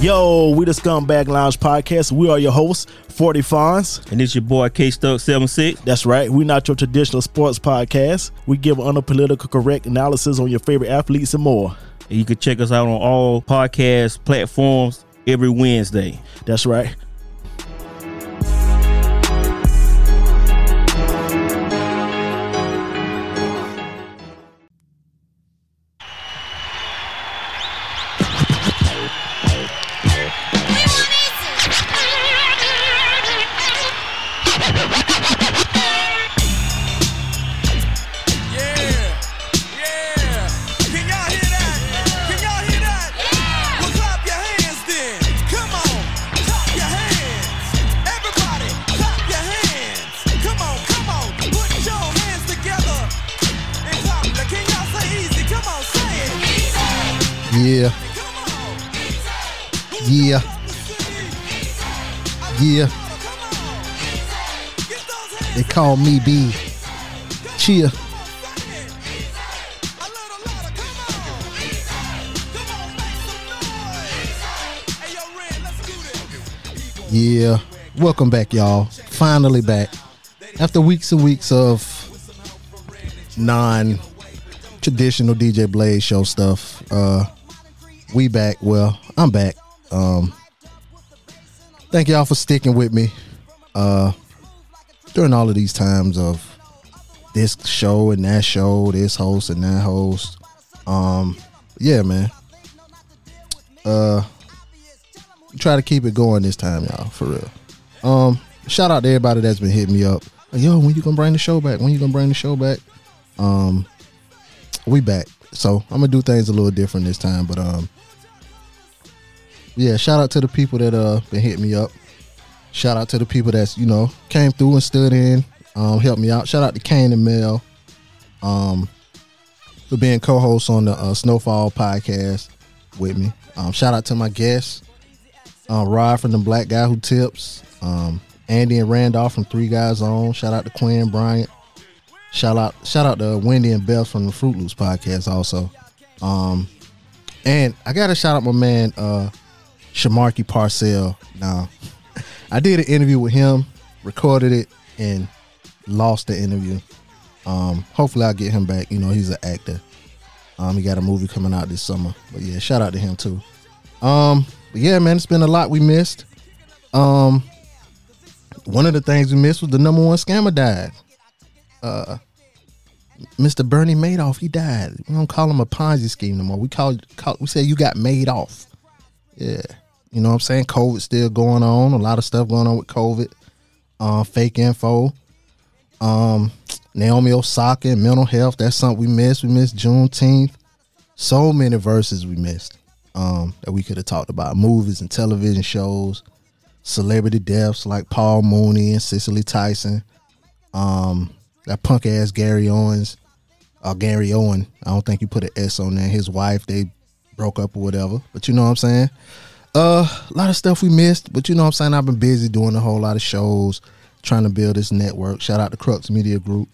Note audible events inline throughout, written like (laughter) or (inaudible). Yo, we the Scumbag Lounge Podcast. We are your hosts, 40 Fonz. And it's your boy K Stuck 76. That's right, we're not your traditional sports podcast. We give unpolitical correct analysis on your favorite athletes and more. And you can check us out on all podcast platforms every Wednesday. That's right. Yeah. Yeah. Yeah. They call me B. Chia. Yeah. Welcome back, y'all. Finally back. After weeks and weeks of non traditional DJ Blaze show stuff. Uh we back. Well, I'm back. Um Thank y'all for sticking with me. Uh during all of these times of this show and that show, this host and that host. Um yeah, man. Uh try to keep it going this time, y'all, for real. Um shout out to everybody that's been hitting me up. Like, Yo, when you gonna bring the show back? When you gonna bring the show back? Um we back. So I'm gonna do things a little different this time, but um, yeah. Shout out to the people that uh been hitting me up. Shout out to the people that's you know came through and stood in, um, helped me out. Shout out to Kane and Mel, um, for being co-hosts on the uh, Snowfall podcast with me. Um, shout out to my guests, uh, Rod from the Black Guy Who Tips, um, Andy and Randolph from Three Guys On. Shout out to Quinn Bryant. Shout out shout out to Wendy and Beth from the Fruit Loops podcast also. Um and I gotta shout out my man uh Shamarky Parcell. Now (laughs) I did an interview with him, recorded it, and lost the interview. Um hopefully I'll get him back. You know, he's an actor. Um he got a movie coming out this summer. But yeah, shout out to him too. Um but yeah man, it's been a lot we missed. Um one of the things we missed was the number one scammer died uh, Mr. Bernie Madoff, he died. We don't call him a Ponzi scheme no more. We call, call we say you got made off. Yeah. You know what I'm saying? COVID still going on. A lot of stuff going on with COVID. Uh, fake info. Um, Naomi Osaka and mental health. That's something we missed. We missed Juneteenth. So many verses we missed um, that we could have talked about. Movies and television shows. Celebrity deaths like Paul Mooney and Cicely Tyson. Um, that punk ass Gary Owens, uh, Gary Owen. I don't think you put an S on there. His wife, they broke up or whatever. But you know what I'm saying? Uh, a lot of stuff we missed, but you know what I'm saying? I've been busy doing a whole lot of shows, trying to build this network. Shout out to Crux Media Group.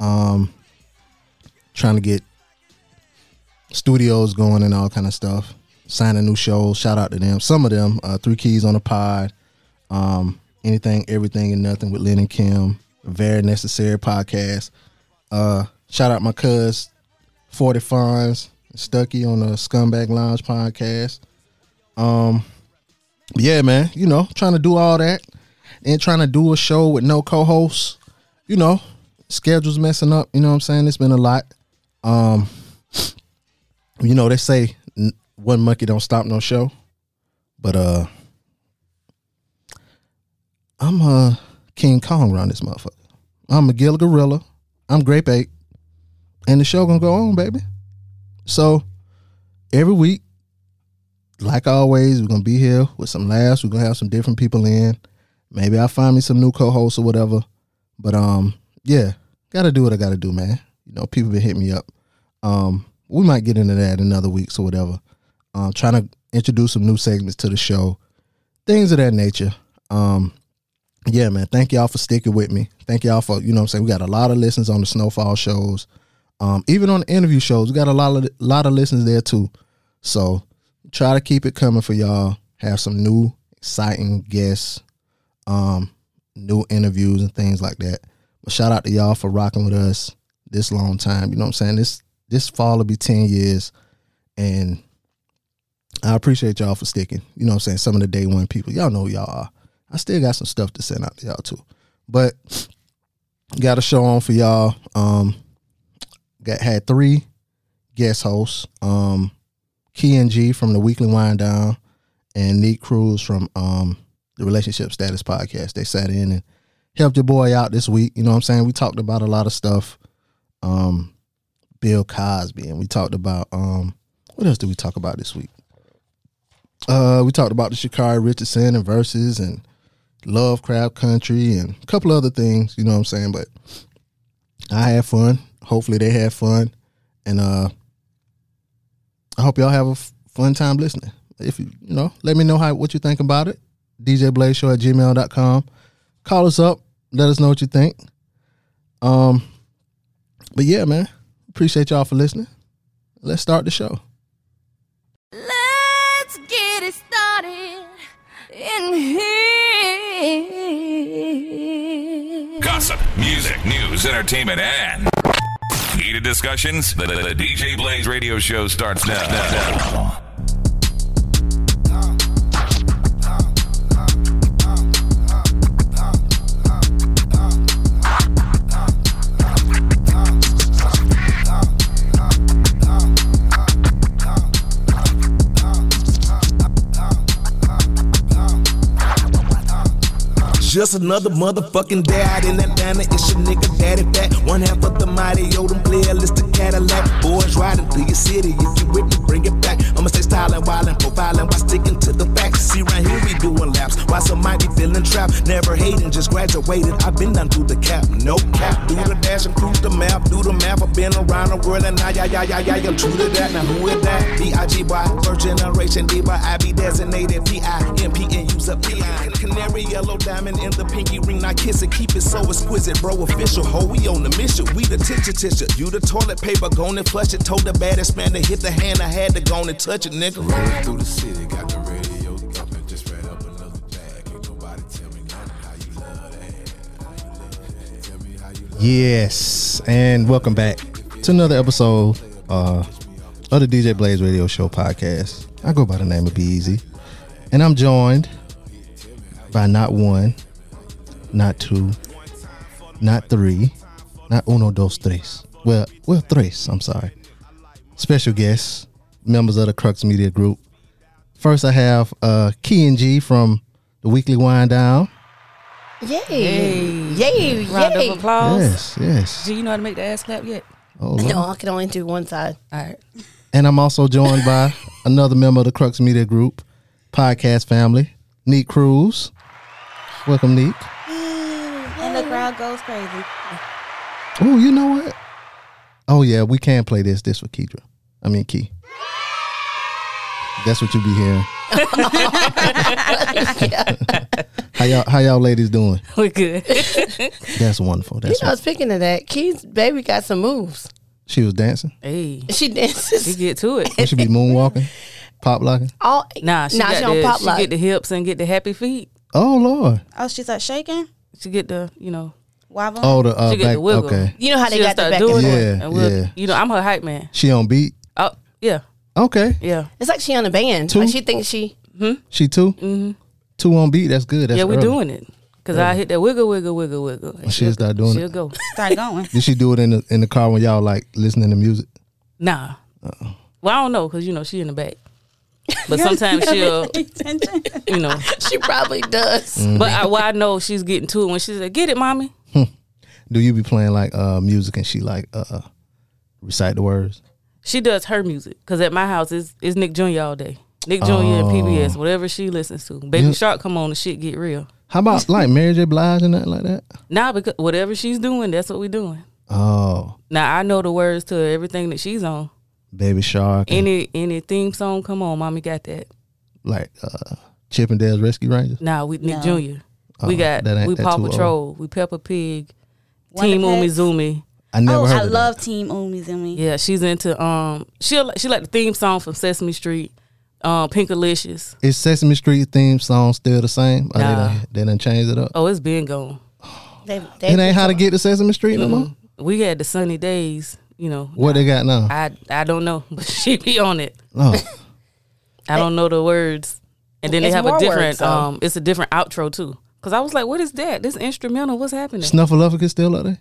Um, trying to get studios going and all kind of stuff. Signing new shows. Shout out to them. Some of them, uh, Three Keys on the Pod, um, Anything, Everything, and Nothing with Lynn and Kim very necessary podcast. Uh, shout out my cuz Forty Fonz Stucky on the Scumbag Lounge podcast. Um, yeah, man, you know, trying to do all that and trying to do a show with no co-hosts. You know, schedules messing up. You know what I'm saying? It's been a lot. Um, you know they say n- one monkey don't stop no show, but uh, I'm uh King Kong around this motherfucker. I'm McGill Gorilla. I'm Grape Ape. And the show gonna go on, baby. So every week, like always, we're gonna be here with some laughs. We're gonna have some different people in. Maybe I'll find me some new co-hosts or whatever. But um, yeah, gotta do what I gotta do, man. You know, people been hitting me up. Um, we might get into that in another weeks or whatever. Um, trying to introduce some new segments to the show, things of that nature. Um, yeah, man. Thank y'all for sticking with me. Thank y'all for, you know what I'm saying? We got a lot of listens on the snowfall shows. Um, even on the interview shows, we got a lot of lot of listens there too. So try to keep it coming for y'all. have some new exciting guests, um, new interviews and things like that. But shout out to y'all for rocking with us this long time. You know what I'm saying? This this fall will be ten years, and I appreciate y'all for sticking. You know what I'm saying? Some of the day one people, y'all know who y'all are. I still got some stuff to send out to y'all too, but got a show on for y'all. Um, got had three guest hosts. Um, Key and G from the Weekly Wind Down, and Neat Cruz from um the Relationship Status Podcast. They sat in and helped your boy out this week. You know what I'm saying? We talked about a lot of stuff. Um, Bill Cosby, and we talked about um, what else did we talk about this week? Uh, we talked about the Shakari Richardson and verses and Lovecraft Country and a couple other things. You know what I'm saying? But I had fun. Hopefully they had fun, and uh, I hope y'all have a f- fun time listening. If you, you know, let me know how what you think about it. DJBlazeShow at gmail.com. Call us up. Let us know what you think. Um, but yeah, man, appreciate y'all for listening. Let's start the show. Let's get it started in here. Gossip, music, news, entertainment, and heated discussions. The, the- the DJ Blaze radio show starts now. Just another motherfucking day out in Atlanta. It's your nigga daddy back. One half of the mighty Odom playlist of Cadillac. Boys riding through your city. If you with me, bring it back. I'ma stay styling, wildin', profiling while sticking to the facts. See, right here we doing laps. Why some might be feeling trapped. Never hating, just graduated. I've been done through the cap. No cap. Do the dash and cruise the map. Do the map. I've been around the world and I, yeah, yeah, yeah, yeah, yeah. True to that. Now who is that? B-I-G-Y. First generation D-Y. I be designated P-I-M-P-N-U use a beeline. Canary yellow diamond in the pinky ring. I kiss it, keep it so exquisite, bro. Official, ho, we on the mission. We the tissue tissue. You the toilet paper, gone and flush it. Told the baddest man to hit the hand. I had to go on and touch it, nigga. Rolling through the city, got the radio up and just ran up another bag. Ain't nobody tell me nothing how you love that. How you love that. Tell me how you love Yes, and welcome back to another episode uh, of the DJ Blaze Radio Show podcast. I go by the name of Be Easy, and I'm joined by not one, not two, not three, not uno, dos, tres. Well, well, tres. I'm sorry. Special guests, members of the Crux Media Group. First, I have uh, Key and G from the Weekly Wind Down. Yay! Yay! Round Yay! of applause. Yes, yes. Do you know how to make the ass clap yet? Oh, Lord. No, I can only do one side. All right. And I'm also joined by another member of the Crux Media Group podcast family, Neat Cruz. Welcome, Neat. And the crowd goes crazy. Oh, you know what? Oh yeah, we can play this. This for Kedra. I mean Key. That's what you be hearing. (laughs) how y'all how y'all ladies doing? We're good. That's wonderful. You That's know, wonderful. speaking of that, Key's baby got some moves. she was dancing. hey, She she dances get to it. Would she be moonwalking? Pop locking? all. Nah, she, nah, got she don't the, pop she like. get the hips and get the happy feet. Oh Lord. Oh, she's like shaking, She get the, you know, wobbling. Oh the uh she get back. the wiggle. Okay. you know how they She'll got the start back. And doing and it, forth. and we'll, Yeah, yeah. you know, I'm her hype man. She on beat. Oh, yeah, Okay. yeah, it's like she on a band. Two? Like she thinks she. (laughs) She 2 Mm-hmm. Two on beat. That's good. That's yeah. We're early. doing it because I hit that wiggle, wiggle, wiggle, wiggle. and she'll start doing it. She'll go. Start going. Did she do it in the in the car when y'all like listening to music? Nah. Well, I don't know because you know she in the back, but sometimes she'll, Attention. you know. She probably does. But I, well, I know she's getting to it when she's like, "Get it, mommy." Do you be playing like uh music and she like uh recite the words? She does her music because at my house it's, it's Nick Jr. all day. Nick Jr. and PBS, whatever she listens to. Baby Yeah. Shark come on, the shit get real. How about (laughs) like Mary J. Blige and nothing like that? Nah, because whatever she's doing, that's what we doing. Oh, Now I know the words to everything that she's on. Baby Shark, and Any any theme song, come on, mommy got that. like uh Chippendales Rescue Rangers. Nah, we Nick Jr. Oh, we got that ain't- we that Paw too old. Patrol, we Peppa Pig, Wonder Team Umi Pets. Zumi. I never Oh, heard. I of love Team Umis and me. Yeah, she's into um she she like the theme song from Sesame Street. um, Pinkalicious. Is Sesame Street theme song still the same? Or they, Nah. done, they done changed it up. Oh, it's been gone. They, they it ain't how to get to Sesame Street no more. We had the sunny days. You know, What they got now? I I don't know, but (laughs) she be on it. oh, I don't know the words. And then they It's have a more words, different so- um it's a different outro too. Cause I was like, what is that? This instrumental, what's happening? Snuffleupagus still up there?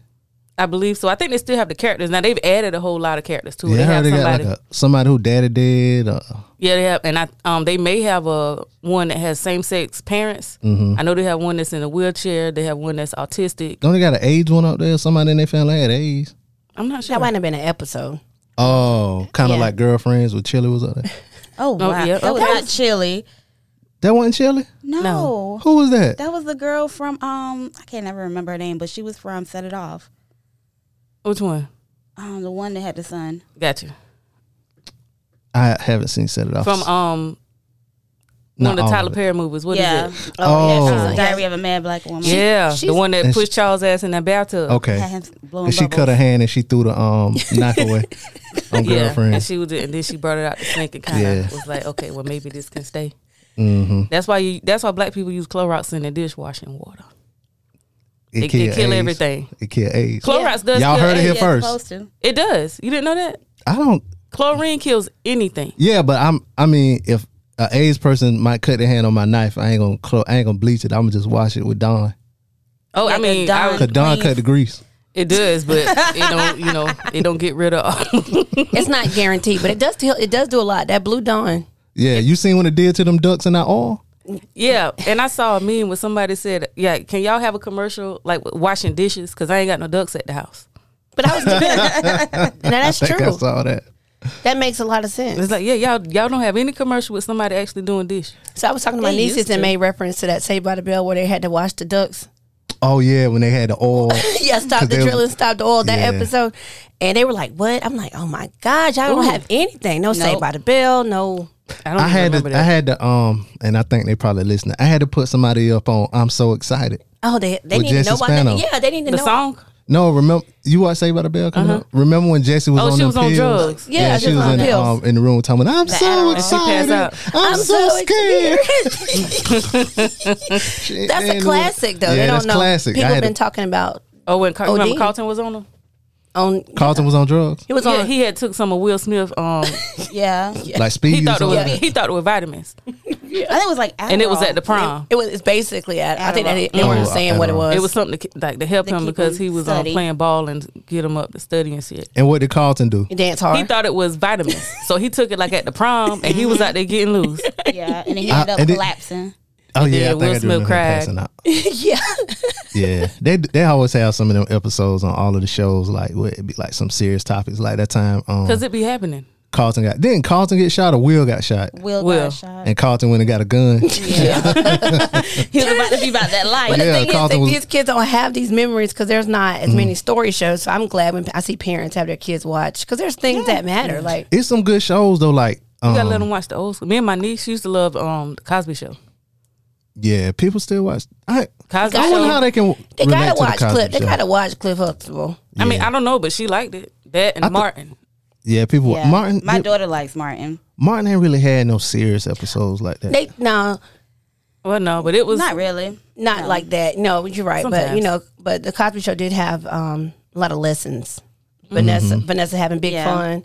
I believe so. I think they still have the characters. Now they've added a whole lot of characters too. Yeah, they I heard have they got somebody like a somebody who daddy did. Uh, Yeah, they have and I um they may have a one that has same sex parents. Mm-hmm. I know they have one that's in a wheelchair, they have one that's autistic. don't they got an AIDS one up there? Somebody in their family had AIDS. I'm not sure. That might have been an episode. Oh, kind of Yeah. like girlfriends with Chili was up there. Oh, wow. yeah, that was okay. not chili. That wasn't Chili. No. No. Who was that? That was the girl from um I can't never remember her name, but she was from Set It Off. Which one? Um the one that had the son. Gotcha. I haven't seen Set It Off. From um Not one of all the Tyler of it. Perry movies. What is yeah. it? Oh, yeah, Oh. she's a diary of a mad black woman. Yeah, she's- the one that And she- pushed Charles' ass in that bathtub. Okay. Had him blowing And she bubbles. cut her hand and she threw the um knife away on Yeah, and girlfriends. she was, and then she brought it out the sink and kind of Yeah. was like, okay, well maybe this can stay. mm-hmm. That's why you. That's why black people use Clorox in their dishwashing water. It, It, it, kill AIDS. everything. It killed AIDS. Clorox does. Y'all kill heard it AIDS. here Yeah, first. supposed to. It does. You didn't know that I don't. chlorine kills anything. Yeah, but I'm. I mean, if a AIDS person might cut their hand on my knife, I ain't gonna. Clo- I ain't gonna bleach it. I'm gonna just wash it with Dawn. Oh, I Like a mean, I dime. would- Cause Dawn Please. cut the grease. it does, but it don't. You (laughs) know, it don't get rid of. It's not guaranteed, but it does tell, it does do a lot. That Blue Dawn. Yeah, you seen what it did to them ducks in that oil? (laughs) yeah, and I saw a meme where somebody said, "Yeah, can y'all have a commercial like with washing dishes? Because I ain't got no ducks at the house." But (laughs) I was thinking, now that's I think I true. saw that. That makes a lot of sense. It's like, yeah, y'all y'all don't have any commercial with somebody actually doing dishes. So I was talking to my They nieces used and to. made reference to that Saved by the Bell where they had to wash the ducks. Oh yeah, when they had the (coughs) oil. (laughs) yeah, stop 'Cause they the was- drill and stop the oil. That Yeah. episode, and they were like, "What?" I'm like, "Oh my god, y'all don't Ooh. have anything. No Saved by the Bell. No." I don't I even had remember to. that. I had to. Um, and I think they probably listening. I had to put somebody up on. I'm so excited. Oh, they they With need to Jesse know about that. Spano. Yeah, they need to the know. song. No, remember you watched Saved by the Bell coming up? Remember when Jesse was Uh-huh. Oh, on she them was on pills? drugs. Yeah, she she was was on in the, pills. um, in the room talking. I'm so Adderall. And she excited. passed out. I'm, so, scared. She (laughs) That's a ain't classic, though. Yeah, they that's don't know. classic. I People had have been to- talking about Oh, when Car- Oh, remember did? Carlton was on them. on. Carlton was on drugs, He was Yeah, on. he had took some of Will Smith. Um, Yeah. like speed. he thought it or was something. he thought it was vitamins, I think it was like and it was at the Adderall. prom. it was it's basically. I, I think that they, they Adderall. weren't saying what it Adderall. was. It was something to, ki- like to help To him keep because him he was um, steady. playing ball and get him up to study and shit. And what did Carlton do? He danced He (laughs) hard. thought it was vitamins, so he took it like at the prom, and he was out there getting (laughs) loose. Yeah, and then he I- ended up and it- collapsing. Oh did. yeah, I think Will I do Smith remember him cried. passing out. yeah, (laughs) Yeah, they they always have some of them episodes on all of the shows. Like where it be like some serious topics. Like that time, um, Cause it be happening. Carlton got didn't Carlton get shot or Will got shot, Will, Will. got (laughs) shot. and Carlton went and got a (laughs) (laughs) gun. He was about to be about that life. Yeah, Mm-hmm. thing is, Carlton that was- these kids don't have these memories because there's not as many story shows. So I'm glad when I see parents have their kids watch because there's things that matter. Like it's some good shows though. Like You um, gotta let him watch the old school. Me and my niece used to love um the Cosby Show. yeah, people still watch. I Cosby I wonder Show. how they can. they relate to gotta watch the Cosby Cliff. They Show. gotta watch Cliff Huxtable. I mean, I don't know, but she liked it. That and I thi- Martin. Yeah, people. Yeah. Martin. my did- daughter likes Martin. Martin ain't really had no serious episodes like that. They no, Well, no, but it was Not really. not like that. No, you're right. But you Sometimes. know, but the Cosby Show did have um, a lot of lessons. Vanessa, Vanessa having big Mm-hmm. Yeah. fun,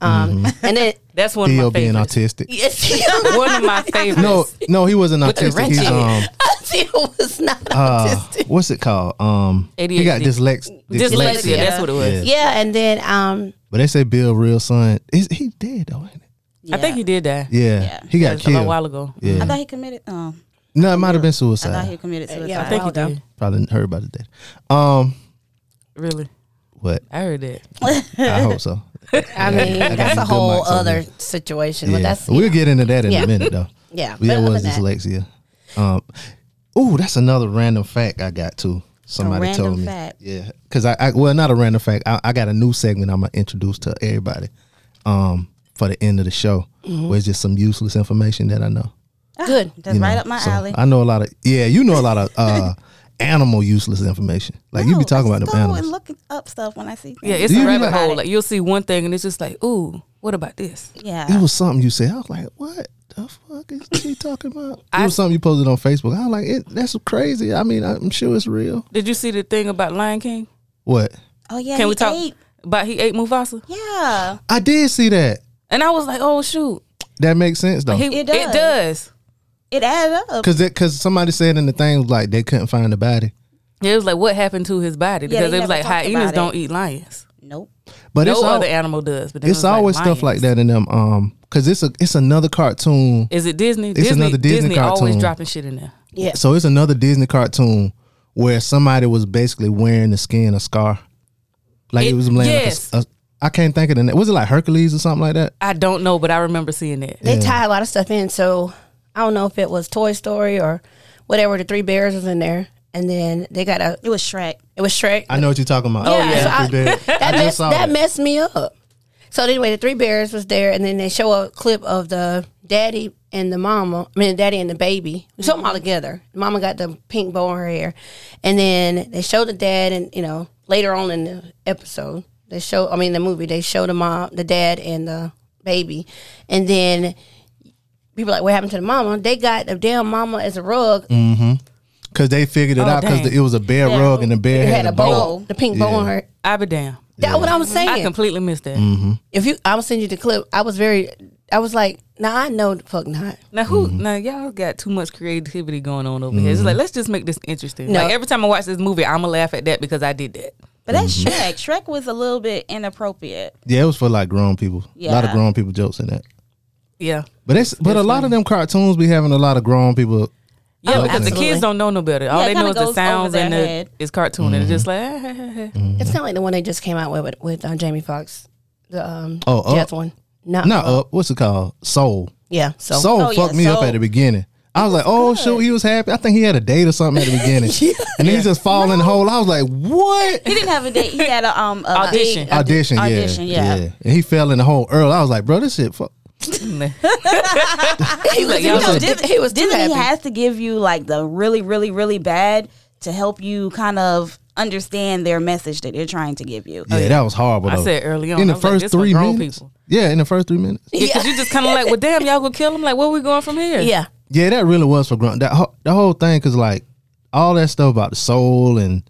um, Mm-hmm. and then that's one of Theo my being favorites. autistic. yes, (laughs) One of my favorites. No, (laughs) no, he wasn't the autistic. He's wrenching. um, Theo was not uh, autistic. what's it called? Um, he got ADHD. dyslex- dyslexia. dyslexia. That's what it was. Yeah. Yeah, and then um, But they say Bill real son is he dead though? Ain't it? I think he did that. Yeah, Yeah. he got That's a little killed. while ago. Yeah, I thought he committed. Oh, no, it might have been I thought suicide. he committed suicide. yeah, I think Wow, he though. did. Probably heard about it dead. Um, Really, what? I heard that. I hope so. I mean I got that's some a good whole mics over other here. situation. Yeah. But that's we'll get into that in Yeah. a minute though. yeah. Yeah, it But was other than that, dyslexia. Um, ooh, that's another random fact I got too. Somebody random told me. fact. Yeah, because I, I well not a random fact. I, I got a new segment I'm gonna introduce to everybody, um, for the end of the show, Mm-hmm. where it's just some useless information that I know. good. That's you know. right up my So, alley. I know a lot of yeah, you know a lot of uh (laughs) animal useless information. Like you No, be talking I about just them go animals. and looking up stuff when I see. Yeah, Things. it's Do you a rabbit remember- hole. Like you'll see one thing and it's just like, ooh, what about this? Yeah, (laughs) it was something you said. I was like, what? the fuck is she talking about? it was something you posted on Facebook. I was like, it, that's crazy. I mean, I'm sure it's real. Did you see the thing about Lion King? What? Oh yeah, he Can we talk ate. about he ate Mufasa? Yeah, I did see that. and I was like, oh shoot, That makes sense though. he, It it does. does. it added up. Cause it, cause somebody said in the thing like they couldn't find the body. It was like what happened to his body Yeah, because they it was never like talked hyenas about don't it. eat lions. Nope. But no it's al- other animal does. But then it it's was like always stuff like lions. that in them. Um, cause it's a it's another cartoon. Is it Disney? It's Disney, another Disney always cartoon. dropping shit in there. Yeah. So it's another Disney cartoon where somebody was basically wearing the skin of Scar, like it, It- was laying. yes. Like a s- a, I can't think of the name. Was it like Hercules or something like that? I don't know, but I remember seeing that. They tie a lot of stuff in. So I don't know if it was Toy Story or whatever. The three bears was in there, and then they got a. It was Shrek. It was Shrek. I know what you're talking about. Oh, yeah. So I- (laughs) I, that just messed, saw that that. messed me up. So anyway, the three bears was there, and then they show a clip of the daddy and the mama. I mean, the daddy and the baby. We saw them all together. The mama got the pink bow in her hair, and then they show the dad, and you know, later on in the episode, they show. I mean, the movie, they show the mom, the dad, and the baby, and then people like, what happened to the mama? They got the damn mama as a rug. Cause they figured it Oh, out because dang. it was a bear rug and the bear It had, had a bow, the pink bow on her. I be damn. That's what I'm saying. I completely missed that. Mm. If you, I'll send you the clip. I was very, I was like, nah, I know the fuck not. Now who? Mm-hmm. Now y'all got too much creativity going on over here. It's like let's just make this interesting. No. Like every time I watch this movie, I'ma laugh at that because I did that. But that's Shrek. Shrek was a little bit inappropriate. Yeah, it was for like grown people. A lot of Yeah. grown people jokes in that. Yeah, But it's but a lot of them cartoons be having a lot of grown people. yeah, because the absolutely. kids don't know no better. All Yeah, it they know kinda is goes the over sounds their and head. the, it's cartoon Mm-hmm. and it's just like. (laughs) "Ah, ha, ha, ha." It's kind of like the one they just came out with with, with uh, Jamie Foxx, the um, Oh, Up? death one. Not, Not up. What's it called? Soul. Yeah, (laughs) so Soul Oh, yeah, fucked me up Soul. at the beginning. I was like, oh shoot, he was happy. I think he had a date or something at the beginning, and he just fall in the hole. I was like, what? He didn't have a date. He had a um a Audition. big- Audition, yeah, Audition, yeah. And he fell in the hole early. I was like, bro, this shit. Fuck. he was, he y'all was, Disney- dis- he was too Disney happy. has to give you like the really, really, really bad to help you kind of understand their message that they're trying to give you. Yeah, that was horrible. I though. said early on, in the I was like, first this for three grown minutes. people. Yeah, in the first three minutes. Yeah, because you just kind of like, well, damn, y'all gonna kill him? Like, where we going from here? yeah, Yeah, that really was for grown. That ho- the whole thing, cause like all that stuff about the soul and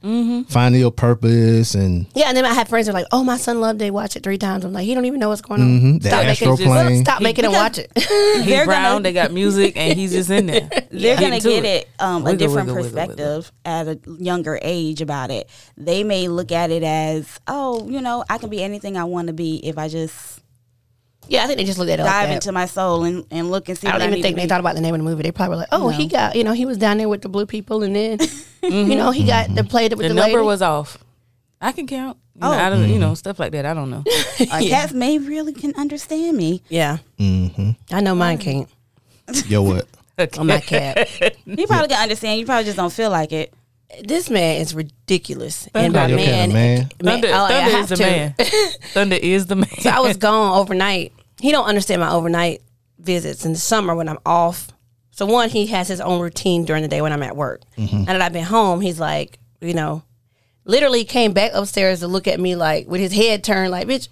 finding your purpose and yeah. And then I had friends who were like, "Oh, my son loved it. Watch it three times." I'm like, "He don't even know what's going on. the Stop astral making, plane. (laughs) stop making him watch it." (laughs) He's They're brown. gonna- they got music, and he's just in there. They're gonna Getting to get it, um, a Wiggle, different wiggle, wiggle, wiggle. perspective at a younger age about it. They may look at it as, oh, you know, I can be anything I want to be if I just yeah, I think they just looked at it like dive that. into my soul and, and look and see. I what don't even need think to they be. thought about the name of the movie. They probably were like, "Oh, he got you know he was down there with the blue people, (laughs) and then you know he got the played it with The the, number lady." was off. I can count. You know, Oh. I don't, you know, stuff like that. I don't know. Our cats may really can understand me. yeah, mm-hmm. I know mine can't. yo what? (laughs) I'm not cat. You probably can understand. You probably just don't feel like it. This man is ridiculous. Thunder. and my You're Your kind man, of man. man- Thunder, oh, yeah, I Thunder have is the to. man. Thunder is the man. So I (laughs) was gone overnight. He don't understand my overnight visits in the summer when I'm off. So one, he has his own routine during the day when I'm at work. Mm-hmm. And that I've been home, he's like, you know, literally came back upstairs to look at me like with his head turned, like, bitch,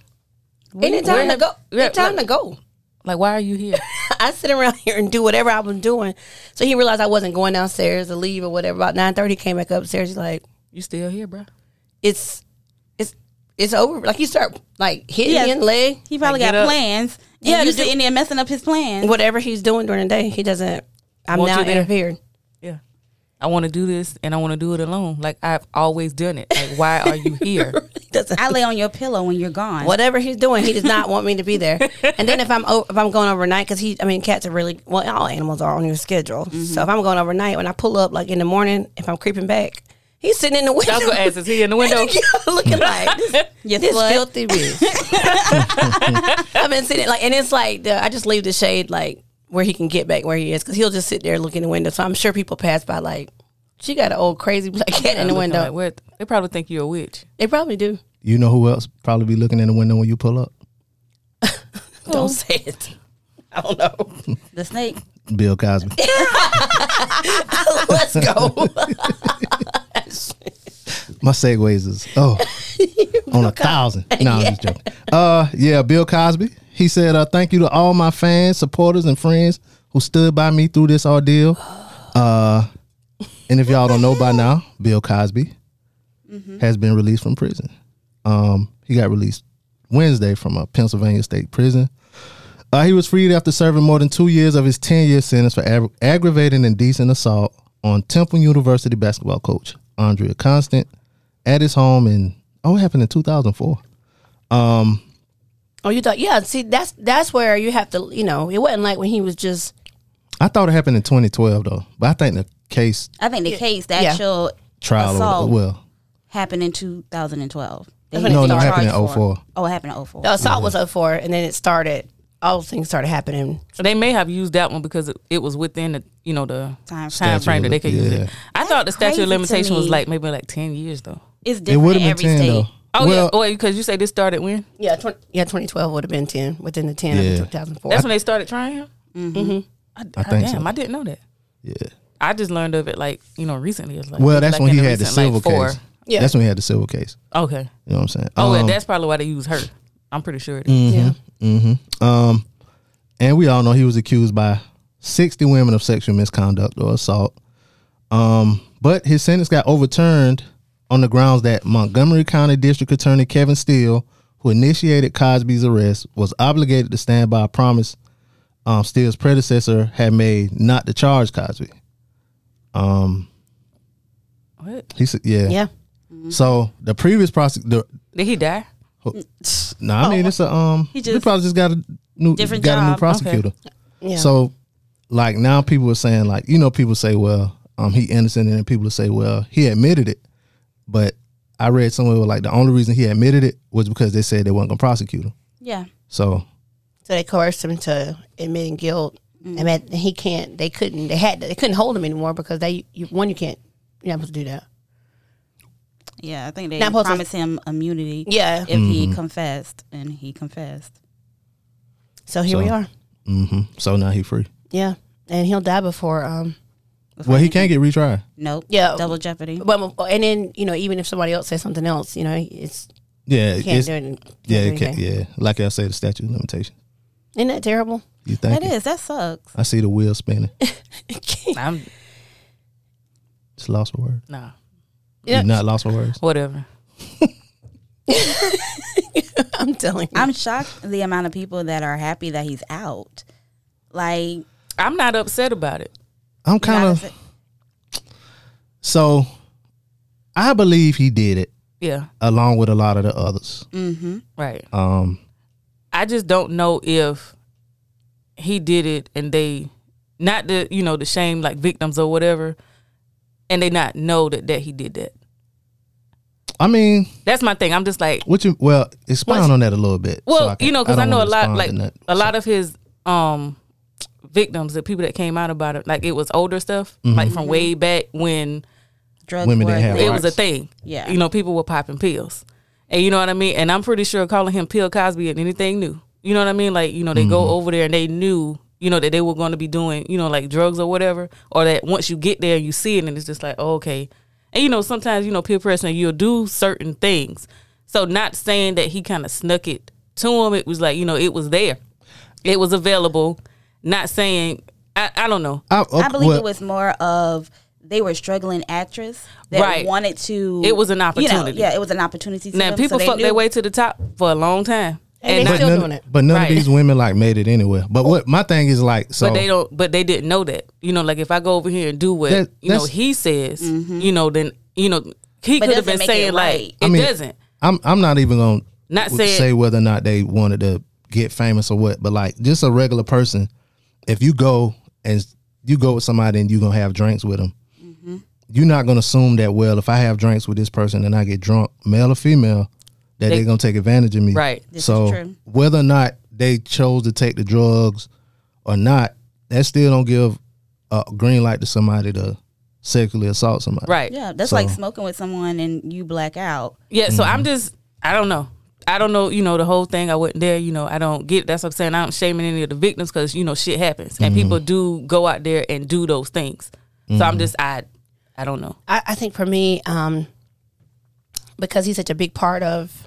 it's time to where- go. yeah, It's time like- to go. (laughs) like, why are you here? I sit around here and do whatever I was doing. So he realized I wasn't going downstairs to leave or whatever. About nine thirty, came back upstairs. He's like, You still here, bro? it's it's it's over. Like you start like hitting Yeah. me in the leg. He probably Like, got get up. plans. And Yeah, yeah, you to do- sitting there messing up his plans. Whatever he's doing during the day, he doesn't. I'm Want now you there. (laughs) interfering. Yeah. I want to do this, and I want to do it alone. Like I've always done it. Like, why are you here? He doesn't. I lay on your pillow when you're gone. (laughs) Whatever he's doing, he does not want me to be (laughs) there. And then if I'm o- if I'm going overnight, because he, I mean, cats are really well, all animals are on your schedule. So if I'm going overnight, when I pull up like in the morning, if I'm creeping back, he's sitting in the window. I was gonna ask, is he in (laughs) the window? looking like this, You this slut. filthy (laughs) bitch. I've been sitting like, and it's like the, I just leave the shade like where he can get back where he is because he'll just sit there looking in the window. So I'm sure people pass by like she got an old crazy black cat in the Looking window. like, what? They probably think you're a witch. they probably do. You know who else probably be looking in the window when you pull up? Don't say it. I don't know. The snake. Bill Cosby. (laughs) Let's (laughs) go. My segues is oh on a thousand. No, I'm just joking. Uh, yeah, Bill Cosby. He said, uh, "Thank you to all my fans, supporters, and friends who stood by me through this ordeal. Uh, and if y'all don't know by now, Bill Cosby has been released from prison. Um, he got released Wednesday from a Pennsylvania state prison. Uh, he was freed after serving more than two years of his 10 year sentence for ag- aggravated indecent assault on Temple University basketball coach Andrea Constant at his home in, oh, it happened in 2004. Um, Oh, you thought, yeah. See, that's that's where you have to, you know, it wasn't like when he was just. I thought it happened in 2012, though, but I think the case I think the case, the Yeah. actual trial, assault or, well, happened in 2012. They That's when had it been started. happened in charged 04. for- Oh, it happened in 04. The assault was up for, and then it started. All those things started happening. They may have used that one because it- it was within the you know the Time time, frame. frame that they could use Yeah. it. I thought the statute crazy to of limitation was me. like maybe like ten years though. It's it different would in have every been 10, state. though. Oh well, yeah, wait because you say this started when? Yeah, 20, yeah, 2012 would have been 10, within the 10 Yeah. of 2004. That's when they started trying him. Mm-hmm. I, I think so. damn, I didn't know that. yeah. I just learned of it like you know recently. It's like Well, that's like when in he the had the recent, civil like, four. case. Yeah. That's when he had the civil case. Okay. You know what I'm saying? Oh, well, Um, mm. that's probably why they use her. I'm pretty sure. It is. mm-hmm. yeah. Um, and we all know he was accused by 60 women of sexual misconduct or assault. Um, but his sentence got overturned on the grounds that Montgomery County District Attorney Kevin Steele, who initiated Cosby's arrest, was obligated to stand by a promise um, Steele's predecessor had made not to charge Cosby. Um, What? he said, yeah. Yeah. So the previous prosecutor, Did he die? no, I mean it's a um. Oh, He we just- probably just got a new Different got a new job. prosecutor. Yeah. So, like now, people are saying like you know people say well um he innocent and then people say well he admitted it, but I read somewhere where, like the only reason he admitted it was because they said they weren't gonna prosecute him. Yeah. So So they coerced him to admitting guilt. I mean, he can't. They couldn't. They had. They couldn't hold him anymore because they. You, one, you can't. You're not supposed to do that. Yeah, I think they Not supposed to- promised him immunity Yeah. if he confessed, and he confessed. So here we So- are. hmm so now he free. Yeah, and he'll die before. Um. Well, he can't get retried. Nope. Yeah. Double jeopardy. But and then you know even if somebody else says something else, you know it's Yeah, you can't it's, do it. and Can't yeah, do it can't, anything. yeah. Like I say, the statute of limitations. Isn't that terrible? You think That is. That sucks. I see the wheel spinning. I'm It's lost for words. nah. Yeah. You're not lost for words. Whatever. (laughs) I'm telling you. I'm shocked the amount of people that are happy that he's out. Like, I'm not upset about it. I'm kind of gotta say- so. I believe he did it Yeah. along with a lot of the others. mm-hmm, Right. Um, I just don't know if he did it and they not the you know the shame like victims or whatever, and they not know that that he did that. I mean, That's my thing. I'm just like, What you well expound Once- on that a little bit. so well, can- you know, because I, don't know a wanna lot respond like to that. a lot of his um victims, the people that came out about it, like it was older stuff, Mm-hmm. like from way back when drugs Women were didn't have illegal. it was a thing. Yeah. You know, people were popping pills. And you know what I mean? And I'm pretty sure calling him Pill Cosby and anything new. You know what I mean? Like, you know, they go over there and they knew, you know, that they were going to be doing, you know, like drugs or whatever. Or that once you get there and you see it and it's just like, oh, okay. And you know, sometimes, you know, peer pressure, you'll do certain things. So not saying that he kind of snuck it to him. It was like, you know, it was there. It was available. Not saying I, I don't know. I, I believe Oh, well, it was more of they were struggling actress that Right. wanted to. It was an opportunity. yeah, it was an opportunity. To Now them, people so fucked knew- their way to the top for a long time. And they not- but still none, doing it. But none Right. of these women like made it anywhere. But what my thing is like so But they don't. But they didn't know that. You know, like if I go over here and do what That- you know that's- he says, you know, then you know he But could have been doesn't make it saying like right. it I mean- doesn't. I'm I'm not even gonna Not w- saying- say whether or not they wanted to get famous or what, but like just a regular person, if you go and you go with somebody and you gonna have drinks with them, Mm-hmm. you're not gonna assume that well if I have drinks with this person and I get drunk, male or female, that They- they, are gonna take advantage of me. Right. is so true. whether or not they chose to take the drugs or not, that still don't give a green light to somebody to sexually assault somebody. Right. Yeah. Yeah, that's like smoking with someone and you black out. So Mm-hmm. I'm just. I don't know. I don't know. You know the whole thing. I wasn't there. You know. I don't get. That's what I'm saying. I don't shaming any of the victims because you know shit happens and people Mm-hmm. do go out there and do those things. So I'm just. I. I don't know. I, I think for me, um, because he's such a big part of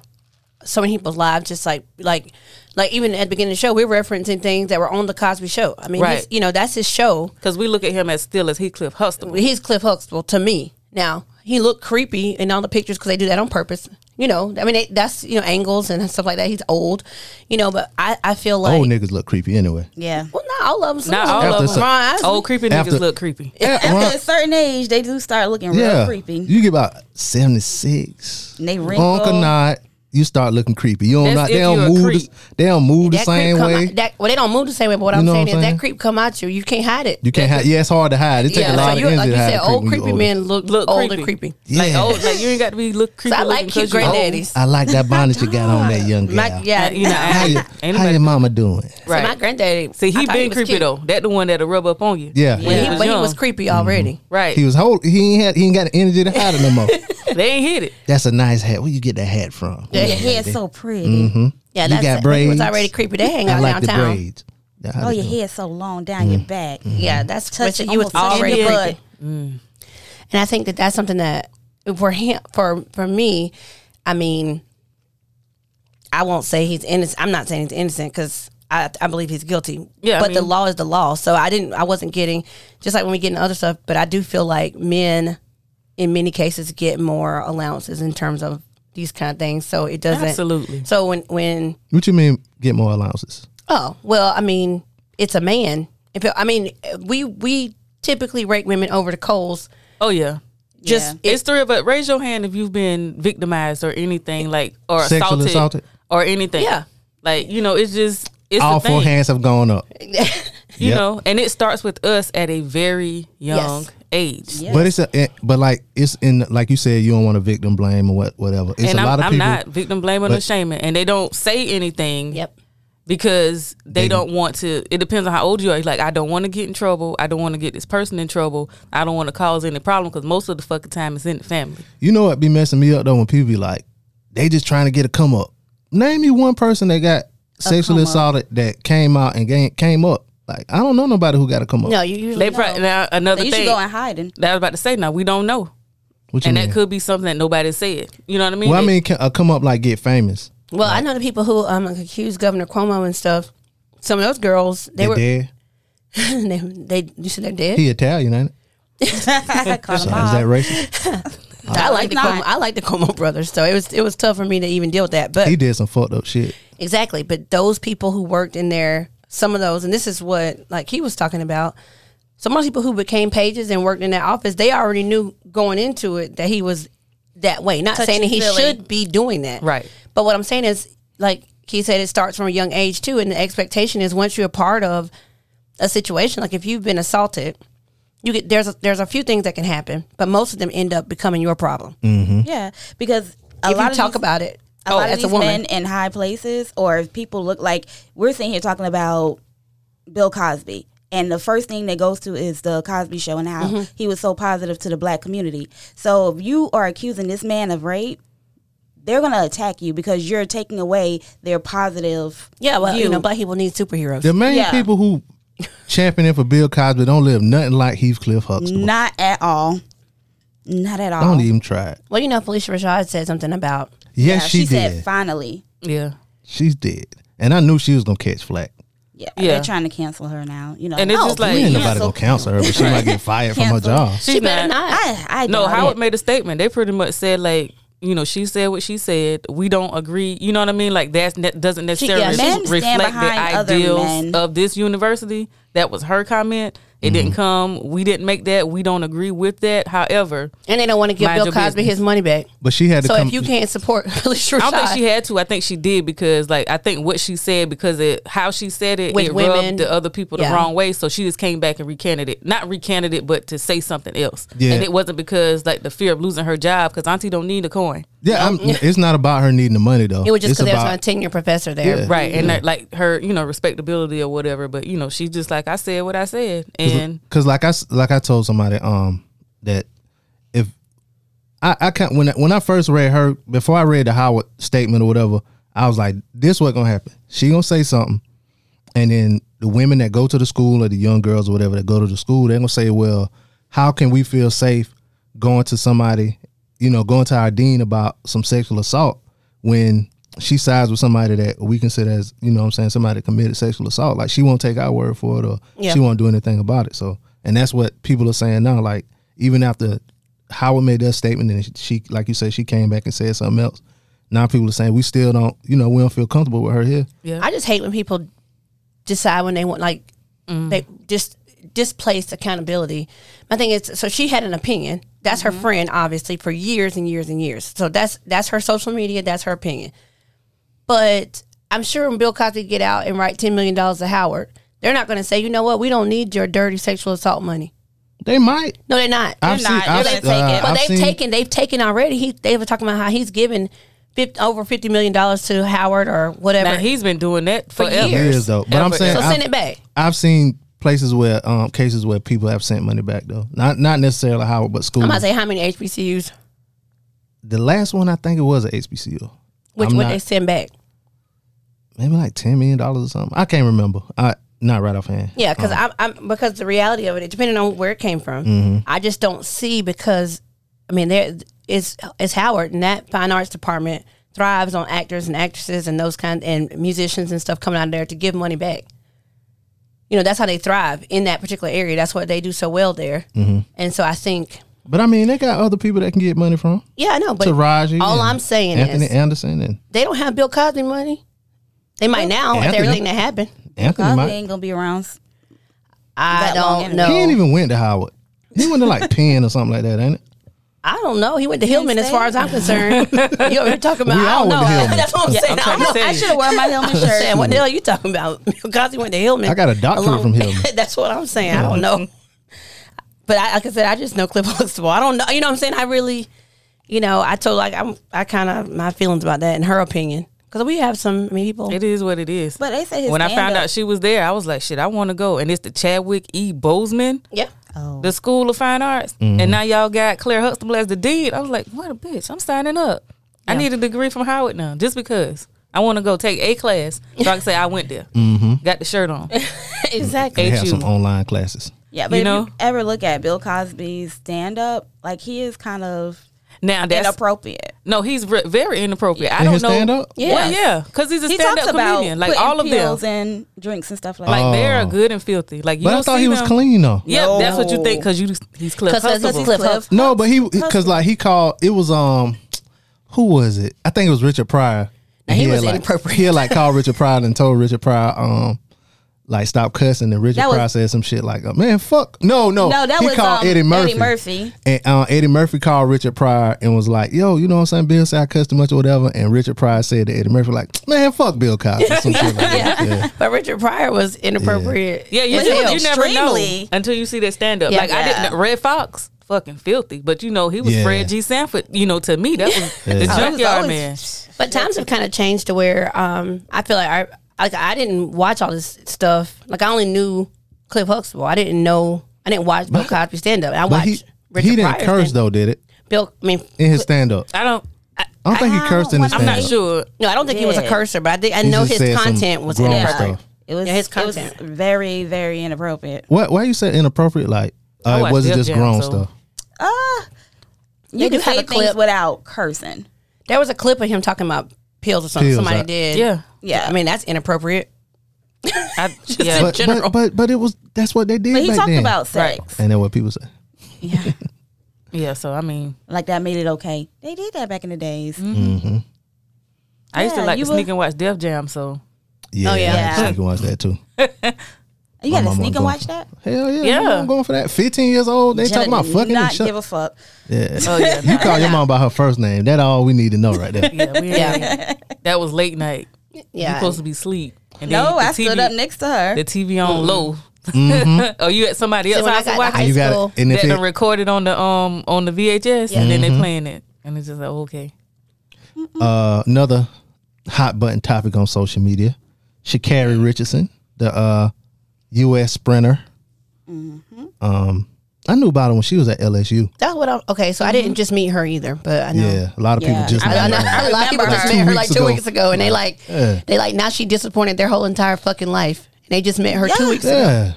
so many people's lives just like like like even at the beginning of the show we're referencing things that were on the Cosby show. I mean Right. he's- you know, that's his show. Because we look at him as still as he Cliff Huxtable. He's Cliff Huxtable to me. Now, he looked creepy in all the pictures because they do that on purpose. You know, I mean, they, that's, you know, angles and stuff like that. He's old, you know, but I, I feel like. Old niggas look creepy anyway. Yeah. Well, not all of them. Not all After of it's a- them. Old creepy after- niggas look creepy. After a certain age, they do start looking real Yeah, creepy. You get about seventy six, And they wrinkle. punk or not, you start looking creepy. You don't not, That's if they you're a don't move. creep. The, they don't move the that creep same come way. out- that, well, they don't move the same way. But what You I'm know saying what is I'm saying? that creep come out you. You can't hide it. you can't hide. Yeah, it's hard to hide. It takes a so lot you- of energy like to you hide. a said, creep when old you creepy older. men look, Look old and creepy. creepy. Like Yeah. old, like you ain't got to be look creepy. I like looking 'cause cute you old. granddaddies. I like (laughs) that bonnet you got on that young My- gal. yeah, You know, How, you, I, (laughs) ain't how nobody- your mama doing? So right. my granddaddy. See, I he thought been was creepy cute. though. That the one that'll rub up on you. Yeah. When He- was but he young. was creepy already. Right. He was whole. He ain't had. He ain't got the energy to hide it no (laughs) more. they ain't hit it. That's a nice hat. Where you get that hat from? Their hair's so pretty. Yeah, You that's got It was braids? already creepy. They hang I out like the downtown. braids. Yeah, how Oh, they your do. hair's so long down Mm-hmm. your back. Yeah, that's Touch- touch, you was almost touching already the creepy. And I think that that's something that for him, for for me, I mean, I won't say he's innocent. I'm not saying he's innocent because. I, I believe he's guilty. Yeah, I but the mean- law is the law. So I didn't. I wasn't getting just like when we get into other stuff. But I do feel like men, in many cases, get more allowances in terms of these kind of things. So it doesn't Absolutely. So when when What you mean? Get more allowances? Oh well, I mean, it's a man. If it- I mean, we we typically rake women over the coals. Oh yeah. Just It's three of us. Raise your hand if you've been victimized or anything like or Sexually assaulted, assaulted? or anything. Yeah. Like you know, it's just it's All a four thing. hands have gone up. (laughs) You Yep. know, and it starts with us at a very young Yes. age. But it's a, it- but like it's in like you said you don't want to victim blame or what whatever. It's and a I'm, lot of I'm people. not victim blaming or but- shaming, and they don't say anything. Yep. because they, don't want to. It depends on how old you are. You're like, I don't want to get in trouble. I don't want to get this person in trouble. I don't want to cause any problem because most of the fucking time it's in the family. You know what be messing me up though when people be like they just trying to get a come up. Name me one person that got sexually assaulted that came out and ga- came up. Like I don't know nobody who got to come up. No, you usually They probably now another You should thing go in hiding. that I was about to say. Now we don't know, What you and mean? that could be something that nobody said. You know what I mean? well, I They- mean, ca- a come up like get famous. Well, I know the people who um accused Governor Cuomo and stuff. Some of those girls, they They were dead. (laughs) they, they you said they're dead. He Italian, ain't it? (laughs) Call them So, is off. that racist? I like the not. Cuomo, I like the Cuomo brothers, so it was it was tough for me to even deal with that. But he did some fucked up shit. Exactly. But those people who worked in there, some of those, and this is what like he was talking about. Some of those people who became pages and worked in that office, they already knew going into it that he was that way. Not Touchy saying that he feely. should be doing that. Right. But what I'm saying is, like he said, it starts from a young age too. And the expectation is once you're a part of a situation, like if you've been assaulted, you get there's a, there's a few things that can happen, but most of them end up becoming your problem. Yeah, because a if lot you of talk these, about it, a oh, lot of as a these woman, men in high places or if people look like we're sitting here talking about Bill Cosby. And the first thing that goes to is the Cosby show and how he was so positive to the black community. So if you are accusing this man of rape, they're going to attack you because you're taking away their positive. yeah, well, you view. know, black people need superheroes. The main Yeah. people who champion him for Bill Cosby don't live nothing like Heathcliff Huxtable. Not at all. Not at all. Don't even try it. Well, you know, Felicia Rashad said something about Yes, Yeah, she, did. said, finally. yeah. She's dead. And I knew she was gonna catch flack. Yeah, Yeah. They're trying to cancel her now. You know, And it's just like- We ain't Yeah, nobody so- gonna counsel her, but she might get fired from her job. She's she better not- not. I, I No, doubt it. Howard made a statement. They pretty much said like. You know, she said what she said. We don't agree. You know what I mean? Like that's that doesn't necessarily yeah, men stand reflect the behind other ideals men. of this university. That was her comment. It didn't come. We didn't make that. We don't agree with that. However, And they don't want to give Mind Bill your Cosby business. his money back. But she had to So come if you can't support (laughs) Felicia Rashad, I don't think she had to. I think she did because, like, I think what she said because it how she said it, With it women. rubbed the other people the Yeah. wrong way. So she just came back and recanted it, not recanted it, but to say something else. Yeah. And it wasn't because like the fear of losing her job because Auntie don't need a coin, Yeah, I'm, it's not about her needing the money though. it was just It's because there was about- a tenure professor there. Yeah. right? And that, like her, you know, respectability or whatever. But you know, she's just like I said what I said, Mhm. and Cause like I s- like I told somebody um that if I I can't when I- when I first read her before I read the Howard statement or whatever I was like this what gonna happen she gonna say something and then the women that go to the school or the young girls or whatever that go to the school they're gonna say well how can we feel safe going to somebody you know going to our dean about some sexual assault when she sides with somebody that we consider as you know what I'm saying somebody that committed sexual assault. Like she won't take our word for it or Yeah. she won't do anything about it. So and that's what people are saying now. Like even after Howard made that statement and she like you said she came back and said something else. Now people are saying we still don't you know we don't feel comfortable with her here. I just hate when people decide when they want like Mm. they just displaced accountability. My thing is, so she had an opinion. That's Mm-hmm. her friend, obviously, for years and years and years. So that's that's her social media. That's her opinion. But I'm sure when Bill Cosby get out and write ten million dollars to Howard, they're not going to say, you know what, we don't need your dirty sexual assault money. They might. No, they're not. I've they're seen- not. I've they're seen- gonna take uh, it. But I've they've seen- taken. They've taken already. He they were talking about how he's given. 50, over fifty million dollars to Howard or whatever. Now, he's been doing that for forever. years. Years, though. But I'm saying so I- send it back. I've seen places where um cases where people have sent money back though. Not not necessarily Howard but school. I'm about to say how many HBCUs, the last one I think it was a HBCU. which I'm what not- they send back. maybe like ten million dollars or something. I can't remember. I not right offhand. Yeah, because Uh-huh. I'm, I'm because the reality of it, depending on where it came from, Mhm. I just don't see because I mean there is it's Howard and that fine arts department thrives on actors and actresses and those kind and musicians and stuff coming out of there to give money back. You know that's how they thrive in that particular area. That's what they do so well there. hmm And so I think, But I mean, they got other people that can get money from. yeah, I know, but Taraji. all and I'm saying Anthony is Anderson and they don't have Bill Cosby money. They might now after Anthony- everything that happened. Anthony Cosby might. ain't gonna be around. s- I that long don't anyway. know. He ain't even went to Howard. He went to like Penn or something like that, ain't it? I don't know. He went to Hillman, as far as I'm concerned. you (laughs) over here talking about? We I all don't know. (laughs) went to Hillman. That's what I'm Yeah, saying. I'm I, trying to don't know. say. I should have worn my (laughs) Hillman shirt. Saying, what the hell are you talking about? (laughs) Because he went to Hillman. I got a doctorate Along- from Hillman. (laughs) That's what I'm saying. I don't know. But I, like I said, I just know Cliff Huxtable. I don't know. You know what I'm saying? I really, you know, I told like I'm. I kind of my feelings about that in her opinion because we have some. I mean, people. It is what it is. But they say his when I found stand-up- out she was there, I was like, shit, I want to go. And it's the Chadwick E. Bozeman. Yeah. (laughs) Oh. The School of Fine Arts. Mhm. Mm-hmm. And now y'all got Claire Huxtable as the dean. I was like, what a bitch. I'm signing up. I need a degree from Howard now just because. I want to go take a class so I can say I went there. Mm-hmm. Got the (laughs) shirt on. exactly. They have some online classes. Yeah, but You if know? you ever look at Bill Cosby's stand up, like he is kind of Now that's inappropriate. No, he's re- very inappropriate. I In don't his know. stand-up? Yeah, well, yeah, because he's a He stand-up talks about comedian. Like putting all of pills them, and drinks and stuff like like that. they're good and filthy. Like Oh. you But I don't thought see he was them- clean, though. Yeah, No. that's what you think because you he's Cliff 'Cause that's Huxtable. his Cliff Huxtable. No, but he because like he called it was um who was it? I think it was Richard Pryor. Now, he had, was like, inappropriate. He had, like called Richard Pryor and told Richard Pryor um like stop cussing and Richard That was- Pryor said some shit like uh, man fuck no no No, that he was, called um, Eddie Murphy. Eddie Murphy. And uh, Eddie Murphy called Richard Pryor and was like, "Yo, you know what I'm saying? Bill said I cussed too much or whatever." And Richard Pryor said to Eddie Murphy, "Like, man, fuck Bill Cosby." Some shit like that. Yeah. But Richard Pryor was inappropriate. Yeah, you, as just- hell. you never know until you see that stand up. Yeah. like I didn't. Red Fox, fucking filthy, but you know he was Yeah. Fred G. Sanford. You know, to me that was Yeah. the Oh, that was junkyard always- man. But times have kind of changed to where um, I feel like I like I didn't watch all this stuff. Like I only knew Cliff Huxtable. I didn't know I didn't watch Bill Cosby stand up. I But watched he Richard he didn't Pryor curse stand-up. though, did it? Bill, I mean, In his stand up, I don't. I, don't think he cursed in his stand up. sure. No, I don't think he was a Yeah. cursor, but I think I He know just his said some content was grown inappropriate. stuff. It was Yeah, his it was very very inappropriate. What? Why you say inappropriate? Like, I uh, watch was it Def just Jam, grown so- stuff? They Ah, You can do have say a clip. things without cursing. There was a clip of him talking about pills or something Pills, uh, somebody I- did. Yeah. yeah. I mean, that's inappropriate. I, yeah. but, but but but it was that's what they did. But he back talked then. about sex. and then what people say. Yeah, so I mean, like that made it okay. They did that back in the days. Mm-hmm. I used to Yeah, like you to sneak would- and watch Def Jam. So Yeah, Oh, yeah. I think you watch that too. You My got to mama sneak go- and watch that. Hell yeah, Yeah. yeah. I'm going for that. 15 years old, they Jenna talking about did fucking Not and shit. give a fuck. yeah, Oh, yeah, you nah. call your mom by her first name. That all we need to know right (laughs) there. yeah, we yeah. that was late night. Yeah. (laughs) you supposed to be asleep. No, I stood up next to her. The TV on Mhm. low. (laughs) Mhm. or you at somebody See, else when I house got to to watch high You got it, school- and if that it- done recorded on the um on the VHS and then they Mhm. playing it and it's just like okay. Uh, another hot button topic on social media: Shakari Richardson, the uh, U.S. sprinter. Mm-hmm. Um, I knew about her when she was at LSU. That's what I'm okay. So I Mm-hmm. didn't just meet her either, but I know. Yeah, a lot of people Yeah. just. I, I, met know- her. (laughs) a lot of people Like just two met her weeks like two ago. weeks ago, and they like Yeah. they like now she disappointed their whole entire fucking life, and they just met her two weeks ago. Yeah.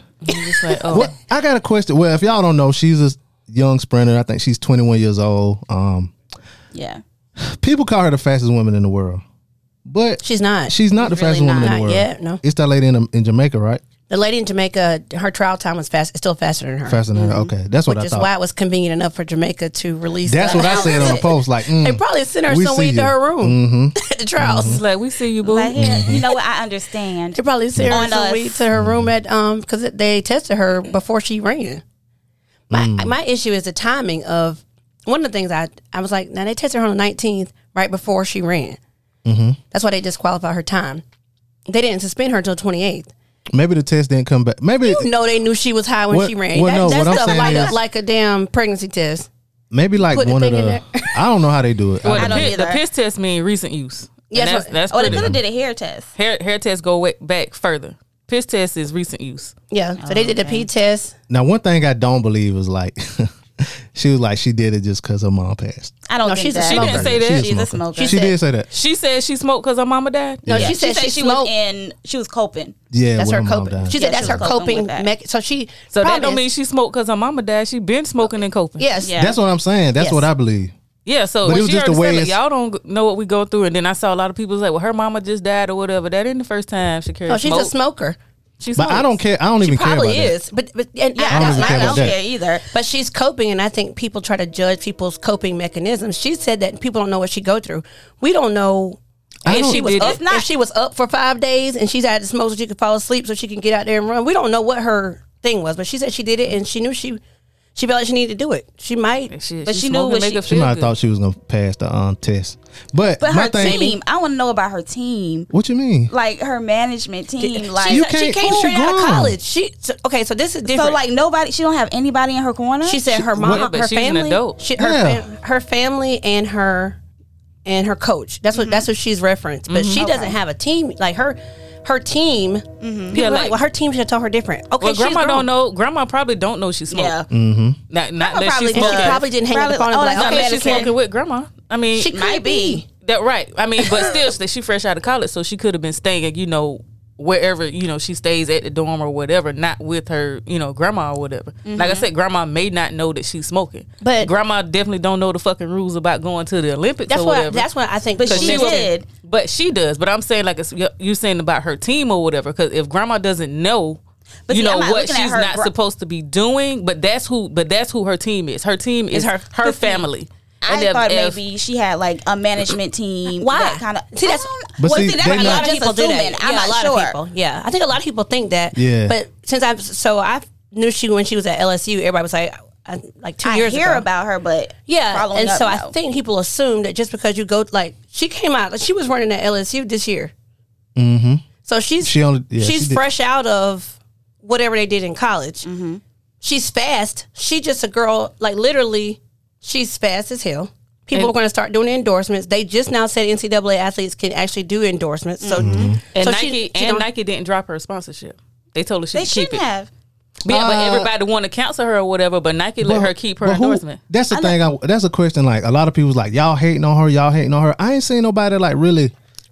oh. Well, I got a question. Well, if y'all don't know, she's a young sprinter. I think she's 21 years old. Um, Yeah. people call her the fastest woman in the world, But she's not. She's not the Really fastest woman in not. the world. Not yet, no. It's that lady in, in Jamaica, right? The lady in Jamaica, her trial time was fast, still faster than her. Faster than her. Okay, that's what I Mm-hmm. Which is thought. why it was convenient enough for Jamaica to release. That's the what I said on the announcement. post. Like, mm, (laughs) they probably sent her we somewhere see to you. her room Mhm. at the (laughs) trials. Like we see you, boo. Like, yeah, you know what? I understand. They probably sent her On some us. weed to her room at um because they tested her before she ran. My Hmm. my issue is the timing of one of the things I I was like now they tested her on the nineteenth right before she ran. Mm-hmm. That's why they disqualified her time. They didn't suspend her until twenty eighth. Maybe the test didn't come back. Maybe You know they knew she was high when What- she ran. well, that no, that what I'm stuff saying like is- a, like a damn pregnancy test. maybe like Put the one of thing in the. (laughs) I don't know how they do it. Well, I the, don't pi- know. the piss test mean recent use. Yeah, And that's that's, what- that's Oh, they pretty- could have did a hair test. hair hair tests go way back further. Piss test is recent use. Yeah, so they did the P test. Now, one thing I don't believe is like, (laughs) she was like she did it just because her mom passed. I don't No, think she's a that. She didn't say that. She's a smoker. She, said- did say that. She said she smoked because her mama died. No, she She said said she, she was smoked. in. She was coping. Yeah, That's when her her mom coping. died. She said Yeah, that's she her was coping coping. with that. mec- so she So that promised- don't mean she smoked because her mama died. She been smoking and coping. yes. Yeah. That's what I'm saying. That's Yes. what I believe. Yeah, so But it when was she just heard the way the it's- y'all don't know what we go through. And then I saw a lot of people was like, well, her mama just died or whatever. That ain't the first time she carried Oh, she's smoke. a smoker. She But I smokes. don't care. I don't even care about Probably that. is, but but and, yeah, I don't that's even don't, my care I about don't that. care either. But she's coping, and I think people try to judge people's coping mechanisms. She said that people don't know what she go through. We don't know I if don't- she was Did it. up. It's not- if she was up for five days and she's had to smoke so she could fall asleep so she can get out there and run. We don't know what her thing was, but she said she did it and she knew she she felt like she needed to do it. She might. She, But she, she knew smoked to what make she- her She feel might have good. thought she was gonna pass the um test, but, But my her thing. team, I want to know about her team, What you mean? like her management team, like you she can't- came oh, straight out of grown. college. She so, okay, so this is different. So like nobody, she don't have anybody in her corner. She said her Yeah, mom, but her she's an family, adult. She, her, Yeah. fam- her family, and her and her coach. That's what that's what she's referenced. But she doesn't have a team like her. Her team, people Yeah, are like, like- well, her team should have told her different. Okay, Well, she's grandma grown. don't know. Grandma probably don't know she smoked. yeah, Not, not Grandma that probably she And smoked. she does. probably didn't hang up the phone Probably- and oh, be like, that's Not okay, that she's medicine. smoking with grandma. I mean, She might could be. be. That right. I mean, but still, that she fresh out of college, so she could have been staying, you know, wherever you know she stays at the dorm or whatever, not with her, you know, grandma or whatever. Like I said, grandma may not know that she's smoking, But- grandma definitely don't know the fucking rules about going to the Olympics. That's or what. whatever. That's what I think. But she she was- did. But she does. But I'm saying, like, it's- you're saying about her team or whatever. Because if grandma doesn't know, But you see, know I'm not what looking at she's her not gr- supposed to be doing. But that's who. But that's who her team is. Her team is, her- her her family. I And if- thought if- maybe she had like a management team. Why? That kind of See, that's- But see, they I'm not- just assuming. I'm yeah, not a lot sure. of people. Yeah, I think a lot of people think that. Yeah. But since I so I knew she when she was at LSU, everybody was like, I, like two I years hear ago. about her, but Yeah, following and up, so no. I think people assume that just because you go like she came out, like, she was running at LSU this year, mm-hmm. so she's She only- yeah, she's she did. fresh out of whatever they did in college. Mm-hmm. She's fast. She just a girl like literally, she's fast as hell. People And- are going to start doing endorsements. They just now said NCAA athletes can actually do endorsements. So, Mm-hmm. Mm-hmm. And so Nike she- she and don't- Nike didn't drop her sponsorship. They told her she they could keep shouldn't it. have. But Yeah, Uh, but everybody want to cancel her or whatever. But Nike let But- her keep her but who- endorsement. That's the thing. I, that's a question. Like a lot of people's like y'all hating on her. Y'all hating on her. I ain't seen nobody like really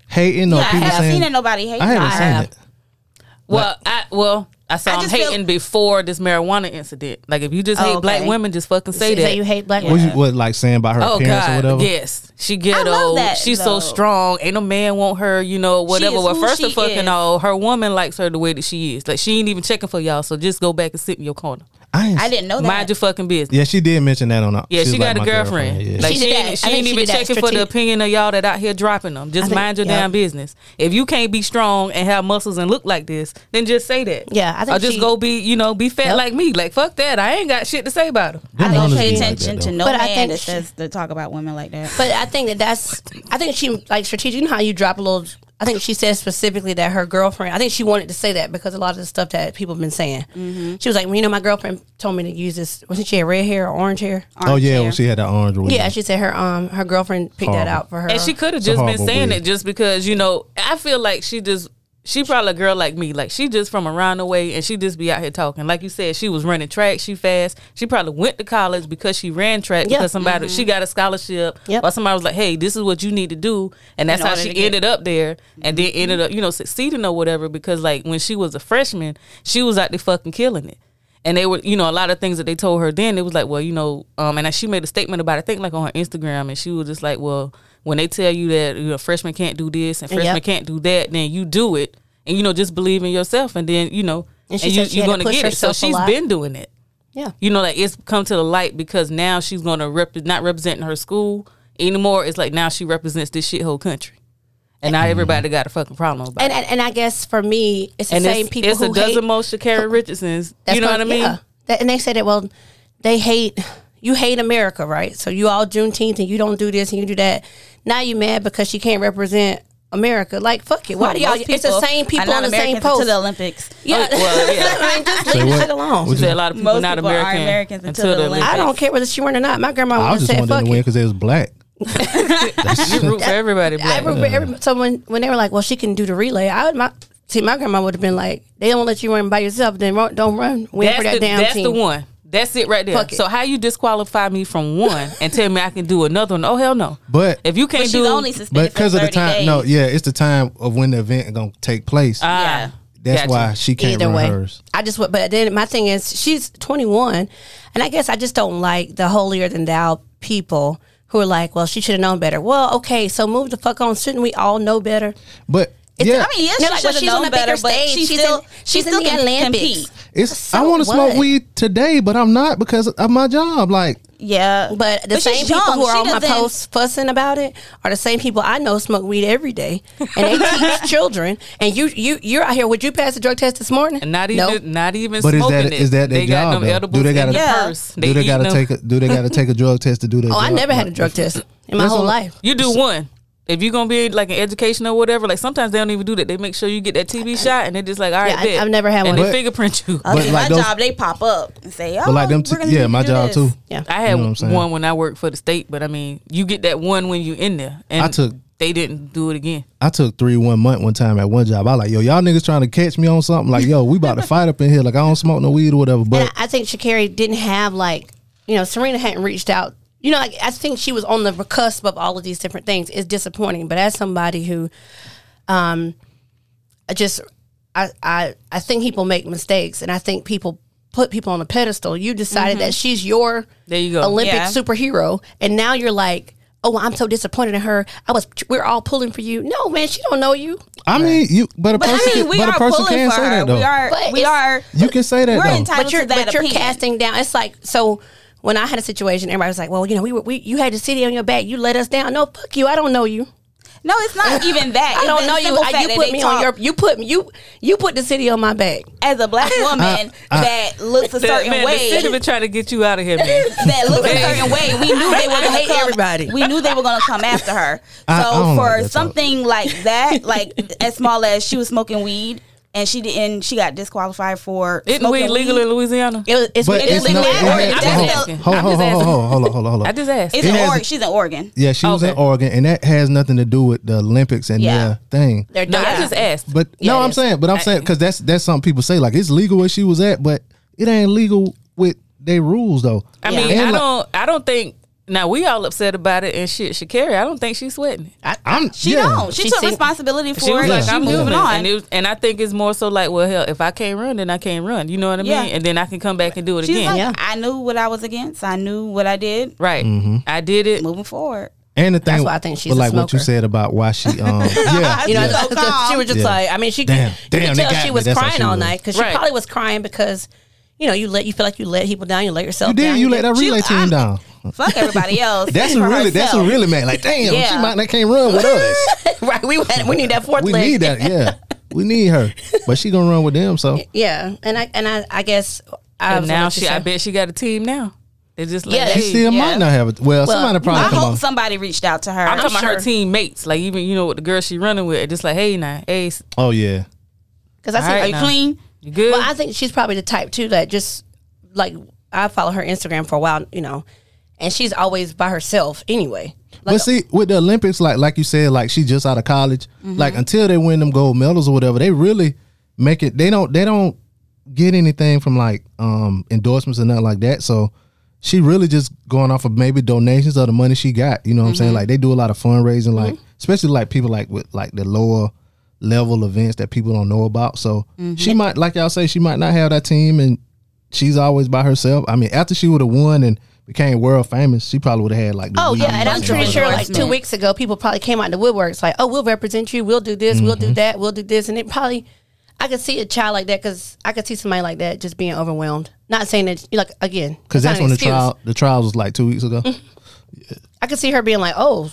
hating or I people haven't saying. seen it. Nobody hating. I haven't on her. seen have. it. well, I well I saw I I them just feel- hating before this marijuana incident. Like if you just Oh, hate black okay. women, just fucking say say that. you hate black What women. you what like saying about her Oh appearance God! or whatever? Yes, she ghetto. that, She's though. so strong. Ain't no man want her. You know, whatever. is Well, who first she of fucking is. all, her woman likes her the way that she is. Like she ain't even checking for y'all. So just go back and sit in your corner. I, ain't, I didn't know that. Mind your fucking business. Yeah, she did mention that on. a- Yeah, she, she, was like, got a "My girlfriend. Like She she, did that. ain't, I she think ain't she even did that checking for the strate- opinion of y'all that out here dropping them. Just I think- mind your yeah. damn business. If you can't be strong and have muscles and look like this, then just say that. Yeah, I think or just she- go be you know be fat like me. Like fuck that. I ain't got shit to say about her. Them I don't owners pay be like attention that, to though. no But I man think that she- says to talk about women like that. But I think that that's I think she like strategic. You know how you drop a little. I think she said specifically that her girlfriend. I think she wanted to say that because a lot of the stuff that people have been saying. She was like, well, you know, my girlfriend told me to use this. Wasn't she had red hair or orange hair? Oh Orange yeah, hair. when she had that orange. wig. Yeah, she said her um her girlfriend picked that Horrible. out for her. And she could have a just been horrible saying wig. it just because, you know, I feel like she just she probably a girl like me. Like she just from around the way and she just be out here talking. Like you said, she was running track, she fast. She probably went to college because she ran track Yeah. because somebody she got a scholarship Mm-hmm. Yep. or somebody was like, Hey, this is what you need to do and that's how order she to get- ended up there and Mm-hmm. then ended up, you know, succeeding or whatever because like when she was a freshman, she was out there fucking killing it. And they were, you know, a lot of things that they told her then, it was like, well, you know, um, and she made a statement about, it, I think, like on her Instagram, and she was just like, well, when they tell you that you know, freshman can't do this and freshman Yep. can't do that, then you do it, and you know just believe in yourself, and then you know And and, she you, said she you're had to gonna push get it. So herself a she's lot. been doing it. Yeah. You know, like it's come to the light because now she's gonna rep not representing her school anymore. It's like now she represents this shithole country, and Mm-hmm. now everybody got a fucking problem about And, it. and and I guess for me, it's the And same people it's who a hate. dozen more Shakira Richardsons. That's you know what- what I mean? yeah. That- and they said that well, they hate you hate America, right? So you all Juneteenth and you don't do this and you do that. Now you mad because she can't represent America. Like fuck it. Why do y'all? Most it's the people same people are on not the same Americans until post. the Olympics. (laughs) yeah. Oh, well, yeah. I mean, just Say leave the what? shit alone. What'd She you- said a lot of people Most not people aren't American Americans until the Olympics. I don't care whether she won or not. My grandma I would was just said, wanting them "Fuck to win it." because they was black. You root for everybody I black. remember every, so when, when they were like, "Well, she can do the relay," I would my see my grandma would have been like, "They don't let you run by yourself. Then run, don't run. Win that's for that the, damn that's team." the one. That's it right there. Fuck it. So how you disqualify me (laughs) from one and tell me I can do another one? Oh hell no. But If you can't But she's do only but suspended because for of the 30 time, days. no, yeah, it's the time of when the event gonna take place. Ah, That's gotcha. why she can't Either run way, hers. I just would. But then my thing is, she's 21, and I guess I just don't like the holier than thou people who are like, "Well, she should have known better." Well, okay, so move the fuck on. Shouldn't we all know better? But It's- yeah, I mean, yes, No, she like, well, should have she's on known the bigger better, but stage. she She's still in- she she's in still the can Olympics. compete. it's So I want to what? smoke weed today, but I'm not because of my job. Like Yeah, But the she's same people young. who are She on my doesn't- posts fussing about it are the same people I know smoke weed every day, and they (laughs) teach children. And you, you, you're out here. Would you pass the drug test this morning? And not even Nope. not even But is smoking that- it. is that their they got job, them though? Do edibles they gotta- in their Yeah. purse. do they gotta eating them. take a do they gotta take a drug test to do that? Oh, I never had a drug test in my That's whole all- life. You do one. If you're gonna be like an education or whatever, like sometimes they don't even do that. They make sure you get that TV shot, and they're just like, "All right, Yeah, I- bet. I've never had And one. Uh, they But- fingerprint you. I But mean, like my those- job, they pop up and say, "Oh, But like them, we're gonna t- yeah, need my you to do job this." too. Yeah. I had know what I'm saying? one when I worked for the state, but I mean, you get that one when you in there, and I took- they didn't do it again. I took three one month one time at one job. I like yo, y'all niggas trying to catch me on something. Like yo, we about to fight up in here. Like I don't smoke no weed or whatever. But And I, I think Shakari didn't have like you know Serena hadn't reached out. You know, like, I think she was on the cusp of all of these different things. It's disappointing, but as somebody who, um, I just I I I think people make mistakes, and I think people put people on a pedestal. You decided that she's your There you go. Olympic Yeah. superhero, and now you're like. Oh, I'm so disappointed in her. I was. We're all pulling for you. No, man, she don't know you. I mean, you but a But person, I mean, can- we but a are person pulling can for say her. that though. We are. But we it's- are. you can say that We're though. entitled but you're to that but you're opinion. casting down. It's like so when I had a situation, everybody was like, "Well, you know, we were we you had the city on your back, you let us down." No, fuck you, I don't know you. No, it's not even that. I It's don't the know you. simple I, fact you that put they me talk on your you put you you put the city on my back. as a black woman I- that looks a That- certain man, way. the city been trying to get you out of (laughs) here, man. (laughs) that looked a certain way. We knew they were I gonna hate come, everybody. We knew they were gonna come after her. So (laughs) I- I don't like for that talk. something like that, like as small as she was smoking weed and she didn't, she got disqualified for Isn't smoking we legal in Louisiana? It was, it's, But it is it's not. legal. It Oregon. had, That's hold, asking. hold, I'm hold, just hold, hold, asking. hold, hold, hold, hold. I just asked. It's It in has- Oregon. She's in Oregon. Yeah, she was in Okay. Oregon, and that has nothing to do with the Olympics and Yeah. their thing. They're no, I done. just asked. But no, it I'm is. saying, but I'm saying because that's that's something people say like it's legal where she was at, but it ain't legal with their rules though. I mean, And, I like, don't. I don't think. Now we all upset about it and shit. Shakira, I don't think she's sweating. it. I'm She yeah. don't. She, She took sing- responsibility for She was it. like, She "I'm moving moving on. and, it was, and I think it's more so like, well, hell, if I can't run, then I can't run. You know what I mean? Yeah. And then I can come back and do it She's again. like, Yeah. I knew what I was against. I knew what I did. Right. Mm-hmm. I did it. Moving forward. And the thing, why I think she's but a like what you smoker. said about why (laughs) she, um, yeah, You know, yeah. Oh, it's- it's- she was just Yeah. like, I mean, she Damn. you Damn, could they tell got she me. was That's how crying she all was. night because Right. she probably was crying because you know you let you feel like you let people down, you let yourself you did. down. You let that relay She- I'm- team (laughs) down. Fuck (laughs) everybody else. That's For a really, that's a herself. really man. Like, damn, she Yeah. might not can't run (laughs) with us. (laughs) right. We had, we need that fourth we leg. need that. (laughs) Yeah, we need her, but she gonna run with them. So Yeah, and I and I, I guess I And was now what you she, I said. bet she got a team now. They just like, Yeah, hey, she still yeah. might not have it. Well, somebody I probably come hope on. somebody reached out to her. I'm, talking about her sure. teammates, like even you know what the girl she running with, just like hey now, hey, s- Oh yeah, because I see All Are right you now. clean? you good? Well, I think she's probably the type too that just like I follow her Instagram for a while, you know, and she's always by herself anyway. Like, but see, with the Olympics, like like you said, like she just out of college. Mm-hmm. Like until they win them gold medals or whatever, they really make it. They don't they don't get anything from like um endorsements or nothing like that. So she really just going off of maybe donations or the money she got. You know what Mm-hmm. I'm saying? Like they do a lot of fundraising, like especially like people like with like the lower level events that people don't know about. So Mm-hmm. she might, like y'all say, she might not have that team and she's always by herself. I mean, after she would have won and became world famous, she probably would have had like. the Oh lead yeah, and I'm and pretty all sure that. like two weeks ago, people probably came out the woodworks like, "Oh, we'll represent you. We'll do this. Mm-hmm. We'll do that. We'll do this." And it probably, I could see a child like that because I could see somebody like that just being overwhelmed. Not saying that like again, Because it's not that's an when the excuse. trial the trial was like two weeks ago. Mm-hmm. I could see her being like, "Oh,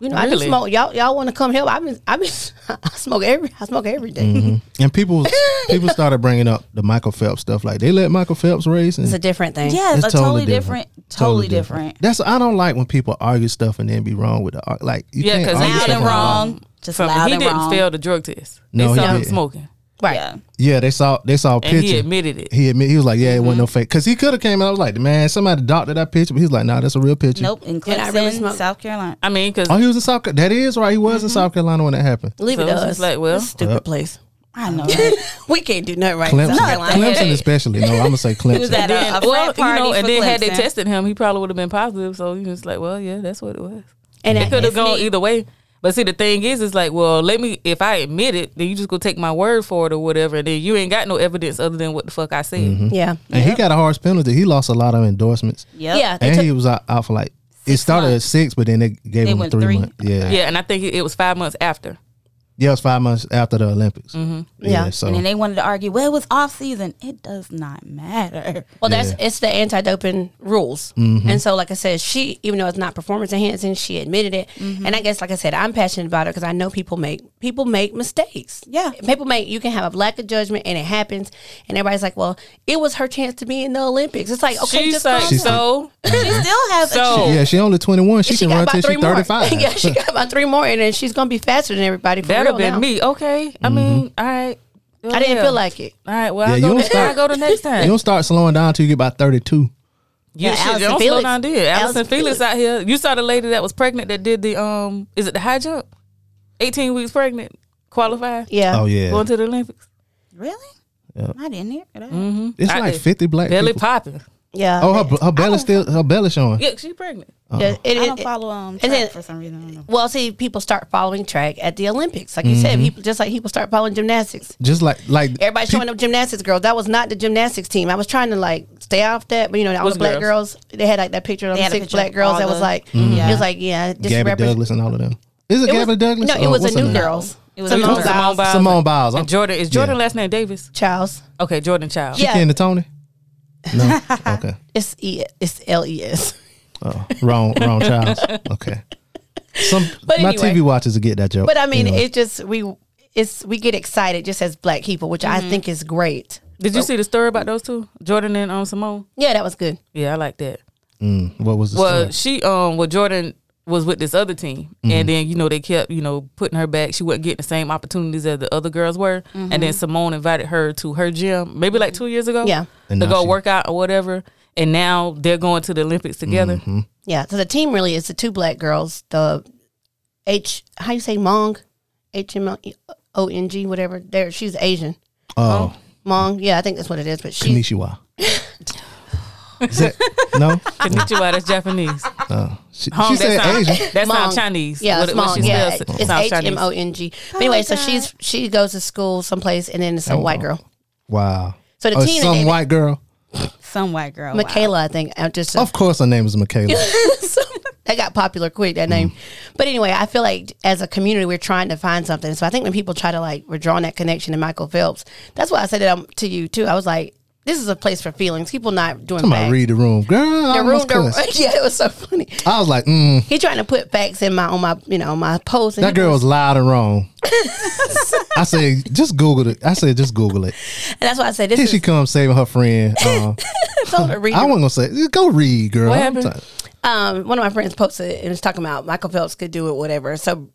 you know, I just Really? smoke. Y'all, y'all want to come help? I've been, I've been, (laughs) I smoke every, I smoke every day. Mhm. And people (laughs) was- people started bringing up the Michael Phelps stuff. Like they let Michael Phelps race. And It's a different thing. Yeah, it's a totally different- totally different. That's I don't like when people argue stuff and then be wrong with the ar- like. You yeah, can't because argue loud stuff and about- wrong. Just From- loud he and didn't wrong. fail the drug test. No, they he saw him didn't. smoking. Right. Yeah, they saw they saw a And he picture. admitted it. He admit he was like, yeah, it wasn't no Mm-hmm. fake. Because he could have came out. I was like, man, somebody doctored that picture. But he was like, nah, that's a real picture. Nope, in And I really Clemson, smoke. South Carolina. I mean, because Oh, he was in South. Ca- That is right. He was Mm-hmm. in South Carolina when that happened. Leave it So to it's us. just like, well, This stupid Yep. place. I (laughs) know. that. We can't do nothing right. in Clemson, South Carolina. Clemson especially. No, I'm (laughs) gonna say He was Clemson. at a, a well, frat party you know, and for then had they Clemson. tested him, he probably would have been positive. So you just like, well, yeah, that's what it was. And It could have it's gone me. either way. But see, the thing is, it's like, well, let me. If I admit it, then you just go take my word for it or whatever, and then you ain't got no evidence other than what the fuck I said. Mm-hmm. Yeah. And he got a harsh penalty. He lost a lot of endorsements. Yep. Yeah. They And took- he was out, out for like it started at six, but then they gave They him a went three, three. month. Yeah. yeah, Yeah, and I think it, it was five months after. it was five months after the Olympics. Yeah, Yeah. so And then they wanted to argue, well, it was off season. It does not (laughs) matter. Well, that's it's the anti-doping rules, Mm-hmm. and so like I said, she even though it's not performance enhancing, she admitted it, and I guess like I said, I'm passionate about it because I know people make people make mistakes. Yeah. people make you can have a lack of judgment, and it happens, and everybody's like, well, it was her chance to be in the Olympics. It's like okay, She's just like, calm She's- down. so She still has a So- chance. yeah, she only twenty one. She, She can got run about till three she's more. thirty five. (laughs) yeah, she got about three more, and then she's gonna be faster than everybody. For that'd real have been now. me. Okay, I mean, all right. I didn't feel like it. All right, well, Mm-hmm. Yeah, I you don't start- go. Next, I go the next you time. don't start slowing down till you get about thirty two. Yeah, Yeah, shit, Allison don't slow Felix. down, did Allison, Allison Felix, Felix. out here. You saw the lady that was pregnant that did the um, is it the high jump? Eighteen weeks pregnant, qualified, Yeah. Oh yeah, going to the Olympics. Really? Yeah. I didn't hear that. Mm-hmm. it's I like did. fifty black Belly people. popping. Yeah. Oh, her, her belly still her belly showing. Yeah, she pregnant. Yeah, it- I don't it- follow um and track then- for some reason. I don't know. well, see, people start following track at the Olympics, like you said. People just like people start following gymnastics. Just like like Everybody Mm-hmm. peop- showing up gymnastics girls. That was not the gymnastics team. I was trying to like stay off that, but you know, all Was the black girls. girls. they had like that picture of They them had a six picture black of girls. all That was the- like, it was like, yeah, just Mm-hmm. Gabby represent- Douglas and all of them. Is it, It was- Gabby Douglas? No, it Or was what's the her new name? girls. It was Simone Simone Biles, Biles. Simone Biles. I'm- And Jordan is Jordan Yeah. last name Davis. Childs. Okay, Jordan Child. She Yeah. came to Tony. No. Okay. It's e. It's L E S. Oh, wrong, wrong child. Okay. Some But my anyway. TV watchers will get that joke. But I mean, Anyway. it's just we. It's we get excited just as black people, which Mm-hmm. I think is great. Did you see the story about those two, Jordan and um Simone? Yeah, that was good. Yeah, I like that. Mm, what was the Well, story? she um, well Jordan was with this other team, Mm-hmm. and then you know they kept you know putting her back. She wasn't getting the same opportunities as the other girls were, Mm-hmm. and then Simone invited her to her gym, maybe like two years ago, Yeah. And to now go she- work out or whatever. And now they're going to the Olympics together. Mm-hmm. Yeah. So the team really is the two black girls. The H. How you say Mong? H M O N G. Whatever. There. She's Asian. Oh, Mong. Yeah, I think that's what it is. But she. Konnichiwa. Is that, (laughs) no, Konnichiwa, that's Japanese. no. She, Hong, she that said sound- Asian. That sounds Hmong. Chinese. Yeah, What- it's what Hmong. she Yeah, spells, it- it it's sounds H Chinese. M O N G. But anyway, so she's she goes to school someplace, and then it's a white girl. Oh, Wow. So the oh, team that some they- white girl. Some white girl. wow. Michaela, I think. i just Of course, her name is Michaela. (laughs) that got popular quick that name. Mm-hmm. But anyway, I feel like as a community, we're trying to find something. So I think when people try to like, we're drawing that connection to Michael Phelps. That's why I said that um, to you too. I was like, this is a place for feelings. People not doing Somebody facts. read the room, girl. I, the room, almost the, cussed. (laughs) yeah, it was so funny. I was like, mm, He trying to put facts in my on my you know on my post. And that he girl was loud and (laughs) wrong. I said, just Google it. I said, just Google it. and that's why I said this Here is she comes saving her friend. Uh, told her read I the wasn't gonna say, go read, girl. What I'm happened? tired. um, one of my friends posted it and was talking about Michael Phelps could do it, whatever. So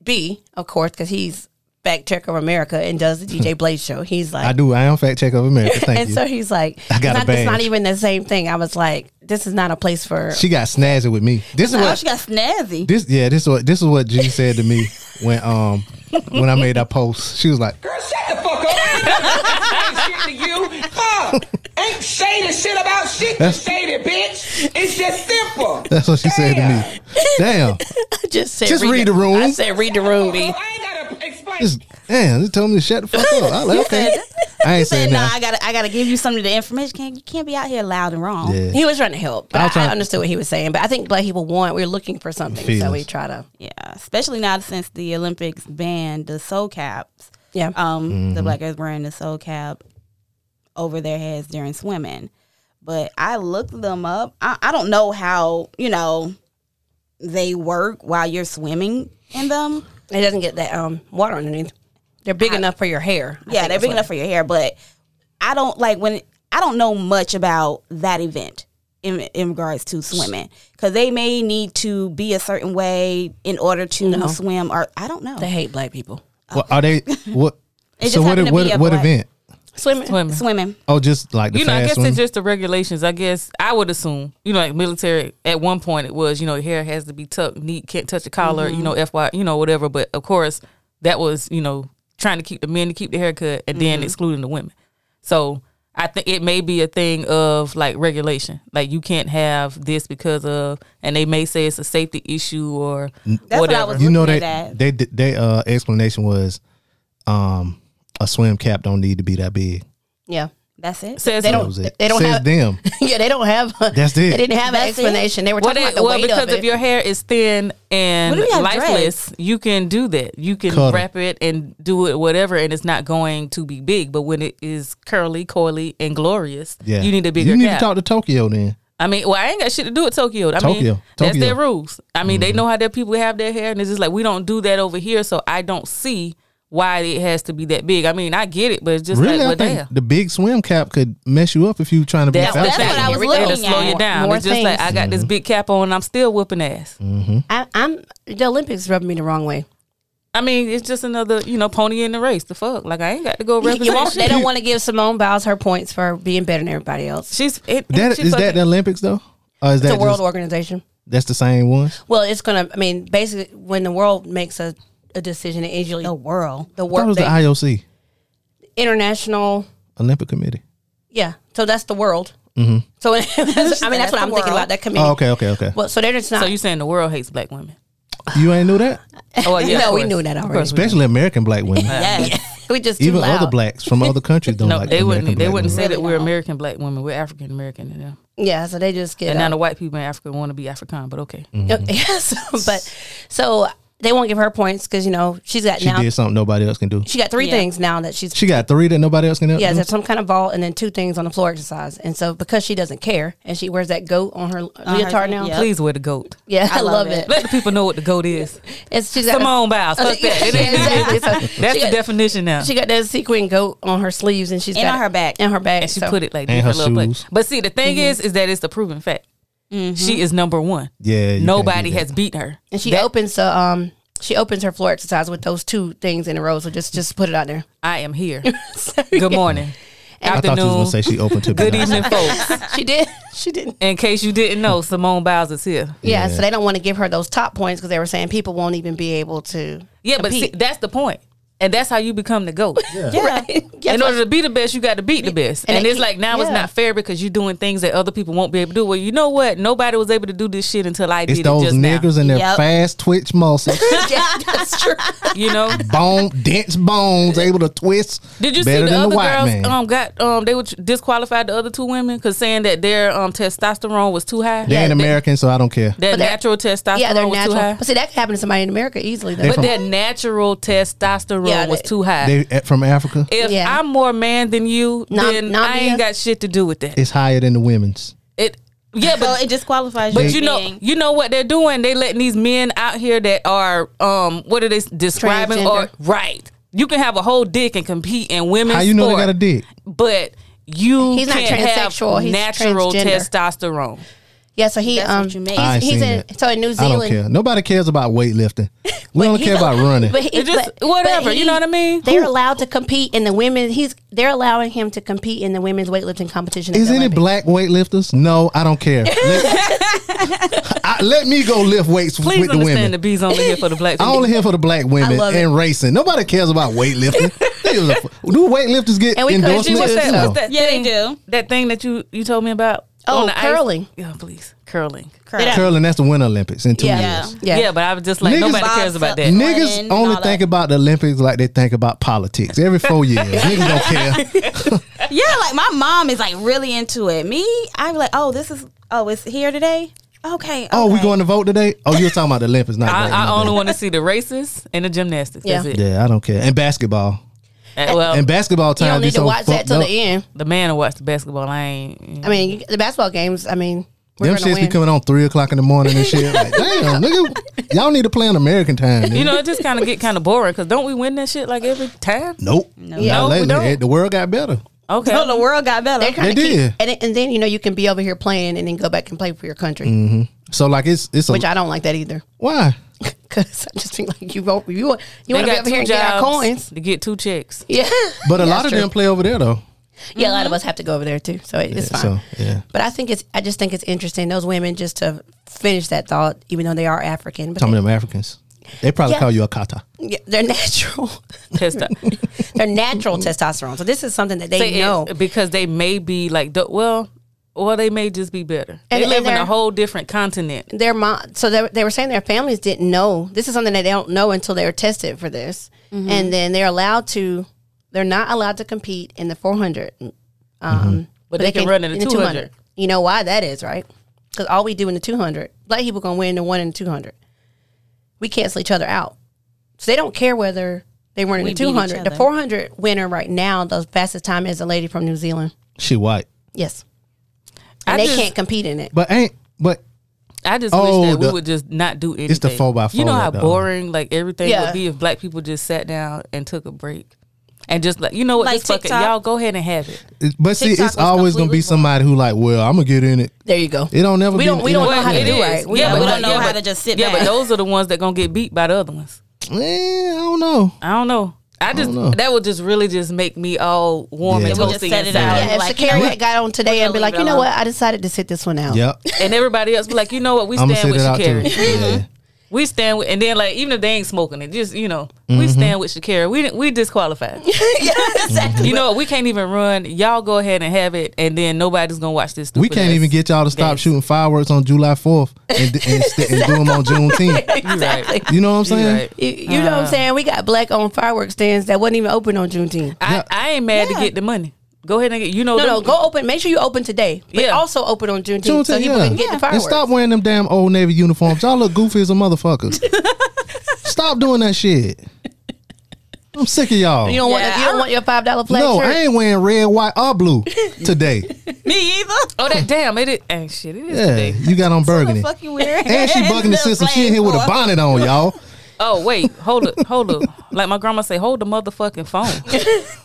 B, of course, because he's fact checker of America and does the DJ Blaze show. He's like, Hmm. I do. I am fact check of America. Thank and you. so he's like, I got it's, a not, it's not badge. even the same thing. I was like, this is not a place for. she got snazzy with me. This is Oh, what she got snazzy. this yeah, this is what this is what G said to me when um when I made that post. She was like, Girl, shut the fuck up. I ain't shit to you. Huh? Ain't saying shit about shit you say to bitch. It's just simple. That's what she said to me. Damn. I (laughs) just said, Just read the room. I said, read the room, B. I ain't gotta explain. Just, damn, just told me to shut the fuck up. I was like, okay. I ain't said, saying "No, that. I gotta, I gotta give you some of the information. Can't, you can't be out here loud and wrong." Yeah. He was trying to help, but I I, was trying- I understood what he was saying. But I think Black people want we are looking for something, so we Feelings. try to. Yeah, especially now since the Olympics banned the soul caps. Yeah. Um, the Mm-hmm. Mhm. black guys wearing the soul cap over their heads during swimming. But I looked them up. I, I don't know how, you know, they work while you're swimming in them. It doesn't get that um water underneath. They're big enough for your Yeah, hair. I think they're that's big what- enough for your hair, but I don't like when I don't know much about that event in, in regards to swimming because they may need to be a certain way in order to No. swim, or I don't know. They hate black people. Well, are they what? It so just what? happened to be What? a What black- event? Swimming. Swimming. Swimming. Oh, just like the you know, I fast guess swimming? it's just the regulations. I guess I would assume, you know, like military. At one point, it was you know hair has to be tucked, neat, can't touch the collar, Mhm. Mm-hmm. you know, fy, you know, whatever. But of course, that was you know trying to keep the men to keep the haircut, and then Mm-hmm. Mhm. excluding the women. So I think it may be a thing of like regulation, like you can't have this because of, and they may say it's a safety issue or That's what I whatever. was you know looking they at they they uh explanation was um a swim cap don't need to be that big. Yeah, that's it. Says they That don't. was it. They don't Says have (laughs) them. (laughs) yeah, they don't have. That's it. They didn't have an That's it? explanation. They were Well, talking they- about the well, weight because of if it. your hair is thin and What if you have lifeless, you can do that. You can Cut 'em. wrap it and do it whatever, and it's not going to be big. But when it is curly, coily, and glorious, Yeah, you need a bigger You need cap. to talk to Tokyo then. I mean, well, I ain't got shit to do with Tokyo. I Tokyo. mean, that's Tokyo. Mm-hmm. their rules. I mean, they know how their people have their hair, and it's just like we don't do that over here. So I don't see why it has to be that big. I mean, I get it, but it's just really, like, I what the think hell? the big swim cap could mess you up if you trying to be That's, fast. that's what I was looking at. Slow you down. More it's just like things. I got this big cap on. and I'm still whooping ass. Mm-hmm. I, I'm the Olympics rubbed me the wrong way. I mean, it's just another, you know, pony in the race. The fuck, like I ain't got to go You- represent. you won't- they don't shit. want to give Simone Biles her points for being better than everybody else. She's it, That is that the Olympics though? Or is it's that a world just- organization. That's the same one. Well, it's gonna. I mean, basically, when the world makes a, a decision, it usually the world, the That world, was the IOC international. Olympic Committee. Yeah, so that's the world. hmm So (laughs) I mean, that's what That's the I'm thinking world. about. That committee. Oh, okay, okay, okay. Well, so they're just not. So you saying the world hates (laughs) black women? You ain't knew (laughs) that, Oh well, yeah, No, of we course. knew that Of already. course we especially American black women. knew. Yeah. we just Even other blacks from other countries don't (laughs) No, like they American wouldn't. They black wouldn't women. say that we're American black women. We're African American in them. Yeah, so they just get. And now up. the white people in Africa want to be African, but okay. Mm. (laughs) (laughs) Yes, but so they won't give her points because you know she's got She now. did something nobody else can do. She got three Yeah. things now that she's. She got three that nobody else can do. yeah, there's some kind of vault and then two things on the floor exercise. And so because she doesn't care and she wears that goat on her her leotard thing, now. yeah. Please wear the goat. Yeah, I, love, it. Let the people know what the (laughs) goat is. It's she's got Simone Biles. (laughs) Fuck Yeah, that. It (laughs) ain't- (laughs) exactly. So That's she the got- definition now. She got that sequin goat on her sleeves and she's And got on her back. And her back. and she so- Mm-hmm. put it like And her this, her little plate. shoes. But see, the thing is, is that it's the proven fact. She is number one. Yeah, you nobody can't do has beat her. And she opens the um she opens her floor exercise with those two things in a row. So just just put it out there. (laughs) I am here. (laughs) Good morning. I thought you was gonna say she open to Good bananas. evening, folks. she did. She didn't. In case you didn't know, Simone Biles is here. Yeah, so they don't want to give her those top points because they were saying people won't even be able to. Yeah, but see, compete. that's the point. And that's how you become the GOAT. Yeah. (laughs) In order to be the best, you got to beat the best. And And, it- it's like now it's yeah. not fair because you're doing things that other people won't be able to do. Well, you know what? Nobody was able to do this shit until I It's did it those just niggas now. and their fast twitch (laughs) muscles, (laughs) that's true. You know, bone dense bones, able to twist. Did you see better the than other the white girls man. um got um they were disqualified the other two women because saying that their um testosterone was too high. They ain't American, so I don't care. Their natural testosterone yeah, they're was too natural. high. But see, that could happen to somebody in America easily. Though. They But from- their natural testosterone was too high. They eh, from Africa. if I'm more man than you, Nom- then nom- I ain't yeah. got shit to do with that. It's higher than the women's. It yeah, but it disqualifies. But you you know, being- you know what they're doing. They letting these men out here that are um what are they s- describing Transgender. or right? You can have a whole dick and compete in women's. How you know sport. they got a dick? but you He's not can't have transsexual, he's natural transgender. testosterone. Yeah, so he um I ain't he's, he's seen in that. so in New I don't care. Zealand. Nobody cares about (laughs) weightlifting. We only care about running. But he, It just- but- whatever, but he- you know what I mean? They're allowed to compete in the women. He's they're allowing him to compete in the women's weightlifting competition. at Is the any Olympics. black weightlifters? No, I don't (laughs) care. Let, I- let me go lift weights Please with the understand women. the bees only here for the black. I only here for the black women love it. and racing. Nobody cares about weightlifting. (laughs) They was a- Do weightlifters get And we endorsements? What's that, No. what's that yeah, thing, they do. That thing that you you told me about. Oh, on the ice? curling. Yeah, please. curling. Curling. that's the Winter Olympics in two years. yeah, yeah. But I was just like nobody cares about that. Niggas only think about the Olympics like they think about politics. Every four years, (laughs) niggas don't care. yeah, like my mom is like really into it. Me, I'm like, oh, this is oh, it's here today. Okay. Oh, we going to vote today? Oh, you were talking about the Olympics, not I, voting. I only want to see the races and the gymnastics. That's it. Yeah, I don't care. And basketball. Uh, well, and basketball time. be so fucked up. end. The man will watch the basketball. I ain't. I mean, you- the basketball games. I mean, we're Them gonna shits win. be coming on three o'clock in the morning and shit. (laughs) Like, damn, nigga, y'all need to play on American time. Nigga. You know, it just kind of get kind of boring because don't we win that shit like every time? nope. No. Not Yeah. No, we lately. don't. It- the world got better. Okay. No, the world got better. They, kinda They keep- did. and, it- and then you know you can be over here playing and then go back and play for your country, hmm So like it's it's a, which I don't like that either. (laughs) Why? Because I just think like you won't, you want you want to be got over here two and get our jobs coins. to get two chicks. (laughs) Yeah, But a Yeah, lot that's of true. them play over there though. Yeah, a lot of us have to go over there too, so it, it's Mm-hmm. Yeah, fine. so yeah. But I think it's I just think it's interesting those women just to finish that thought, even though they are African, but Some of them Africans. They probably Yeah. call you a kata. yeah, they're (laughs) natural. Testosterone. (laughs) they're natural testosterone. So this is something that they Say it- know. because they may be like the- well, well, they may just be better. And- they and live in they're- a whole different continent. their mom so they, they were saying their families didn't know this is something that they don't know until they're tested for this Mhm. and then they're allowed to they're not allowed to compete in the 400 um, Mm-hmm. But they can run in the 200. you know why that is right because all we do in the 200 black people gonna win the one in the 200 we cancel each other out so they don't care whether they weren't We in the beat each 200 the other. 400 winner right now the fastest time is a lady from new zealand She white. yes and I they just- can't compete in it But ain't but I just Oh, wish that the- we would just not do anything. It's the four by You know four, how though. boring like everything Yeah. would be if black people just sat down and took a break and just like you know what, Like just fuck it. TikTok? y'all go ahead and have it. It- But see, TikTok it's was always gonna be somebody who like, well, I'm gonna get in it. There you go. It don't never. We be, don't- we it don't know how to yeah. do it. We Yeah, don't- but we don't like- know yeah, how but- to just sit Yeah, back. but those are the ones that gonna get beat by the other ones. Eh, I don't know. I don't know. I just know. that would just really just make me all warm Yeah. and It would just toasty set it and up. Yeah, sour. if Like, you know Shakira what? had got on today and be like, it you know alone. what, I decided to sit this one out. (laughs) Yep. and everybody else be like, you know what, we I'ma stand with sit it out Shakira. too. Yeah. We stand with, and then like even if they ain't smoking it, just you know, we Mhm. stand with Shakira. We (laughs) we disqualified. You know what? We can't even run. Y'all go ahead and have it, and then nobody's gonna watch this. Stupid We can't even get y'all to stop shooting fireworks on July 4th and, and, st- and do them on Juneteenth. (laughs) exactly. You know what I'm saying? You, you know what I'm Uh. saying? We got black owned fireworks stands that wasn't even open on Juneteenth. I, I ain't mad to get the money. Go ahead and get. You know, No, no, them- go open. Make sure you open today. But Yeah. also open on Juneteenth, Juneteenth, so people yeah. can get the And fireworks. stop wearing them damn old Navy uniforms. Y'all look goofy as a motherfucker. (laughs) stop doing that shit. I'm sick of y'all. You don't want you don't want your five dollar flag no, shirt. I (laughs) ain't wearing red, white, or (laughs) blue today. me either. Oh, that damn it! It ain't shit. It is yeah, today. you got on burgundy. you wearing? (laughs) And (laughs) she bucking the system. She in here with a bonnet on, y'all. Oh wait, hold up, hold up. Like my grandma say, hold the (laughs) motherfucking phone.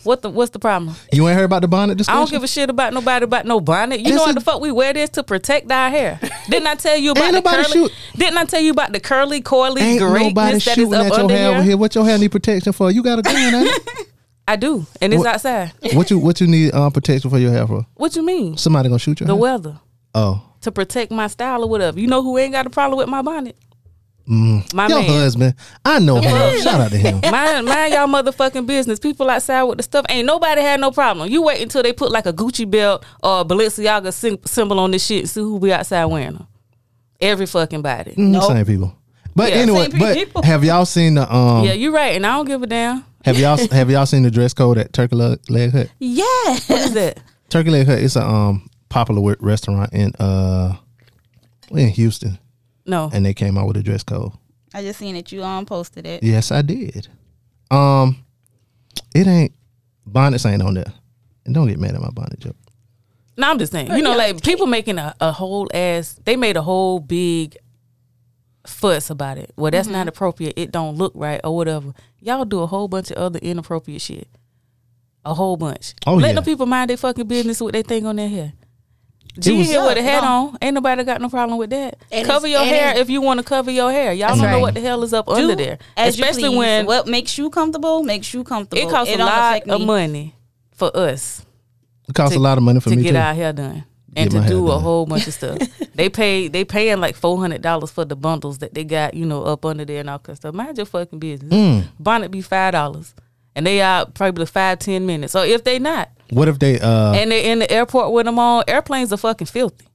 what the what's the problem? You ain't heard about the bonnet I discussion? don't give a shit about nobody about no bonnet. You know what the fuck we wear this to protect our hair? Didn't I tell you (laughs) about Ain't the nobody curly? shoot- Didn't I tell you about the curly, coily, Ain't nobody greatness that is shooting up at your under hair here? over here. What your hair need protection for? You got a gun, ain't it? I do, and it's What- outside. (laughs) what you what you need um, protection for your hair for? What you mean? Somebody gonna shoot you? The weather Oh, to protect my style or whatever. You know who ain't got a problem with my bonnet? mm. My your man. husband. I know him. Shout out to him. Mind, mind y'all motherfucking business. People outside with the stuff ain't nobody had no problem. You wait until they put like a Gucci belt or a Balenciaga sym- symbol on this shit and see who be outside wearing them. Every fucking body. Mm, Same people. But Yeah. anyway, Same but people. have y'all seen the um? yeah, you're right, and I don't give a damn. Have y'all have y'all seen the dress code at Turkey Leg, Leg Hut? Yeah. What is that? Turkey Leg Hut is a um popular wi- restaurant in uh in Houston. No. and they came out with a dress code. I just seen that you um posted it. Yes, I did. Um, it ain't bonnets ain't on there. And don't get mad at my bonnet joke. No, I'm just saying. You know, like people making a, a whole ass they made a whole big fuss about it. Well, that's Mm-hmm. not appropriate. It don't look right or whatever. Y'all do a whole bunch of other inappropriate shit. A whole bunch. Oh, Let yeah. the people mind their fucking business with they thing on their hair. It G was- here with a Yeah, hat no. on. Ain't nobody got no problem with that. And cover it's- your and hair it's- if you want to cover your hair. Y'all That's don't know right. what the hell is up Do under there. as you Especially please. when what makes you comfortable makes you comfortable. it costs a don't lot affect of me. money for us. It costs a lot of money for to me get too. our hair done and Get my to hair do a done. whole bunch (laughs) of stuff. they pay they paying like four hundred dollars for the bundles that they got you know up under there and all kind of stuff. Mind your fucking business. Mm. Bonnet be five dollars, and they out probably five ten minutes. So if they not What if they uh and they in the airport with them on, airplanes are fucking filthy.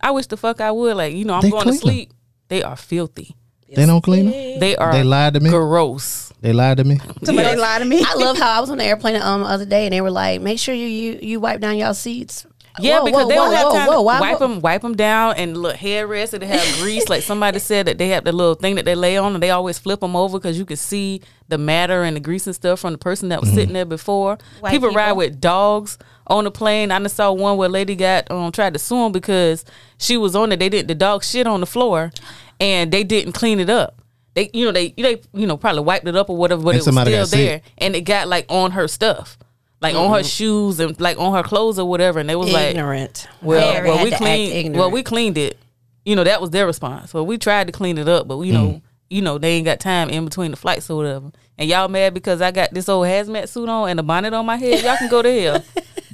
I wish the fuck I would. Like, you know, I'm They going clean to 'em. sleep. They are filthy. They don't clean them. They are They lied to me. Gross. They lied to me. Somebody lied to (laughs) me. I love how I was on the airplane um the other day and they were like, make sure you you, you wipe down y'all seats. Yeah, Whoa, because whoa, they don't whoa, have whoa, time whoa, to why- wipe them, wipe them down, and look headrest and they have grease. Like somebody said that they have the little thing that they lay on, and they always flip them over because you can see the matter and the grease and stuff from the person that was sitting there before. White people, ride people. with dogs on the plane. I done saw one where a lady got um, tried to sue 'em because she was on it. They did the dog shit on the floor, and they didn't clean it up. They, you know, they, they, you know, probably wiped it up or whatever, but And it was somebody still got sick. there, and it got like on her stuff. Like on her Mhm. shoes and like on her clothes or whatever, and they was like Ignorant. well, Very well had we to act cleaned. ignorant. Well, we cleaned it. You know, that was their response. Well, we tried to clean it up, but you know, Mm-hmm. you know, they ain't got time in between the flights or whatever. And y'all mad because I got this old hazmat suit on and a bonnet on my head. Y'all can go to (laughs) hell.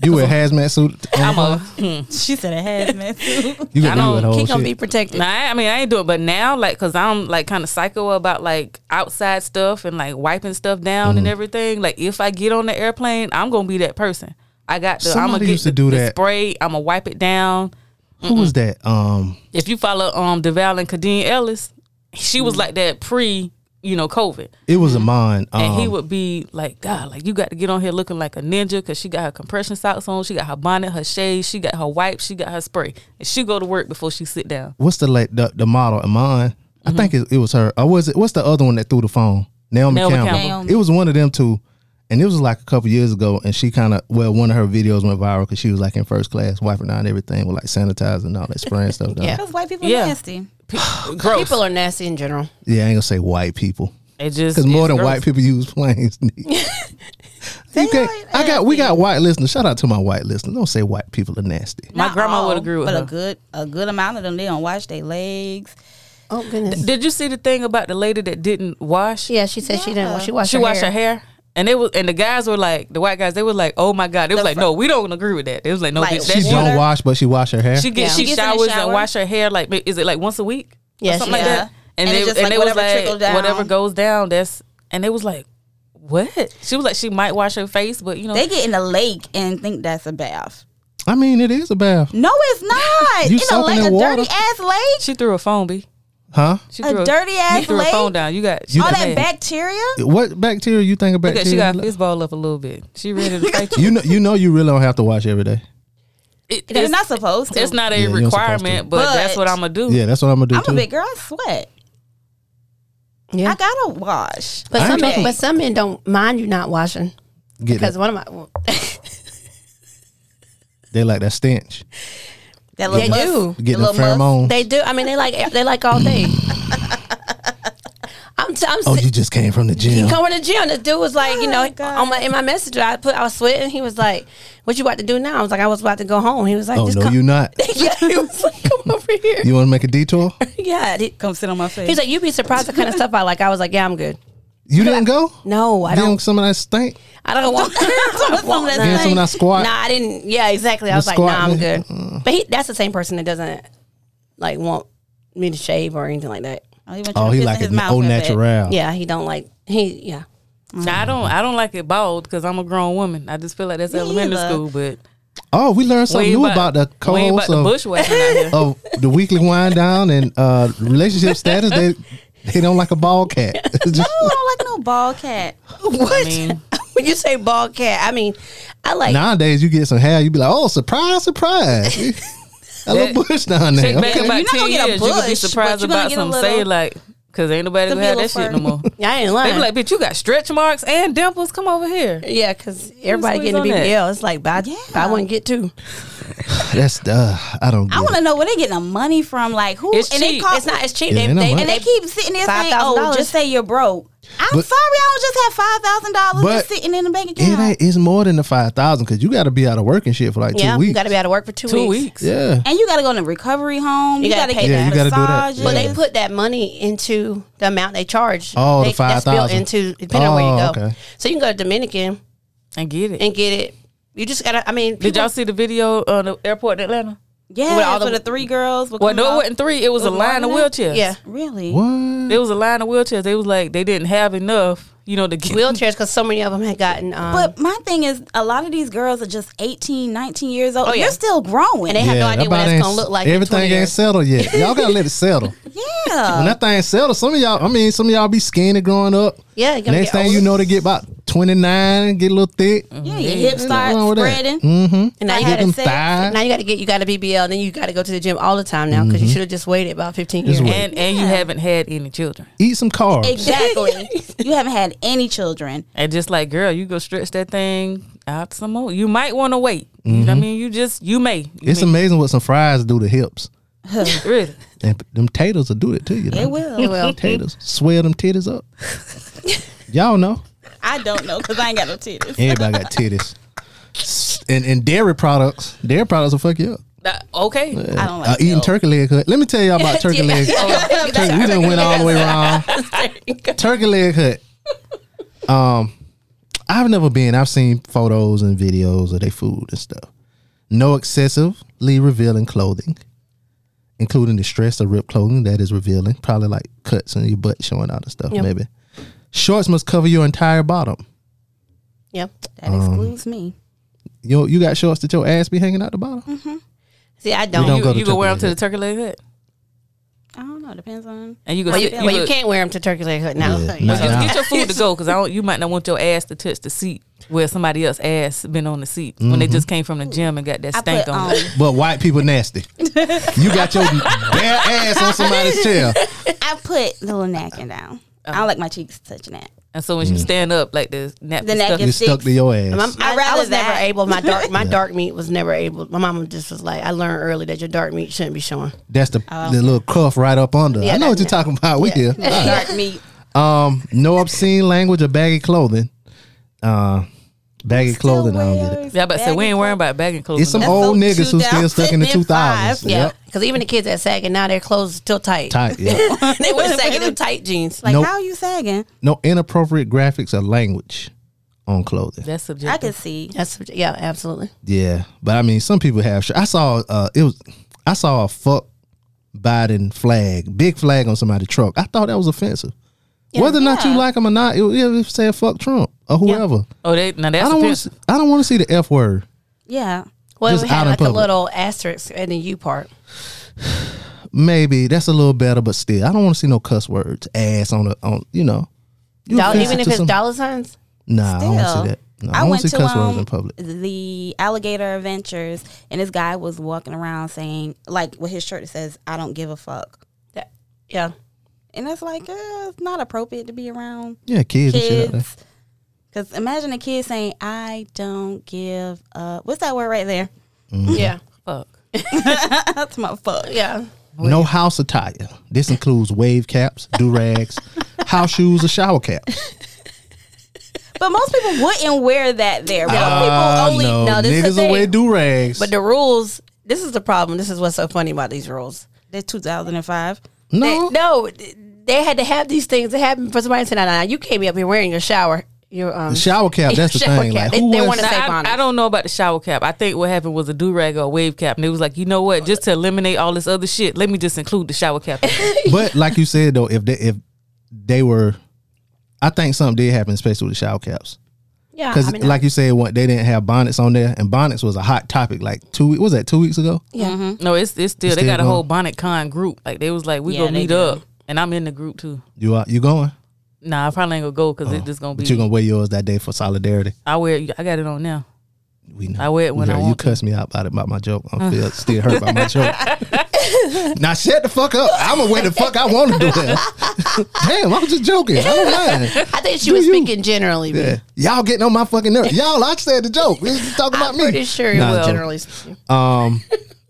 You a hazmat suit? I'm on? a. hmm. She said a hazmat suit. You got I don't- do it whole King shit. gonna be protected. Nah, I I mean I ain't doing, it, but now like, cause I'm like kind of psycho about like outside stuff and like wiping stuff down Mm-hmm. and everything. Like if I get on the airplane, I'm gonna be that person. I got the. I'm Somebody gonna get used to the- do the that. spray. I'm gonna wipe it down. Who was that? Um, If you follow um Deval and Kadeen Ellis, she Mm-hmm. was like that pre, you know, COVID. it was Amon. Um, And he would be like, God, like you got to get on here looking like a ninja because she got her compression socks on, she got her bonnet, her shades, she got her wipes, she got her spray, and she go to work before she sit down. What's the la- the, the model? Amon. I think it, it was her. Or was it? What's the other one that threw the phone? Naomi, Mm-hmm. Naomi Campbell. Campbell. Naomi. It was one of them two, and it was like a couple years ago. And she kind of well, one of her videos went viral because she was like in first class, wiping down everything with like sanitizer and all that spraying (laughs) stuff. Down. Yeah. Those white people Yeah. nasty. Gross. People are nasty in general. Yeah, I ain't gonna say white people. It just because more it's than gross. white people use planes. (laughs) (laughs) you can't, I got we got white listeners. Shout out to my white listeners. Don't say white people are nasty. My Not grandma would all, agree with but her. a good a good amount of them they don't wash their legs. Oh goodness. Did you see the thing about the lady that didn't wash? Yeah, she said she didn't. She washed. she her washed hair. her hair. And it was, and the guys were like, the white guys, they were like, "Oh my god!" They was like, "No, we don't agree with that." They was like, "No, Like, bitch, She that's don't wash, but she wash her hair. She gets Yeah. she, She gets in the showers and shower. wash her hair like is it like once a week? Or Yeah, something like she- that. And And, they, it's just and like they was whatever like trickle down. whatever goes down. That's and they was like, what? She was like, she might wash her face, but you know, They get in the lake and think that's a bath. I mean, it is a bath, No, it's not. You in a soaking lake, in a water? dirty ass lake. she threw a phone. B. huh? She A threw dirty ass she threw her lady? phone down. You got You All got that mad. bacteria. What bacteria you think of Look bacteria? at she got fistball up a little bit. (laughs) She ready to fight you. you know, you know, you really don't have to wash every day. It- You're it's, not supposed to. it's not a Yeah, you don't supposed requirement, to. but, that's But- what I'm gonna do. Yeah, that's what I'm gonna do I'm too. a big girl. I sweat. Yeah. I gotta wash. But I some ain't men, talking- but some men don't mind you not washing Get because it. one of my They like that stench. That they little musk. do The Get the little pheromone. they do. I mean they like they like all (laughs) day. I'm t- I'm oh, si- you just came from the he gym. come to the gym. The dude was like, you know, on Oh, my in my message I put I was sweating. He was like, "What you about to do now?" I was like, "I was about to go home." He was like, oh "Just no, come." you not. (laughs) yeah, he was like, "Come over here." You want to make a detour? (laughs) yeah, he, Come sit on my face. he's like, "You'd be surprised the kind of stuff I like." I was like, "Yeah, I'm good." You didn't go. No, I Then don't. some of that stink. I don't want. (laughs) (laughs) I don't want Then none. Then some of that squat. Nah, I didn't. Yeah, exactly. I was like, squat, Mm. nah, I'm man. good. But he, that's the same person that doesn't like want me to shave or anything like that. oh, he, went Oh, to he piss like in it his mouth au real bad. natural. Yeah, he don't like he. Yeah, I don't. I don't like it bald because I'm a grown woman. I just feel like that's elementary either. school. But Oh, we learned something we new ain't about, the we ain't co-host about the of, bushwhacking out here. (laughs) of the weekly wind down and uh, relationship status. They they don't like a bald cat. (laughs) It's just- No, (laughs) I don't like no bald cat. What? Mm. (laughs) when you say bald cat, I mean, I like. nowadays, you get some hair, you be like, oh, surprise, (laughs) surprise. a little bush down there. Check back Okay. about You're not 10 gonna get a years, you could be bush, but surprised you're gonna about get a some little- say like, cause ain't nobody There'll gonna be a have little that shit no fur. more. I ain't they lying. be like, bitch, you got stretch marks and dimples. Come over here. yeah, because everybody squeeze getting on that. BBL. It's like, but I, but I wouldn't get two. That's uh, I don't. Get I want it. to know where they getting the money from. Like who? It's and they cheap. call, It's not as cheap. Yeah, They, ain't no they, money. And they keep sitting there saying, "Oh, $5,000. just say you're broke." I'm But- sorry, I don't just have five thousand dollars But just sitting in the bank It account. ain't. It's more than the five thousand because you got to be out of work and shit for like yeah, two weeks. you got to be out of work for two, Two weeks. weeks. yeah, And you got to go in a recovery home. You You, got gotta to pay pay Yeah, you gotta do that. massages. But they Yeah. put that money into the amount they charge. Oh, the They- that's built 5,000. into depending on where Oh, you go. okay. So you can go to Dominican And get it. and get it. You just gotta. I mean, Did people- y'all see the video on the airport in Atlanta? yeah, with all for the- the three girls. would Well, come no, it out. wasn't three. It was a Was Uh-huh. it line of one of wheelchairs. Yeah, Really? What? There was a line of wheelchairs. They was like, they didn't have enough. you know, to get wheelchairs because so many of them had gotten. Um, But my thing is, a lot of these girls are just 18, 19 years old. Oh, yeah. They're still growing. And they have no idea what that's gonna look like. in 20 Everything ain't years. settled yet. Y'all gotta (laughs) let it settle. Yeah. When that thing settled, some of y'all, I mean, some of y'all be skinny growing up. Yeah, you gotta get Next thing older. you know, they get about 29, get a little thick. Yeah, your hips start spreading. Mm-hmm. And now you, get gotta them set- thighs. now you got to get you got to BBL, then you got to go to the gym all the time now because you should have just waited about fifteen years. Mm-hmm. Just wait. And- (laughs) and you haven't had any children. Eat some carbs. (laughs) Exactly. (laughs) you haven't had any children. And just like, girl, you go stretch that thing out some more. You might want to wait. You know what I Mhm. mean? You just, you may. You It's may. amazing what some fries do to hips. really. And p- them taters will do it to you. They though. will. They will. Taters. Swell them titties (laughs) up. y'all know. I don't know because I ain't got no titties. Everybody got titties. S- And, and dairy products, dairy products will fuck you up. That- okay. I Oh, don't like uh, eating turkey leg. cut. Let me tell y'all about turkey leg. (laughs) (laughs) Turkey- we done went all the way wrong. turkey leg hut. Um, I've never been. I've seen photos and videos of their food and stuff. No excessively revealing clothing, including distressed or ripped clothing that is revealing, probably like cuts in your butt showing out and stuff. Yep. Maybe shorts must cover your entire bottom. Yep. That Um, excludes me. You you got shorts that your ass be hanging out the bottom. See, I don't you go to you go wear them to Turkey the turkey leg hut. I don't know. Depends on. And you go Well, you, sit- well, you you go- can't wear them to turkey leg hood now. Yeah, not Just now. (laughs) get your food to go because I don't. You might not want your ass to touch the seat where somebody else's ass been on the seat when they Mhm. just came from the gym and got that stank put, on. um, them. But white people nasty. you got your bare ass on somebody's chair. (laughs) I put the little napkin down. Oh. I don't like my cheeks touching that. And so when Mm. you stand up, like the napkin, The napkin You stuck to your ass. My, my, I rather was never that. able. My (laughs) dark my dark meat was never able. My mama just was like, I learned early that your dark meat shouldn't be showing. That's the, Oh. the little cuff right up under. Yeah, I know what you're talking about. We (laughs) here. Dark meat. Um, no obscene language or baggy clothing. Uh, baggy clothing. I don't get it. Yeah, but say we ain't worrying about bagging clothes. It's some no more. old niggas who still stuck in the 2000s. Yeah, Yep. because even the kids at SAG and now their clothes are still tight. Tight, yeah. (laughs) they were sagging them tight jeans. Like, Nope. how you sagging? No inappropriate graphics or language on clothing. That's subjective. I can see. That's subj- yeah, absolutely. Yeah, but I mean, some people have. sh- I saw uh, it was. I saw a fuck Biden flag, big flag on somebody's truck. I thought that was offensive. Whether or not you like him or not, it, it said fuck Trump or whoever. Oh, they now that's I don't want offensive. to. I don't want to see the f word. Yeah. Well, Just we out had in like a public. little asterisk in the U part. Maybe that's a little better, but still, I don't want to see no cuss words. Ass on a on. You know. You Dollar, offensive even if to it's some- dollar signs. Nah, I don't Still, want to see that. No, I, want to see cuss words um, in public. The Alligator Adventures, and this guy was walking around saying, like, with his shirt that says, "I don't give a fuck." That, yeah, and that's like, uh, it's not appropriate to be around. Yeah, kids and shit out there. Because imagine a kid saying, "I don't give up." What's that word right there? (laughs) Mhm. Yeah, fuck. that's my fuck. Yeah. No house attire. This includes wave caps, do rags, (laughs) house shoes, or shower caps. But most people wouldn't wear that there. Most Ah, people only no. no, this niggas is the away thing. do rags. But the rules. This is the problem. This is what's so funny about these rules. They're 2005. No, Mm-hmm. no, they had to have these things that happened for somebody to say, "Nah, nah, you can't be up here wearing your shower, your um, The shower cap, that's the shower thing, like, cap." (laughs) they, who was- want to Now, say I, bonnet. I don't know about the shower cap. I think what happened was a do rag or a wave cap, and it was like, you know what? Just to eliminate all this other shit, let me just include the shower cap. (laughs) (laughs) but like you said though, if they if they were, I think something did happen, especially with the shower caps. Yeah, because I mean, like you said, what they didn't have bonnets on there, and bonnets was a hot topic like two. what Was that two weeks ago? Yeah. Mm-hmm. No, it's it's still It's they still got a going. whole bonnet con group. Like they was like, we Yeah, gonna they meet do. up, and I'm in the group too. You are you going? Nah, I probably ain't gonna go because Oh, it's just gonna be. Mm. But you gonna wear yours that day for solidarity. I wear. it- I got it on now. We know. I wear it when you, I heard- you want. Uh. cussed me out about it about my joke. I'm feel, still hurt by my (laughs) joke. now shut the fuck up. I'm gonna wear the fuck I want to do. it. (laughs) Damn, I was just joking. I don't mind. I think she was speaking generally. Yeah. Y'all getting on my fucking nerves. Y'all, I said the joke. We was talking about me. Pretty sure it Nah, will. joke. Generally speaking. Um,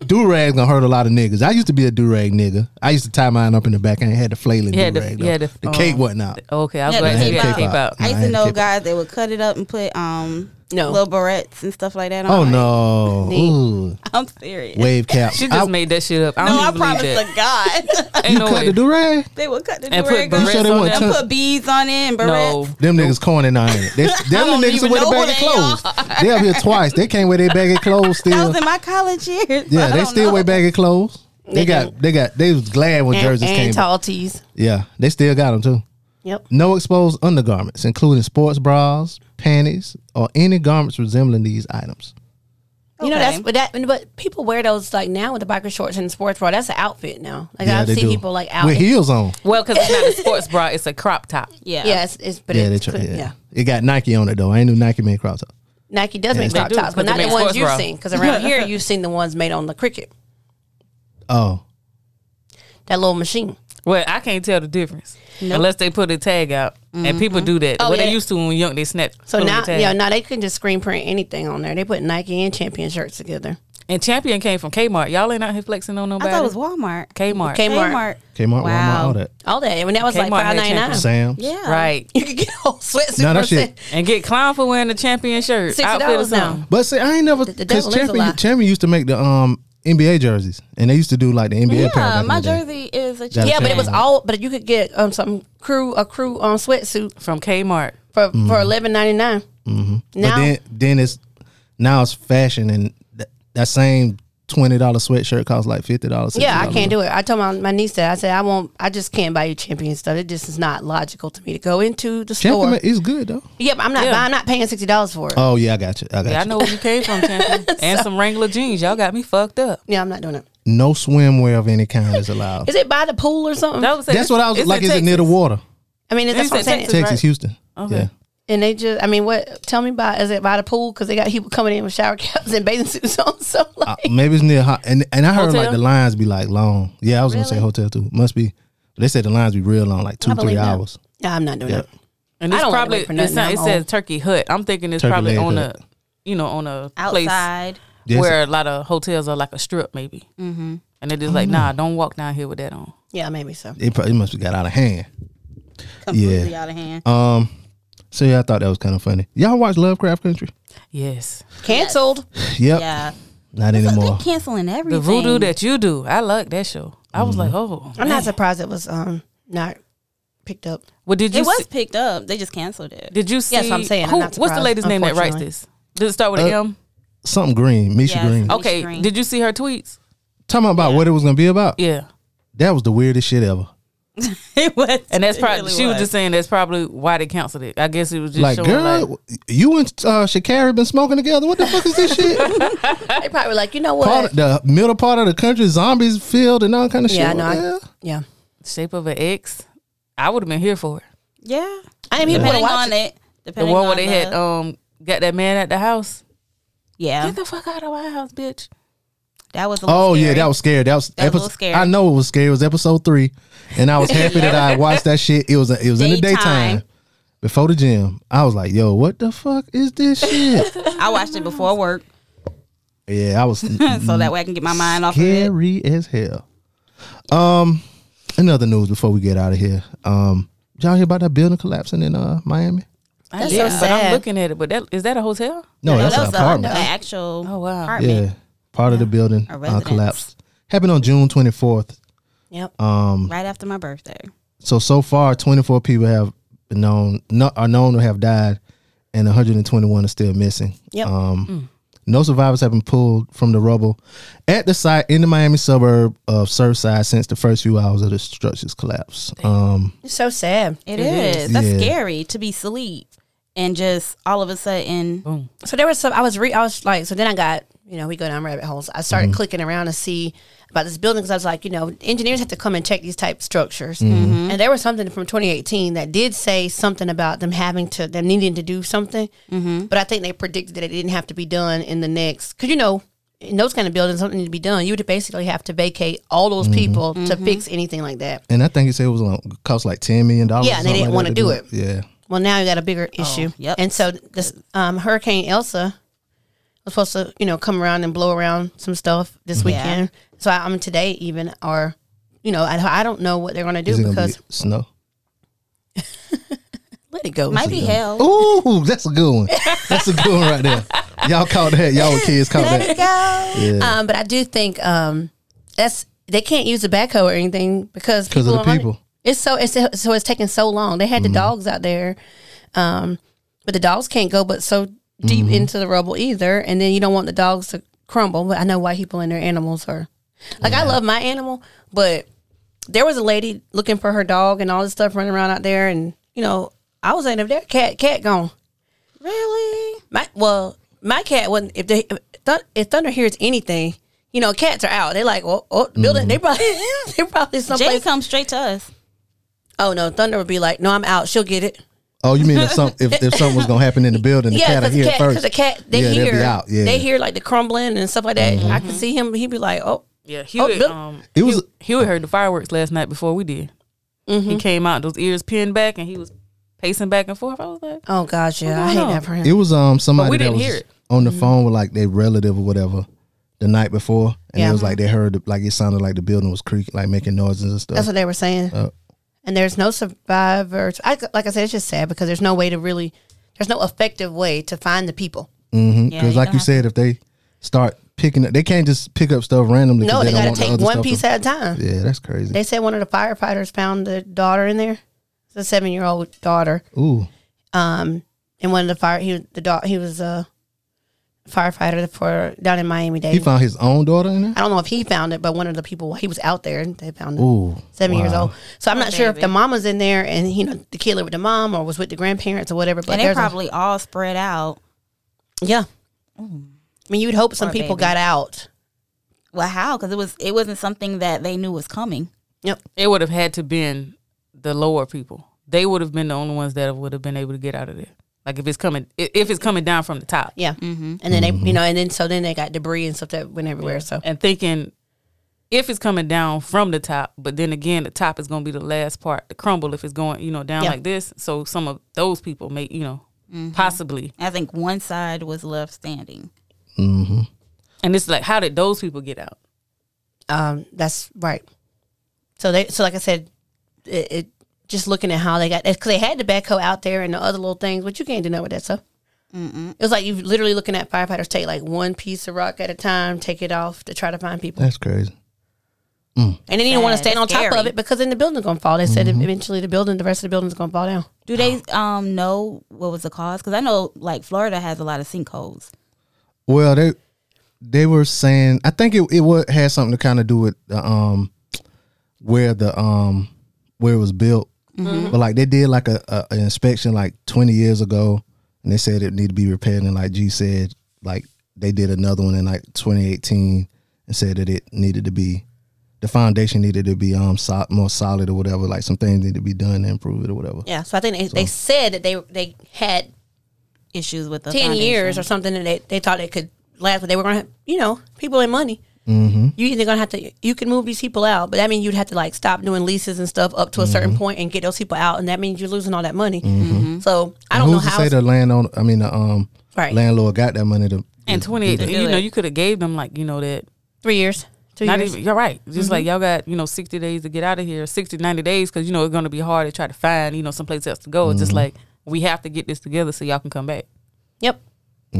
do rag gonna hurt a lot of niggas. I used to be a do rag nigga. I used to tie mine up in the back. I ain't had the flailing You had do the- rag. you had The, the- the cape oh. wasn't out. Okay, I was Yeah, glad the you got cape cape out. out. I used I to ain't know keep- guys that would cut it up and put um no. little barrettes and stuff like that. on. Oh I'm like, no! (laughs) Neat. Ooh, (laughs) I'm serious. wave cap. She just made that shit up. I don't no, Oh, I even believe promise that. to God. (laughs) Ain't you no cut way. the do rag. they would cut the And put durag up barrettes on and them. put beads on it and barrettes. No, Them niggas corny now, ain't (laughs) it? They, I them don't the niggas even who wear know the who baggy they clothes. are. (laughs) They up here twice. They can't wear their baggy clothes That still. was in my college years. I Yeah, they don't still know. wear baggy clothes. They They got, they got, they was glad when and, jerseys and came. tall tees. Yeah, they still got them too. Yep. No exposed undergarments, including sports bras, panties, or any garments resembling these items. You know that's but that but people wear those like now with the biker shorts and the sports bra. That's an outfit now. Like Yeah, I've they seen do. people like out With heels on. Well, because it's not a sports bra; it's a crop top. Yeah. Yes. it's, but yeah, it's they try, clear- yeah. yeah. It got Nike on it though. I ain't knew Nike made crop top. Nike does Yeah, make it's not- crop tops, They but do, not but they the make ones sports you've bra. seen. Because around (laughs) here, you've seen the ones made on the cricket, Oh, that little machine. Well, I can't tell the difference Nope. unless they put a tag out, and people do that. Oh, what yeah. they used to when we young, they snap. So put on now, the tag. yeah, now they can just screen print anything on there. They put Nike and Champion shirts together. and champion came from Kmart. Y'all ain't out here flexing on nobody. I thought it was Walmart. Kmart. Kmart. Kmart. Kmart, Walmart, all that. All that. I mean, that was like Kmart had five ninety nine. Sam's. Yeah, Right. (laughs) You could get whole sweatsuit No, that for shit- and get clown for wearing a champion shirt. Sixty outfit or dollars something. now. But see, I ain't never The because devil is a lie. champion, champion used to make the um NBA jerseys, and they used to do like the NBA. apparel back Yeah, Uh, in my the day. jersey is a Gotta Yeah, but it change was it. all. But you could get um some crew a crew um sweatsuit from Kmart for for eleven ninety nine. Mm-hmm. but Now- then, then it's now it's fashion, and that, that same twenty dollar sweatshirt costs like fifty dollars. Yeah, I can't do it. I told my, my niece that I said I won't. I just can't buy you champion stuff. It just is not logical to me to go into the store. Champion is good though. yeah, but I'm not. Yeah. buying I'm not paying sixty dollars for it. Oh yeah, I got you. I got Yeah, I you. know where you came (laughs) from, champion. and some Wrangler jeans. Y'all got me fucked up. Yeah, I'm not doing it. No swimwear of any kind is allowed. Is it by the pool or something? That was that's what I was like. Is it near the water? I mean, that's You what I'm said saying. Texas, Texas, Houston. Okay. Yeah. And they just, I mean, what? Tell me about is it by the pool? Because they got people coming in with shower caps and bathing suits on. (laughs) So like, Uh, maybe it's near hot, and and I heard like Hotel? the lines be like long. Yeah, I was gonna say hotel too. Must be. They said the lines be real long, like two I three believe that. hours. Yeah, I'm not doing Yeah. it. And it's I don't like to probably wait for it's nothing. not, I'm it says old. Turkey Hut. I'm thinking it's Turkey probably leg on hut. a you know on a Outside. place Yes. where a lot of hotels are like a strip maybe. Mm-hmm. Mhm. And they're just like, Mm-hmm. nah, don't walk down here with that on. Yeah, maybe so. It probably it must have got out of hand. Completely out of hand. Um. So yeah, I thought that was kind of funny. Y'all watch Lovecraft Country? Yes, canceled. Yep. Yeah, Not (laughs) anymore. canceling the everything. voodoo that you do, I like that show. I was like, Mm-hmm. oh, I'm man. not surprised it was um not picked up. Well, did you it was see, picked up. They just canceled it. did you see? Yes, I'm saying I'm who- not what's the surprised, lady's name that writes unfortunately. this? Does it start with an Uh, M? Something green, Misha Yes. Green. Oh. Okay, Green. did you see her tweets? Talking about what it was gonna be about. Yeah, That was the weirdest shit ever. (laughs) it was, and that's it probably really she was just saying that's probably why they canceled it. I guess it was just like, showing girl, like, you and uh, Shakari been smoking together. What the fuck is this shit? They probably were like, you know part what? of- the middle part of the country, zombies filled and all kind of yeah, I shit. know. What the I- hell? yeah, shape of an X. I would have been here for it. yeah. I am here to Depending watch on it. it, The depending one on where they the- had um got that man at the house. yeah, Get the fuck out of my house, bitch. that was. A little Oh yeah, scary. that was scary. That was, That was a little episode. scary. I know it was scary. It was episode three, and (laughs) I was happy that I watched that shit. It was it was in the Daytime. daytime, before the gym. I was like, yo, what the fuck is this (laughs) shit? I watched it before work, (laughs) yeah, I was so that way I can get my mind off of it. scary as hell. Um, another news before we get out of here. Um, y'all hear about that building collapsing in uh Miami? I That's did, so But I'm sad. looking at it. But that is that a hotel? No, Oh, that's that an was apartment. A, an actual Oh, wow. apartment. Yeah, part of the building A uh, residence. collapsed. Happened on June twenty fourth. Yep. Um, Right after my birthday. so so far, twenty four people have been known no, are known to have died, and one hundred and twenty one are still missing. Yep. Um, No survivors have been pulled from the rubble at the site in the Miami suburb of Surfside since the first few hours of the structure's collapse. Um, It's so sad. it is. is. That's Yeah. scary to be asleep and just all of a sudden. So there was some. I was re. I was like. So then I got. You know, we go down rabbit holes. I started clicking around to see about this building because I was like, you know, engineers have to come and check these type structures. And there was something from 2018 that did say something about them having to, them needing to do something. But I think they predicted that it didn't have to be done in the next, because you know, in those kind of buildings, something need to be done. You would basically have to vacate all those people to fix anything like that. and I think it said it was on, cost like ten million dollars. Yeah, and they didn't want to wanna do Yeah, Well, now you got a bigger issue. yep. And so this um, Hurricane Elsa was supposed to, you know, come around and blow around some stuff this weekend. So I, I mean, today even, or you know, I, I don't know what they're going to is it do gonna because be snow? let it go. Might be hell. Ooh, that's a good one. That's a good one right there. Y'all caught that. Y'all kids caught that. Yeah. Um, but I do think um, that's they can't use the backhoe or anything because 'Cause of the people are running- people. It's so it's so it's taking so long. They had the dogs out there, um, but the dogs can't go but so deep into the rubble either. And then you don't want the dogs to crumble. But I know why people and their animals are like I love my animal, but there was a lady looking for her dog and all this stuff running around out there, and you know, I was like, if that cat cat gone, really? My well, my cat wasn't. If they if, Thun- if thunder hears anything, you know, cats are out. They like, oh, oh the building. They probably (laughs) they probably someplace. Jay comes straight to us. Oh no, thunder would be like, no, I'm out. She'll get it. Oh, you mean if some if, if something was gonna happen in the building, the yeah, cat will because hear it first. the cat they yeah, hear they'll be out. Yeah, Mm-hmm. they hear like the crumbling and stuff like that. I can see him. He'd be like, oh yeah, oh, Hewitt, Bill- um, it was Hewitt heard the fireworks last night before we did. Mm-hmm. He came out, those ears pinned back, and he was pacing back and forth. I was like, oh gosh, yeah, I What's hate going on? that for him. It was um somebody we that didn't was hear it. on the Mm-hmm. phone with like their relative or whatever the night before, and Yeah. it was like they heard like it sounded like the building was creaking, like making noises and stuff. That's what they were saying. Uh, and there's no survivors. I, like I said, it's just sad because there's no way to really, there's no effective way to find the people. mm Yeah, Because you like you don't said, if they start picking up, they can't just pick up stuff randomly. 'cause No, they, don't got want to the take other one stuff to- piece at a time. Yeah, that's crazy. They said one of the firefighters found the daughter in there, it's a seven year old daughter. Ooh, Um, and one of the fire, he the dog, he was a firefighter for down in Miami Dade. he found his own daughter in there. I don't know if he found it, but one of the people he was out there and they found it. Ooh, Seven years wow. old. So I'm Oh, not sure if baby. the mama's in there and you know the kid lived with the mom or was with the grandparents or whatever. But and they're there's a- probably all spread out. yeah. I mean, you'd hope some Mm. Poor people baby. got out. Well, how? Because it was it wasn't something that they knew was coming. Yep. It would have had to been the lower people. They would have been the only ones that would have been able to get out of there. Like if it's coming, i- if it's coming down from the top, Yeah. Mm-hmm. And then they, you know, and then so then they got debris and stuff that went everywhere. So and thinking if it's coming down from the top, but then again, the top is going to be the last part to crumble if it's going, you know, down Yeah. like this. So some of those people may, you know, possibly. I think one side was left standing. Mm-hmm. And it's like, how did those people get out? um, that's right. So they, so like I said, it, it just looking at how they got because they had the backhoe out there and the other little things, but you can't do nothing with that stuff. It was like you literally looking at firefighters take like one piece of rock at a time, take it off to try to find people, That's crazy. and then you don't want to Sad. stand on top Scary. of it because then the building's gonna fall. They said eventually the building, the rest of the building's gonna fall down. Do they um know what was the cause? Because I know like Florida has a lot of sinkholes. Well, they they were saying I think it it was, had something to kind of do with the, um where the um where it was built, Mm-hmm. but like they did like a, a an inspection like twenty years ago, and they said it needed to be repaired. And like G said, like they did another one in like twenty eighteen and said that it needed to be the foundation needed to be um so, more solid or whatever. Like some things need to be done to improve it or whatever. Yeah, so I think they, they said that they they had Issues with the ten years foundation. or something, and they, they thought it could last, but they were gonna, have, you know, people and money. Mm-hmm. you either gonna have to you can move these people out, but that means you'd have to like stop doing leases and stuff up to a Mm-hmm. certain point and get those people out, and that means you're losing all that money. So I don't know who's to how. say the landowner? I mean, the um Right. landlord got that money to And twenty eight, do you know, you could have gave them like, you know, that three years, two not years. even you're right Mm-hmm. just like y'all got you know 60 days to get out of here 60 90 days because you know it's going to be hard to try to find you know someplace else to go it's just Mm-hmm. like we have to get this together so y'all can come back Yep.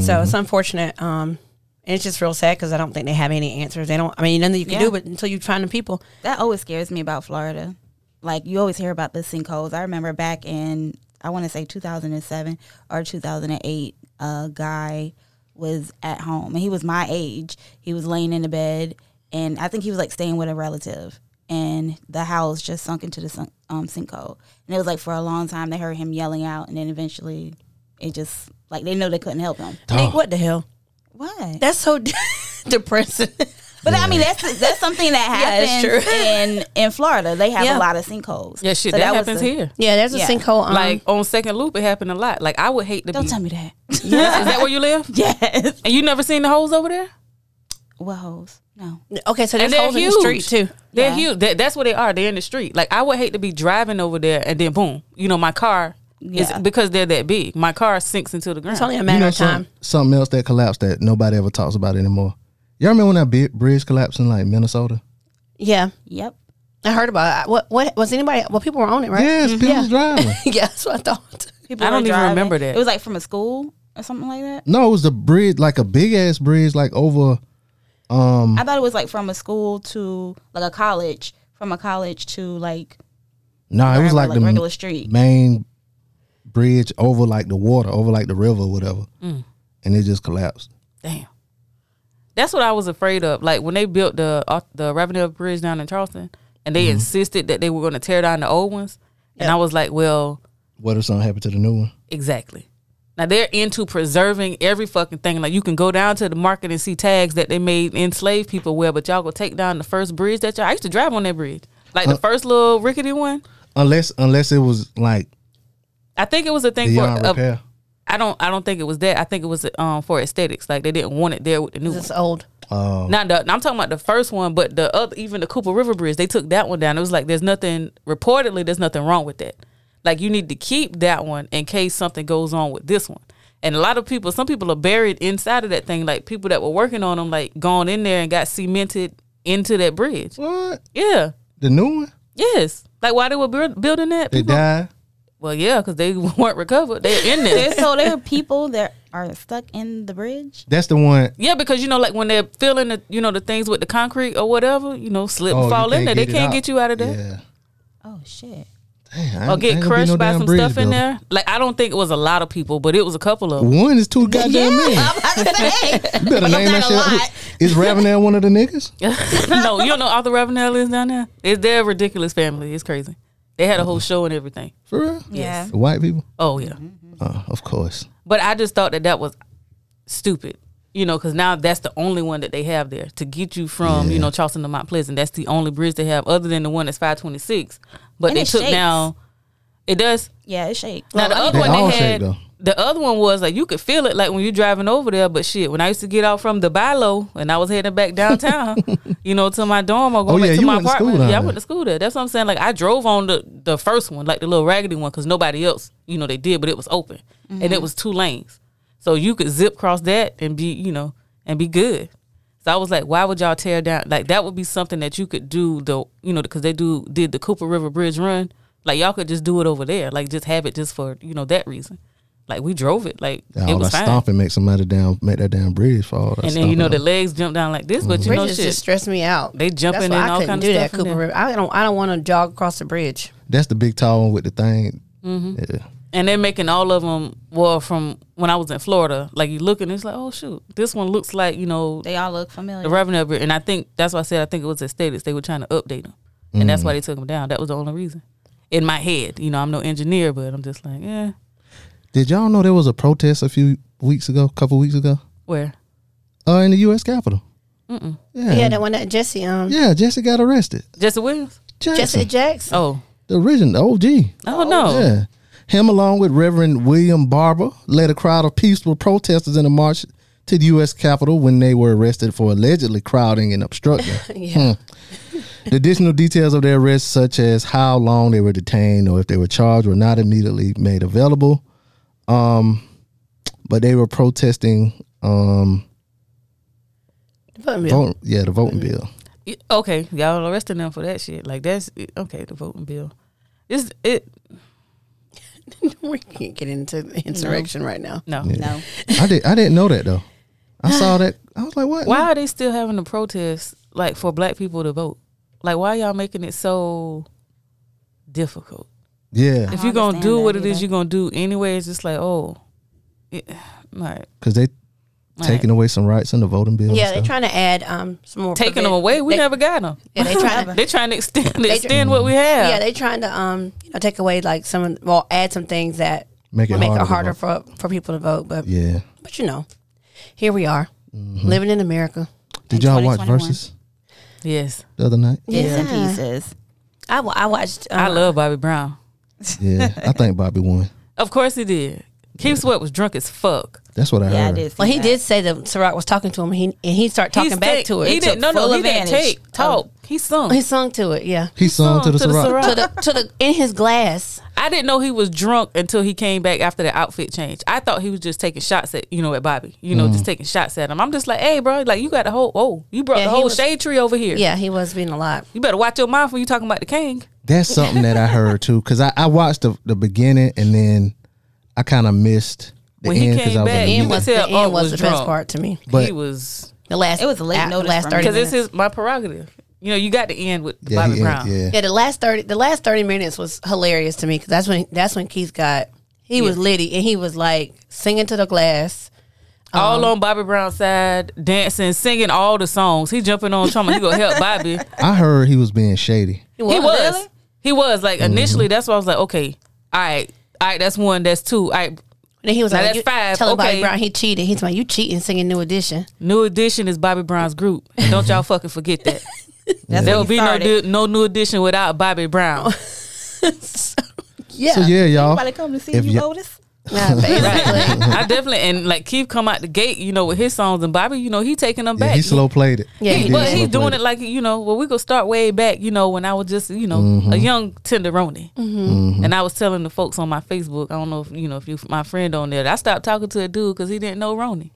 So Mm-hmm. it's unfortunate. Um, and it's just real sad because I don't think they have any answers. They don't. I mean, nothing you can Yeah. do, but until you find the people. That always scares me about Florida. Like you always hear about the sinkholes. I remember back in I want to say 2007 or 2008, a guy was at home and he was my age. He was laying in the bed and I think he was like staying with a relative and the house just sunk into the sunk, um, sinkhole. And it was like for a long time they heard him yelling out and then eventually it just like they know they couldn't help him. Nick, what the hell? What? That's so (laughs) depressing. But I mean, that's that's something (laughs) that Yeah, it's happens true. in in Florida. They have Yeah. a lot of sinkholes. yeah shit So that, was happens the- here yeah, there's a Yeah. sinkhole. Um, like on second loop it happened a lot like i would hate to Don't be tell me that. (laughs) (laughs) is (laughs) that where you live yes. and you never seen the holes over there What holes? No. okay, so there's they're holes in the street too. They're Yeah. huge. That, that's where they are. They're in the street. Like I would hate to be driving over there and then boom, you know, my car Yeah. is because they're that big. My car sinks into the ground. It's only a matter of some- time. something else that collapsed that nobody ever talks about anymore. Y'all remember when that big bridge collapsed in like Minnesota? Yeah, Yep. I heard about it. What? What was anybody? Well, people were on it, right? Yes, Mm-hmm. people (laughs) was driving. yeah, that's what I thought. People I were don't even driving. remember that. It was like from a school or something like that. (laughs) No, it was the bridge, like a big ass bridge, like over. Um, I thought it was like from a school to like a college, from a college to like no, it was wherever, like, like the regular street. main bridge over like the water, over like the river, or whatever, Mm. and it just collapsed. Damn. That's what I was afraid of. Like when they built the uh, the Ravenel Bridge down in Charleston, and they Mhm. insisted that they were going to tear down the old ones. And I was like, well, What if something happened to the new one? Exactly. Now they're into preserving every fucking thing. Like you can go down to the market and see tags that they made enslaved people wear, but y'all go take down the first bridge that y'all. I used to drive on that bridge, like Uh, the first little rickety one. Unless unless it was like I think it was a thing for. beyond I uh, repair. I don't. I don't think it was that. I think it was um for aesthetics. Like they didn't want it there with the new. It's old. Oh. Not the. I'm talking about the first one, but the other, even the Cooper River Bridge, they took that one down. It was like there's nothing. Reportedly, there's nothing wrong with that. Like you need to keep that one in case something goes on with this one. And a lot of people, some people are buried inside of that thing. Like people that were working on them, like gone in there and got cemented into that bridge. What? Yeah. the new one. Yes. Like while they were build, building that, They people- died. Well, yeah, because they (laughs) weren't recovered. They're in there. (laughs) so there are people that are stuck in the bridge. That's the one. Yeah, because you know, like when they're filling the, you know, the things with the concrete or whatever, you know, slip Oh, and you fall in there. can't They get it can't out. get you out of there. Oh shit. (laughs) Damn, or get ain't gonna be crushed no by damn some bridge, stuff in though. there. Like I don't think it was a lot of people, but it was a (laughs) couple of. 'em. One is two goddamn (laughs) men. You better But name that I'm not shit. a out. lot. Is Ravenel one of the niggas? (laughs) no, you don't know Arthur Ravenel is down there. It's their ridiculous family. It's crazy. They had a whole show and everything. For real? Yes. The white people? Oh yeah. Mm-hmm. Uh, of course. But I just thought that that was stupid, you know, because now that's the only one that they have there to get you from, you know, Charleston to Mount Pleasant. That's the only bridge they have other than the one that's 526. But And they it took shakes. down, it does. Yeah, it shake. Now the Well, other I mean- one they had, the other one was like you could feel it like when you're driving over there. But shit, when I used to get out from the Bilo and I was heading (laughs) back downtown, you know, to my dorm or Oh, going back yeah, to you my went to school apartment. down yeah, I there. went to school there. That's what I'm saying. Like I drove on the the first one, like the little raggedy one, because nobody else, you know, they did, but it was open and Mm-hmm. Mhm. it was two lanes, so you could zip cross that and be, you know, and be good. So I was like, why would y'all tear down? Like that would be something that you could do the, you know, because they do did the Cooper River Bridge run. Like y'all could just do it over there. Like just have it just for you know that reason. Like we drove it. Like Yeah, it all was that fine. stomping make somebody down, make that damn bridge fall. That and then you know stomping. the Mm-hmm. legs jump down like this, but you know Bridges shit. just stress me out. They jumping That's in why I all couldn't kind of do stuff that in Cooper there. River. I don't. I don't want to jog across the bridge. that's the big tall one with the thing. Mhm. Yeah. And they're making all of them. Well, from when I was in Florida, like you look and it's like, oh shoot, this one looks like you know They all look familiar. the revenue of it. And I think that's why I said I think it was the status they were trying to update them, and that's why they took them down. That was the only reason. In my head, you know, I'm no engineer, but I'm just like, eh, yeah, Did y'all know there was a protest a few weeks ago, couple weeks ago, where? uh, in the U.S. Capitol? Mm-mm. Yeah. Yeah, that one that Jesse. Um, Yeah, Jesse got arrested. Jesse Williams. Jesse Jackson. Jackson. Oh, The original, the OG. Oh, no. Yeah. Him along with Reverend William Barber led a crowd of peaceful protesters in a march to the U.S. Capitol when they were arrested for allegedly crowding and obstructing. (laughs) Yeah. Hmm. The additional details of their arrest, such as how long they were detained or if they were charged, were not immediately made available. Um, but they were protesting. Um, The voting bill. Mm-hmm. vote, yeah, the voting bill. Y- Okay, y'all arresting them for that shit. Like that's okay. The voting bill. This it. (laughs) we can't get into the insurrection right now. No, Yeah. I did. I didn't know that though. (gasps) I saw that. I was like, what? Why are they still having a protest like for black people to vote? Like why y'all making it so difficult? Yeah. If you're gonna do what it is you're gonna do anyway, it's just like oh, it, (sighs) like Because they taking away some rights in the voting bill. and Yeah, they're stuff. trying to add um some more. taking prevent- them away. We they- never got them. Yeah, they trying to- (laughs) they trying to extend they- extend what we have. Yeah, they trying to um you know take away like some of- well add some things that Make it will make harder to it harder for for people to vote. But Yeah. Mm-hmm. but you know, here we are living in America. Did y'all watch Versus Yes. the other night? Bits and pieces. I, wa- I watched. uh, I love Bobby Brown. (laughs) Yeah. I think Bobby won. Of course he did. Keith Sweat was drunk as fuck. That's what I heard. Well, he did say that Ciroc was talking to him, and he, and he started talking He back said- to it. He didn't. No, no, he didn't take talk. Oh. He (laughs) sung. He sung to it. Yeah. He sung to the Ciroc. to the to the in his glass. I didn't know he was drunk until he came back after the outfit change. I thought he was just taking shots at you know at Bobby, you know, just Mm. taking shots at him. I'm just like, hey, bro, like you got the whole oh, you brought Yeah, the he whole was- shade tree over here. Yeah, he was being a lot. You better watch your mouth when you talking about the king. That's something that I heard too, because I, I watched the, the beginning and then I kind of missed the When he end because came I was back, in the you mood. could tell The end Unk was was the best drunk. part to me. But- he was The last It was a late at- notice The last from thirty because minutes. this is my prerogative. You know, you got to end with Yeah, Bobby he- Brown. yeah. Yeah, the last thirty the last thirty minutes was hilarious to me because that's when that's when Keith got he was litty and he was like singing to the glass. All on Bobby Brown's side, dancing, singing all the songs. He jumping on, trying to he go help Bobby. I heard he was being shady. He was. He was. like initially. That's why I was like, okay, all right, all right. That's one. That's two. All right. Then he was now like, that's you- five. Tell him Bobby okay. Brown he cheated. He's like, you cheating singing New Edition. New Edition is Bobby Brown's group. And Don't y'all fucking forget that. there will be no started. du- no New Edition without Bobby Brown. Yeah. So yeah, y'all. Anybody come to see Oh, If you, ya- Otis? (laughs) I definitely and like Keith come out the gate, you know, with his songs and Bobby, you know, he taking them Yeah, back. he slow played it. Yeah, he but did he's slow doing played it like you know. Well, we gonna start way back, you know, when I was just you know a Mhm. young tenderoni, Mhm. Mhm. and I was telling the folks on my Facebook. I don't know if you know if you my friend on there. that I stopped talking to a dude because he didn't know Roni.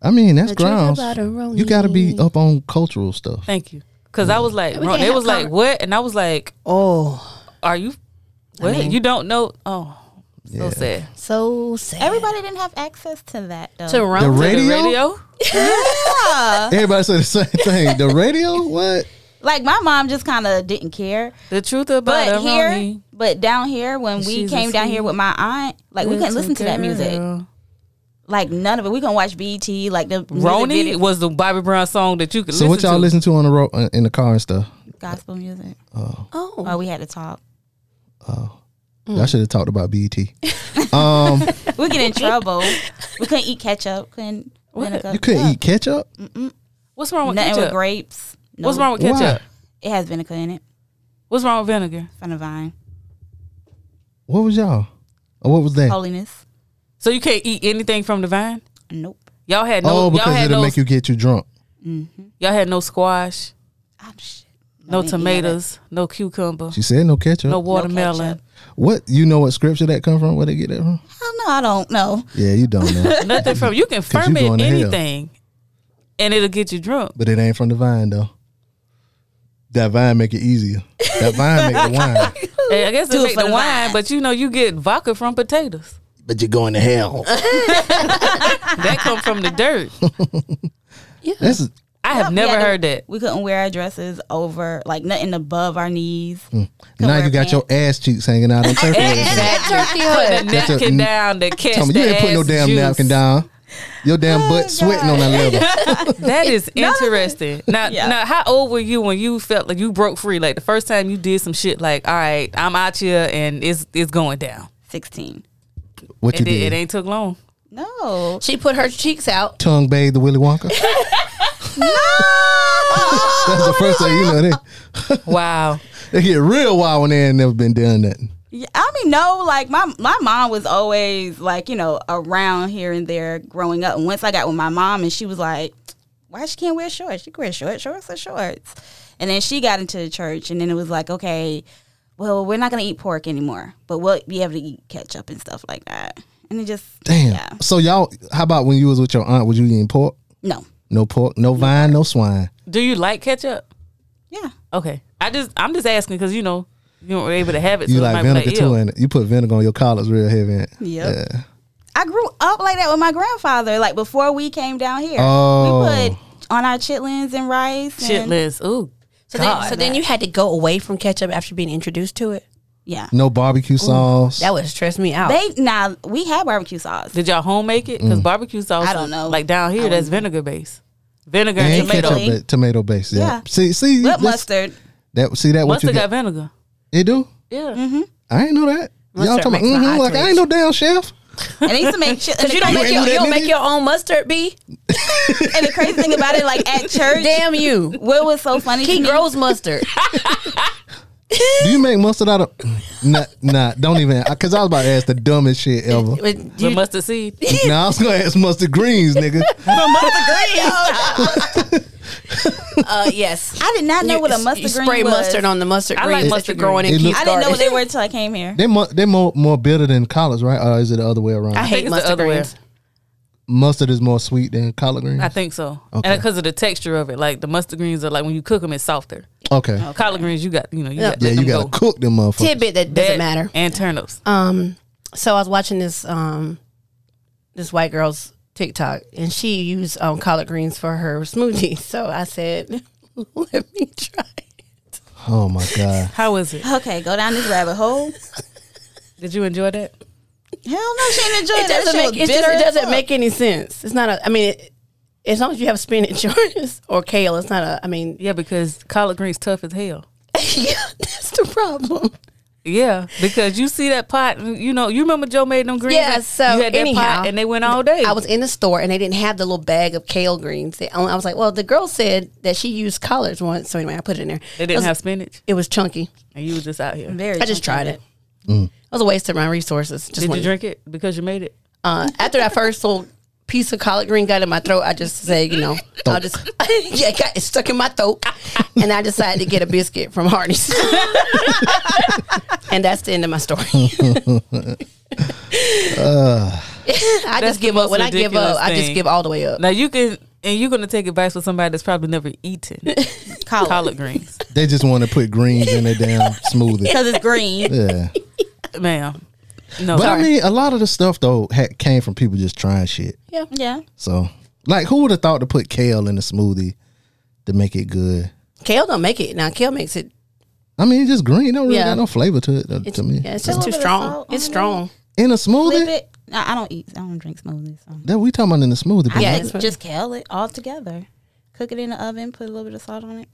I mean, that's The truth grounds. about a Ronin. You got to be up on cultural stuff. Thank you, because I was like, We Ron, can't they have was like, conver- what? And I was like, oh, are you? I What? mean- you don't know? Oh, so sad. So sad. Everybody didn't have access to that though. To The radio? Uh-huh. yeah. Everybody said the (laughs) same thing. The radio, what? Like my mom just kind of didn't care. The truth about but it, here, Ronnie. but down here when we She's a came down here sweet with my aunt, like we couldn't little listen to that music. girl. Like none of it. We couldn't watch BT. Like the music Roni video- was the Bobby Brown song that you could. So what listen y'all to. listen to on the road uh, in the car and stuff? gospel music. Oh, Oh, we had to talk. Mm. y'all should have talked about E BET. Um, We get in trouble. we couldn't eat ketchup. Couldn't. vinegar. you couldn't eat ketchup. Mm-mm. What's wrong with Nothing ketchup? with grapes. What's wrong with Why? ketchup? It has vinegar in it. What's wrong with vinegar? Fun of vine. What was y'all? Or what was that? Holiness. So you can't eat anything from the vine? Nope. Y'all had no. oh, y'all because had it'll no. make you get you drunk. y'all had no squash. Don't make me do No that. tomatoes. No cucumber. She said no ketchup. No watermelon. What? You know what scripture that come from? Where they get that from? Oh no, I don't know. Yeah, you don't (laughs) know. Nothing from you can 'Cause you ferment going to hell. anything, and it'll get you drunk. but it ain't from the vine though. That vine make it easier. That vine make the wine. (laughs) And I guess Do it it make for the the wine, but you know you get vodka from potatoes. But you're going to hell. That come from the dirt. (laughs) That's (laughs) I have Yep, we never had to- heard that. We couldn't wear our dresses over like nothing above our knees. mm. now you got your ass cheeks hanging out (laughs) on turkey. legs. Exactly. Putting a That's a- napkin down to catch Tell me, the you ain't put no ass damn juice. Oh, napkin (laughs) down. Your damn butt sweating on that level. (laughs) That is interesting. Now, Yeah. now, how old were you when you felt like you broke free? Like the first time you did some shit, like, all right, I'm out here and it's it's going down. Sixteen. What It, you did- did? it ain't took long. No. (laughs) She put her cheeks out. Tongue bathe the Willy (laughs) Wonka. That's the first thing you know. They, Wow. they get real wild when they ain't never been done nothing. Yeah, I mean, no. Like my my mom was always like you know around here and there growing up. And once I got with my mom, and she was like, "Why she can't wear shorts? She can wear short shorts or shorts." And then she got into the church, and then it was like, okay, well, we're not gonna eat pork anymore, but we'll be able to eat ketchup and stuff like that. And it just Damn. yeah, So y'all, how about when you was with your aunt? Was you eating pork? no, No pork, no vine, no swine. (laughs) Do you like ketchup? yeah. Okay. I just I'm just asking because you know you weren't able to have it. You so like it might be vinegar too, ew. and you put vinegar on your collars real heavy. ain't it? Yep. Yeah. I grew up like that with my grandfather. Like before we came down here, Oh. we put on our chitlins and rice. And, Chitlins. Ooh. So then, God. so then you had to go away from ketchup after being introduced to it. yeah, No barbecue sauce. That would stress me out. they now we had barbecue sauce. Did y'all home make it? Because Mm. barbecue sauce, I don't is- know. like down here, I that's wouldn't- vinegar based. Vinegar and, and tomato. ketchup, ba- tomato base. Yeah. Yeah. See, see, With that's- mustard. That see that what you Mustard got get? vinegar. It do. Yeah. I ain't know that. Y'all Mustard talking about makes my mhm, eye like I ain't no damn chef. And they used to (laughs) make shit. Cause you don't You make ain't your, do you that, don't make nigga? your own mustard, B. And the crazy thing about it, like (laughs) at church, Damn you. what was so funny? He to me- grows mustard. Do you make mustard out of? (laughs) nah, nah, don't even. Cause I was about to ask the dumbest shit (laughs) ever. But The you- mustard seed. nah, I was gonna ask mustard greens, nigga. (laughs) uh, yes. I did not know what a You- mustard you green spray was. mustard on the mustard I green. like that mustard you're growing green. in It Keith's I didn't know what garden. they were till I came (laughs) here. They more they more more bitter than collards, right? Or is it the other way around? I hate it's the mustard other way. greens. mustard is more sweet than collard greens. I think so. Okay. And because of the texture of it, like the mustard greens are like when you cook them, it's softer. okay. Collard greens, you got you know you got Yeah, let you them gotta go. cook them motherfuckers. Tidbit that doesn't That matter. and turnips. Um, so I was watching this um, this white girl's TikTok, and she used um collard greens for her smoothie. (laughs) So I said, (laughs) "Let me try." Oh my god. How is it? Okay, go down this rabbit hole. Did you enjoy that? Hell no, she didn't enjoy It that. doesn't That shit make was it, just, bitter it as doesn't fuck. make any sense. It's not a. I mean, it, (laughs) as long as you have spinach or, or kale, it's not a. I mean, (laughs) (laughs) Yeah, because collard greens tough as hell. yeah, that's the problem. Yeah, because you see that pot, you know, you remember Joe made them greens? Yeah, and so you had that anyhow, pot and they went all day. I was in the store and they didn't have the little bag of kale greens. They only- I was like, well, the girl said that she used collards once. So anyway, I put it in there. They It didn't was- have spinach. It was chunky. And you was just out here. I just tried it. It was a waste of my resources. Just Did you wanted- drink it because you made it? Uh, after that first little piece of collard green got in my throat, I just say, you know, I'll just (laughs) yeah, it got it stuck in my throat, and I decided to get a biscuit from Hardee's, (laughs) and that's the end of my story. Uh, (laughs) I That's just the give up. most When I give up, ridiculous I just thing. give all the way up. Now you can, and you're gonna take advice from somebody that's probably never eaten (laughs) collard, greens, they just want to put greens in their (laughs) damn smoothie Because it's green. Yeah, ma'am. No, but I mean, a lot of the stuff though ha- came from people just trying shit. yeah, (laughs) yeah. So, like, who would have thought to put kale in a smoothie to make it good? Kale don't make it now. Kale makes it. I mean, it's just green. It don't really Yeah. got no flavor to it. uh, It's, to me, yeah, it's So- just too strong. It's strong. in a smoothie. Flip it. No, I don't eat. I don't drink smoothies. So. That we talking about in the smoothie. I but yeah, not- just kale it all together. Cook it in the oven. Put a little bit of salt on it.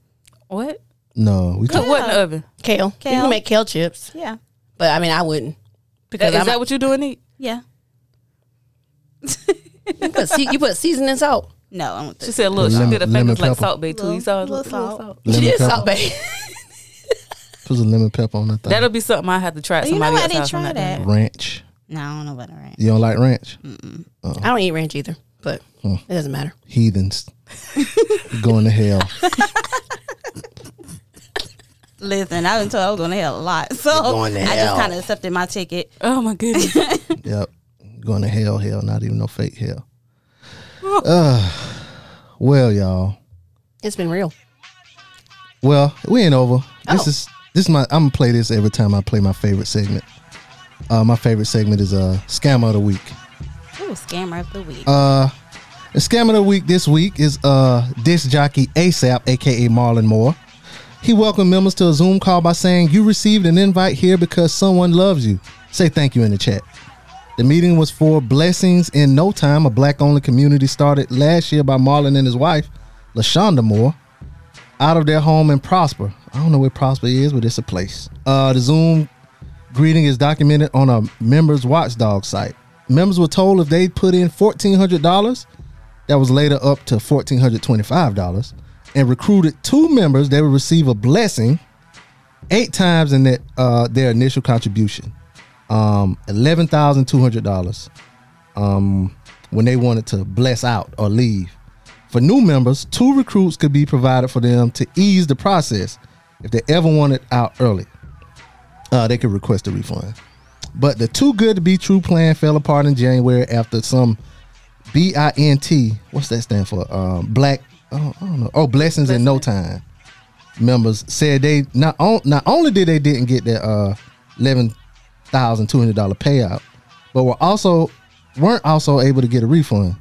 What? no. We Cook what in the oven? Kale. You Kale. can make kale chips, Yeah. but I mean, I wouldn't Is because I'm, that what you doing? Eat? Yeah. you put se- you put seasoning salt. No, I don't She said, "Look, she Lemon- did a lemon famous like pepper. salt bay too. You saw a little salt. Lemon She did pepper. salt bae. put some lemon pepper on that thing. That'll be something I have to try. at You know Somebody what? I else didn't house. I'm try not that. doing ranch. No, I don't know about ranch. You don't like ranch? (laughs) I don't eat ranch either, but Hmm. it doesn't matter. Heathens (laughs) going to hell. Listen, I was told I was going to hell a lot, (laughs) so going to I hell. just kind of accepted my ticket. Oh my goodness! (laughs) Yep, going to hell. Hell, not even no fake hell. Uh, well, y'all. It's been real. Well, we ain't over. This Oh. is this is my. I'm gonna play this every time I play my favorite segment. Uh, my favorite segment is uh, scam of the week. Ooh, scammer of the week. Uh, the scam of the week this week is uh disc jockey ASAP, aka Marlon Moore. He welcomed members to a Zoom call by saying, "You received an invite here because someone loves you. Say thank you in the chat." The meeting was for Blessings in No Time, a black-only community started last year by Marlon and his wife, Lashonda Moore, out of their home in Prosper. I don't know where Prosper is, but it's a place. Uh, the Zoom greeting is documented on a members watchdog site. Members were told if they put in fourteen hundred dollars, that was later up to fourteen hundred twenty-five dollars, and recruited two members, they would receive a blessing eight times in that, uh, their initial contribution, um, eleven thousand two hundred dollars, um, when they wanted to bless out or leave. For new members, two recruits could be provided for them to ease the process if they ever wanted out early uh, they could request a refund. But the too good to be true plan fell apart in January after some B I N T. What's that stand for? Um, black. Oh, I don't know. Oh, blessings in no time. Members said they not on, not only did they didn't get their uh, eleven thousand two hundred dollar payout, but were also weren't also able to get a refund.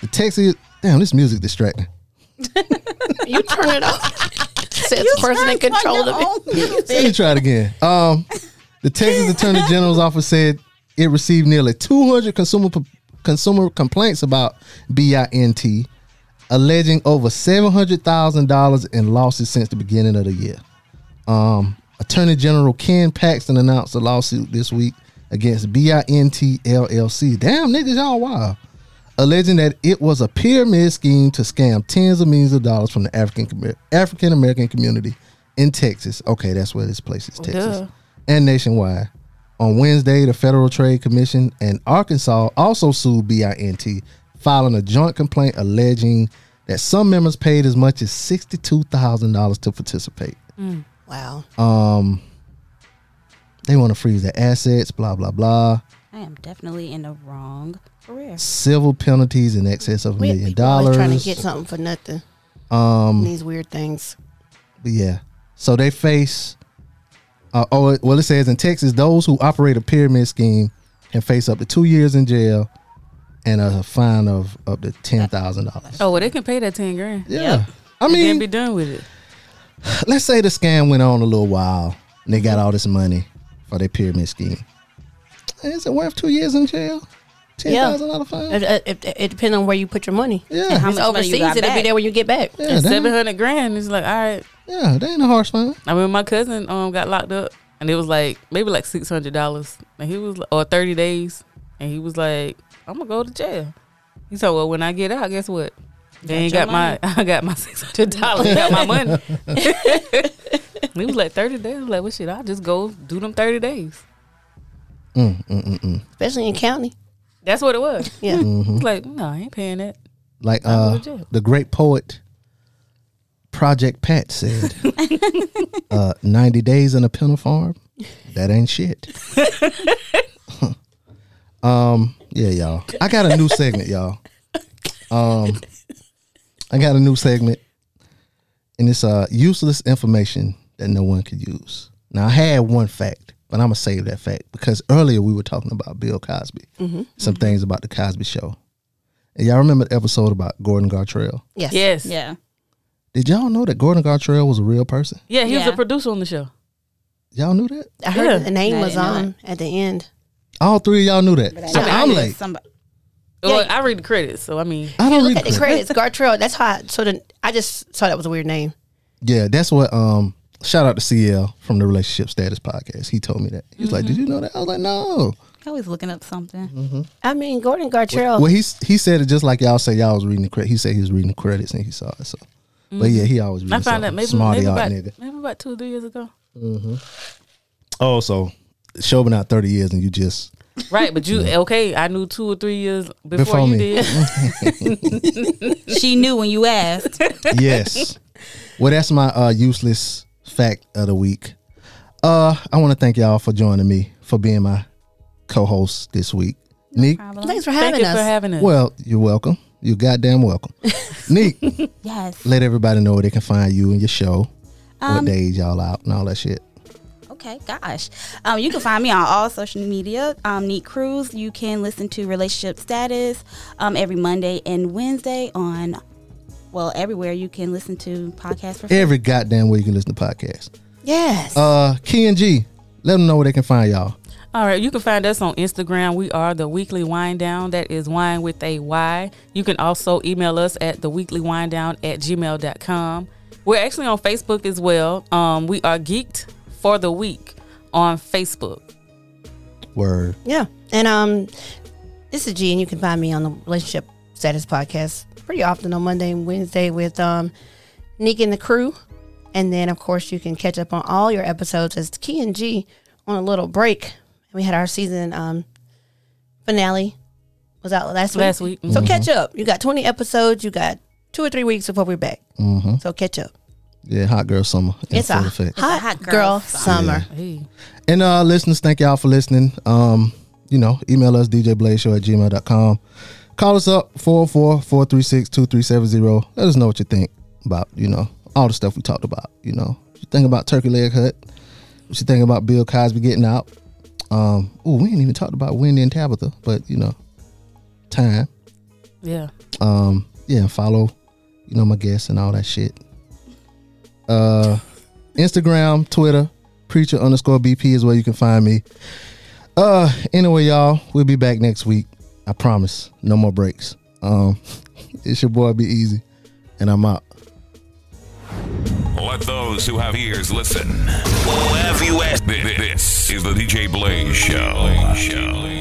The text is damn. This music distracting. You turn it (laughs) off. Says the person in control of Let me it. try it again. Um, the Texas Attorney General's office said it received nearly 200 consumer consumer complaints about BINT, alleging over $700,000 in losses since the beginning of the year. Um, Attorney General Ken Paxton announced a lawsuit this week against BINT LLC. Damn, niggas, y'all wild. Alleging that it was a pyramid scheme to scam tens of millions of dollars from the African com- African American community in Texas. Okay, that's where this place is, Well, Texas, duh. and nationwide. On Wednesday, the Federal Trade Commission and Arkansas also sued BINT, filing a joint complaint alleging that some members paid as much as sixty-two thousand dollars to participate. Wow. Um, they want to freeze their assets, blah blah blah. I am definitely in the wrong career. Civil penalties in excess of a We million people always dollars. trying to get something for nothing. Um, These weird things. But yeah. So they face. Uh, oh, it- well, it says in Texas, those who operate a pyramid scheme can face up to two years in jail and a fine of up to ten thousand dollars. Oh well, they can pay that ten grand. Yeah. I And then mean- be done with it. Let's say the scam went on a little while and they got all this money for their pyramid scheme. Is it worth two years in jail? Ten thousand dollar fine. It, it, it, it depends on where you put your money. Yeah. If And how much it's money you overseas, got it'll be back. there when you get back. Yeah, and that- seven hundred grand is like all right. Yeah, they ain't a harsh fine. I remember my cousin um got locked up, and it was like maybe like six hundred dollars, and he was or thirty days, and he was like, "I'm gonna go to jail." He said, "Well, when I get out, guess what? They ain't your got my (laughs) I got my six hundred dollars, got my money." (laughs) he was like thirty days. I was like, "Well, shit, I'll just go do them thirty days." Mm, mm, mm, mm. especially in county. That's what it was. Yeah, Mhm. It's like no, I ain't paying that. Like I'll go uh, to jail. the great poet Project Pat said, uh, 90 days in a penal farm, that ain't shit. (laughs) um, yeah, y'all. I got a new segment, y'all. Um, I got a new segment, and it's uh, useless information that no one could use. Now, I had one fact, but I'm going to save that fact because earlier we were talking about Bill Cosby, Mhm. some things about the Cosby show. And y'all remember the episode about Gordon Gartrell? Yes. Yes. Yeah. Did y'all know that Gordon Gartrell was a real person? Yeah. He was Yeah. a producer on the show. Y'all knew that? I heard Yeah. the name I was didn't know on at the end. All three of y'all knew that. So I mean, I'm I knew late. somebody- Well, I read the credits, so I mean, I don't Look at read the credits, Gartrell. That's how. I, so then I just saw that was a weird name. Yeah, that's what um shout out to CL from the Relationship Status Podcast. He told me that. He was like, Mm-hmm. Did you know that? I was like, No. I was looking up something. I mean, Gordon Gartrell. Well he s- he said it just like y'all say y'all was reading the credits. He said he was reading the credits and he saw it. So but yeah, he always reading Mm-hmm. I something. found that maybe Smarty maybe art about, nigga. maybe about two or three years ago. Oh, so show been out thirty years and you just Right, but you okay? I knew two or three years before, Before me. you did. She knew when you asked. (laughs) yes. Well, that's my uh, useless fact of the week. Uh, I want to thank y'all for joining me for being my co-host this week. Neek, Thanks for (laughs) Thank having you us. for having us. well, you're welcome. You're goddamn (laughs) welcome. Neek, Yes. let everybody know where they can find you and your show, what Um, days y'all out, and all that shit. Okay, gosh. Um, you can find me on all social media, um, Neat Cruz. You can listen to Relationship Status um, every Monday and Wednesday on, well, everywhere you can listen to podcasts for free. Every goddamn way you can listen to podcasts. yes. Uh, Key and G, let them know where they can find y'all. All right, you can find us on Instagram. We are the Weekly Wind Down. That is wine with a Y. You can also email us at the Weekly Wind Down at gmail.com. We're actually on Facebook as well. Um, we are Geeked for the Week on Facebook. Word. Yeah. And um this is G and you can find me on the relationship status podcast pretty often on Monday and Wednesday with um Nick and the crew. And then of course you can catch up on all your episodes as Key and G on a little break. We had our season um finale was out last week. Mm-hmm. Last week, mhm. So catch up. You got twenty episodes, you got two or three weeks before we're back. hmm So catch up. Yeah, hot girl summer. in It's a full hot, effect. hot girl, girl summer. Mm. Hey. And uh listeners, thank y'all for listening. Um, you know, email us djbladeshow at gmail.com. Call us up 404-436-2370. Let us know what you think about, you know, all the stuff we talked about, you know. What you think about Turkey Leg Hut? What you think about Bill Cosby getting out? Um, oh, we ain't even talked about Wendy and Tabitha, but you know, time. Yeah. Um, yeah, and follow, you know, my guests and all that shit. Uh Instagram, Twitter, preacher underscore BP is where you can find me. Uh anyway, y'all, we'll be back next week. I promise. No more breaks. Um (laughs) it's your boy be easy. And I'm out. Let those who have ears listen. Whoever you ask. This is the DJ Blaze Show.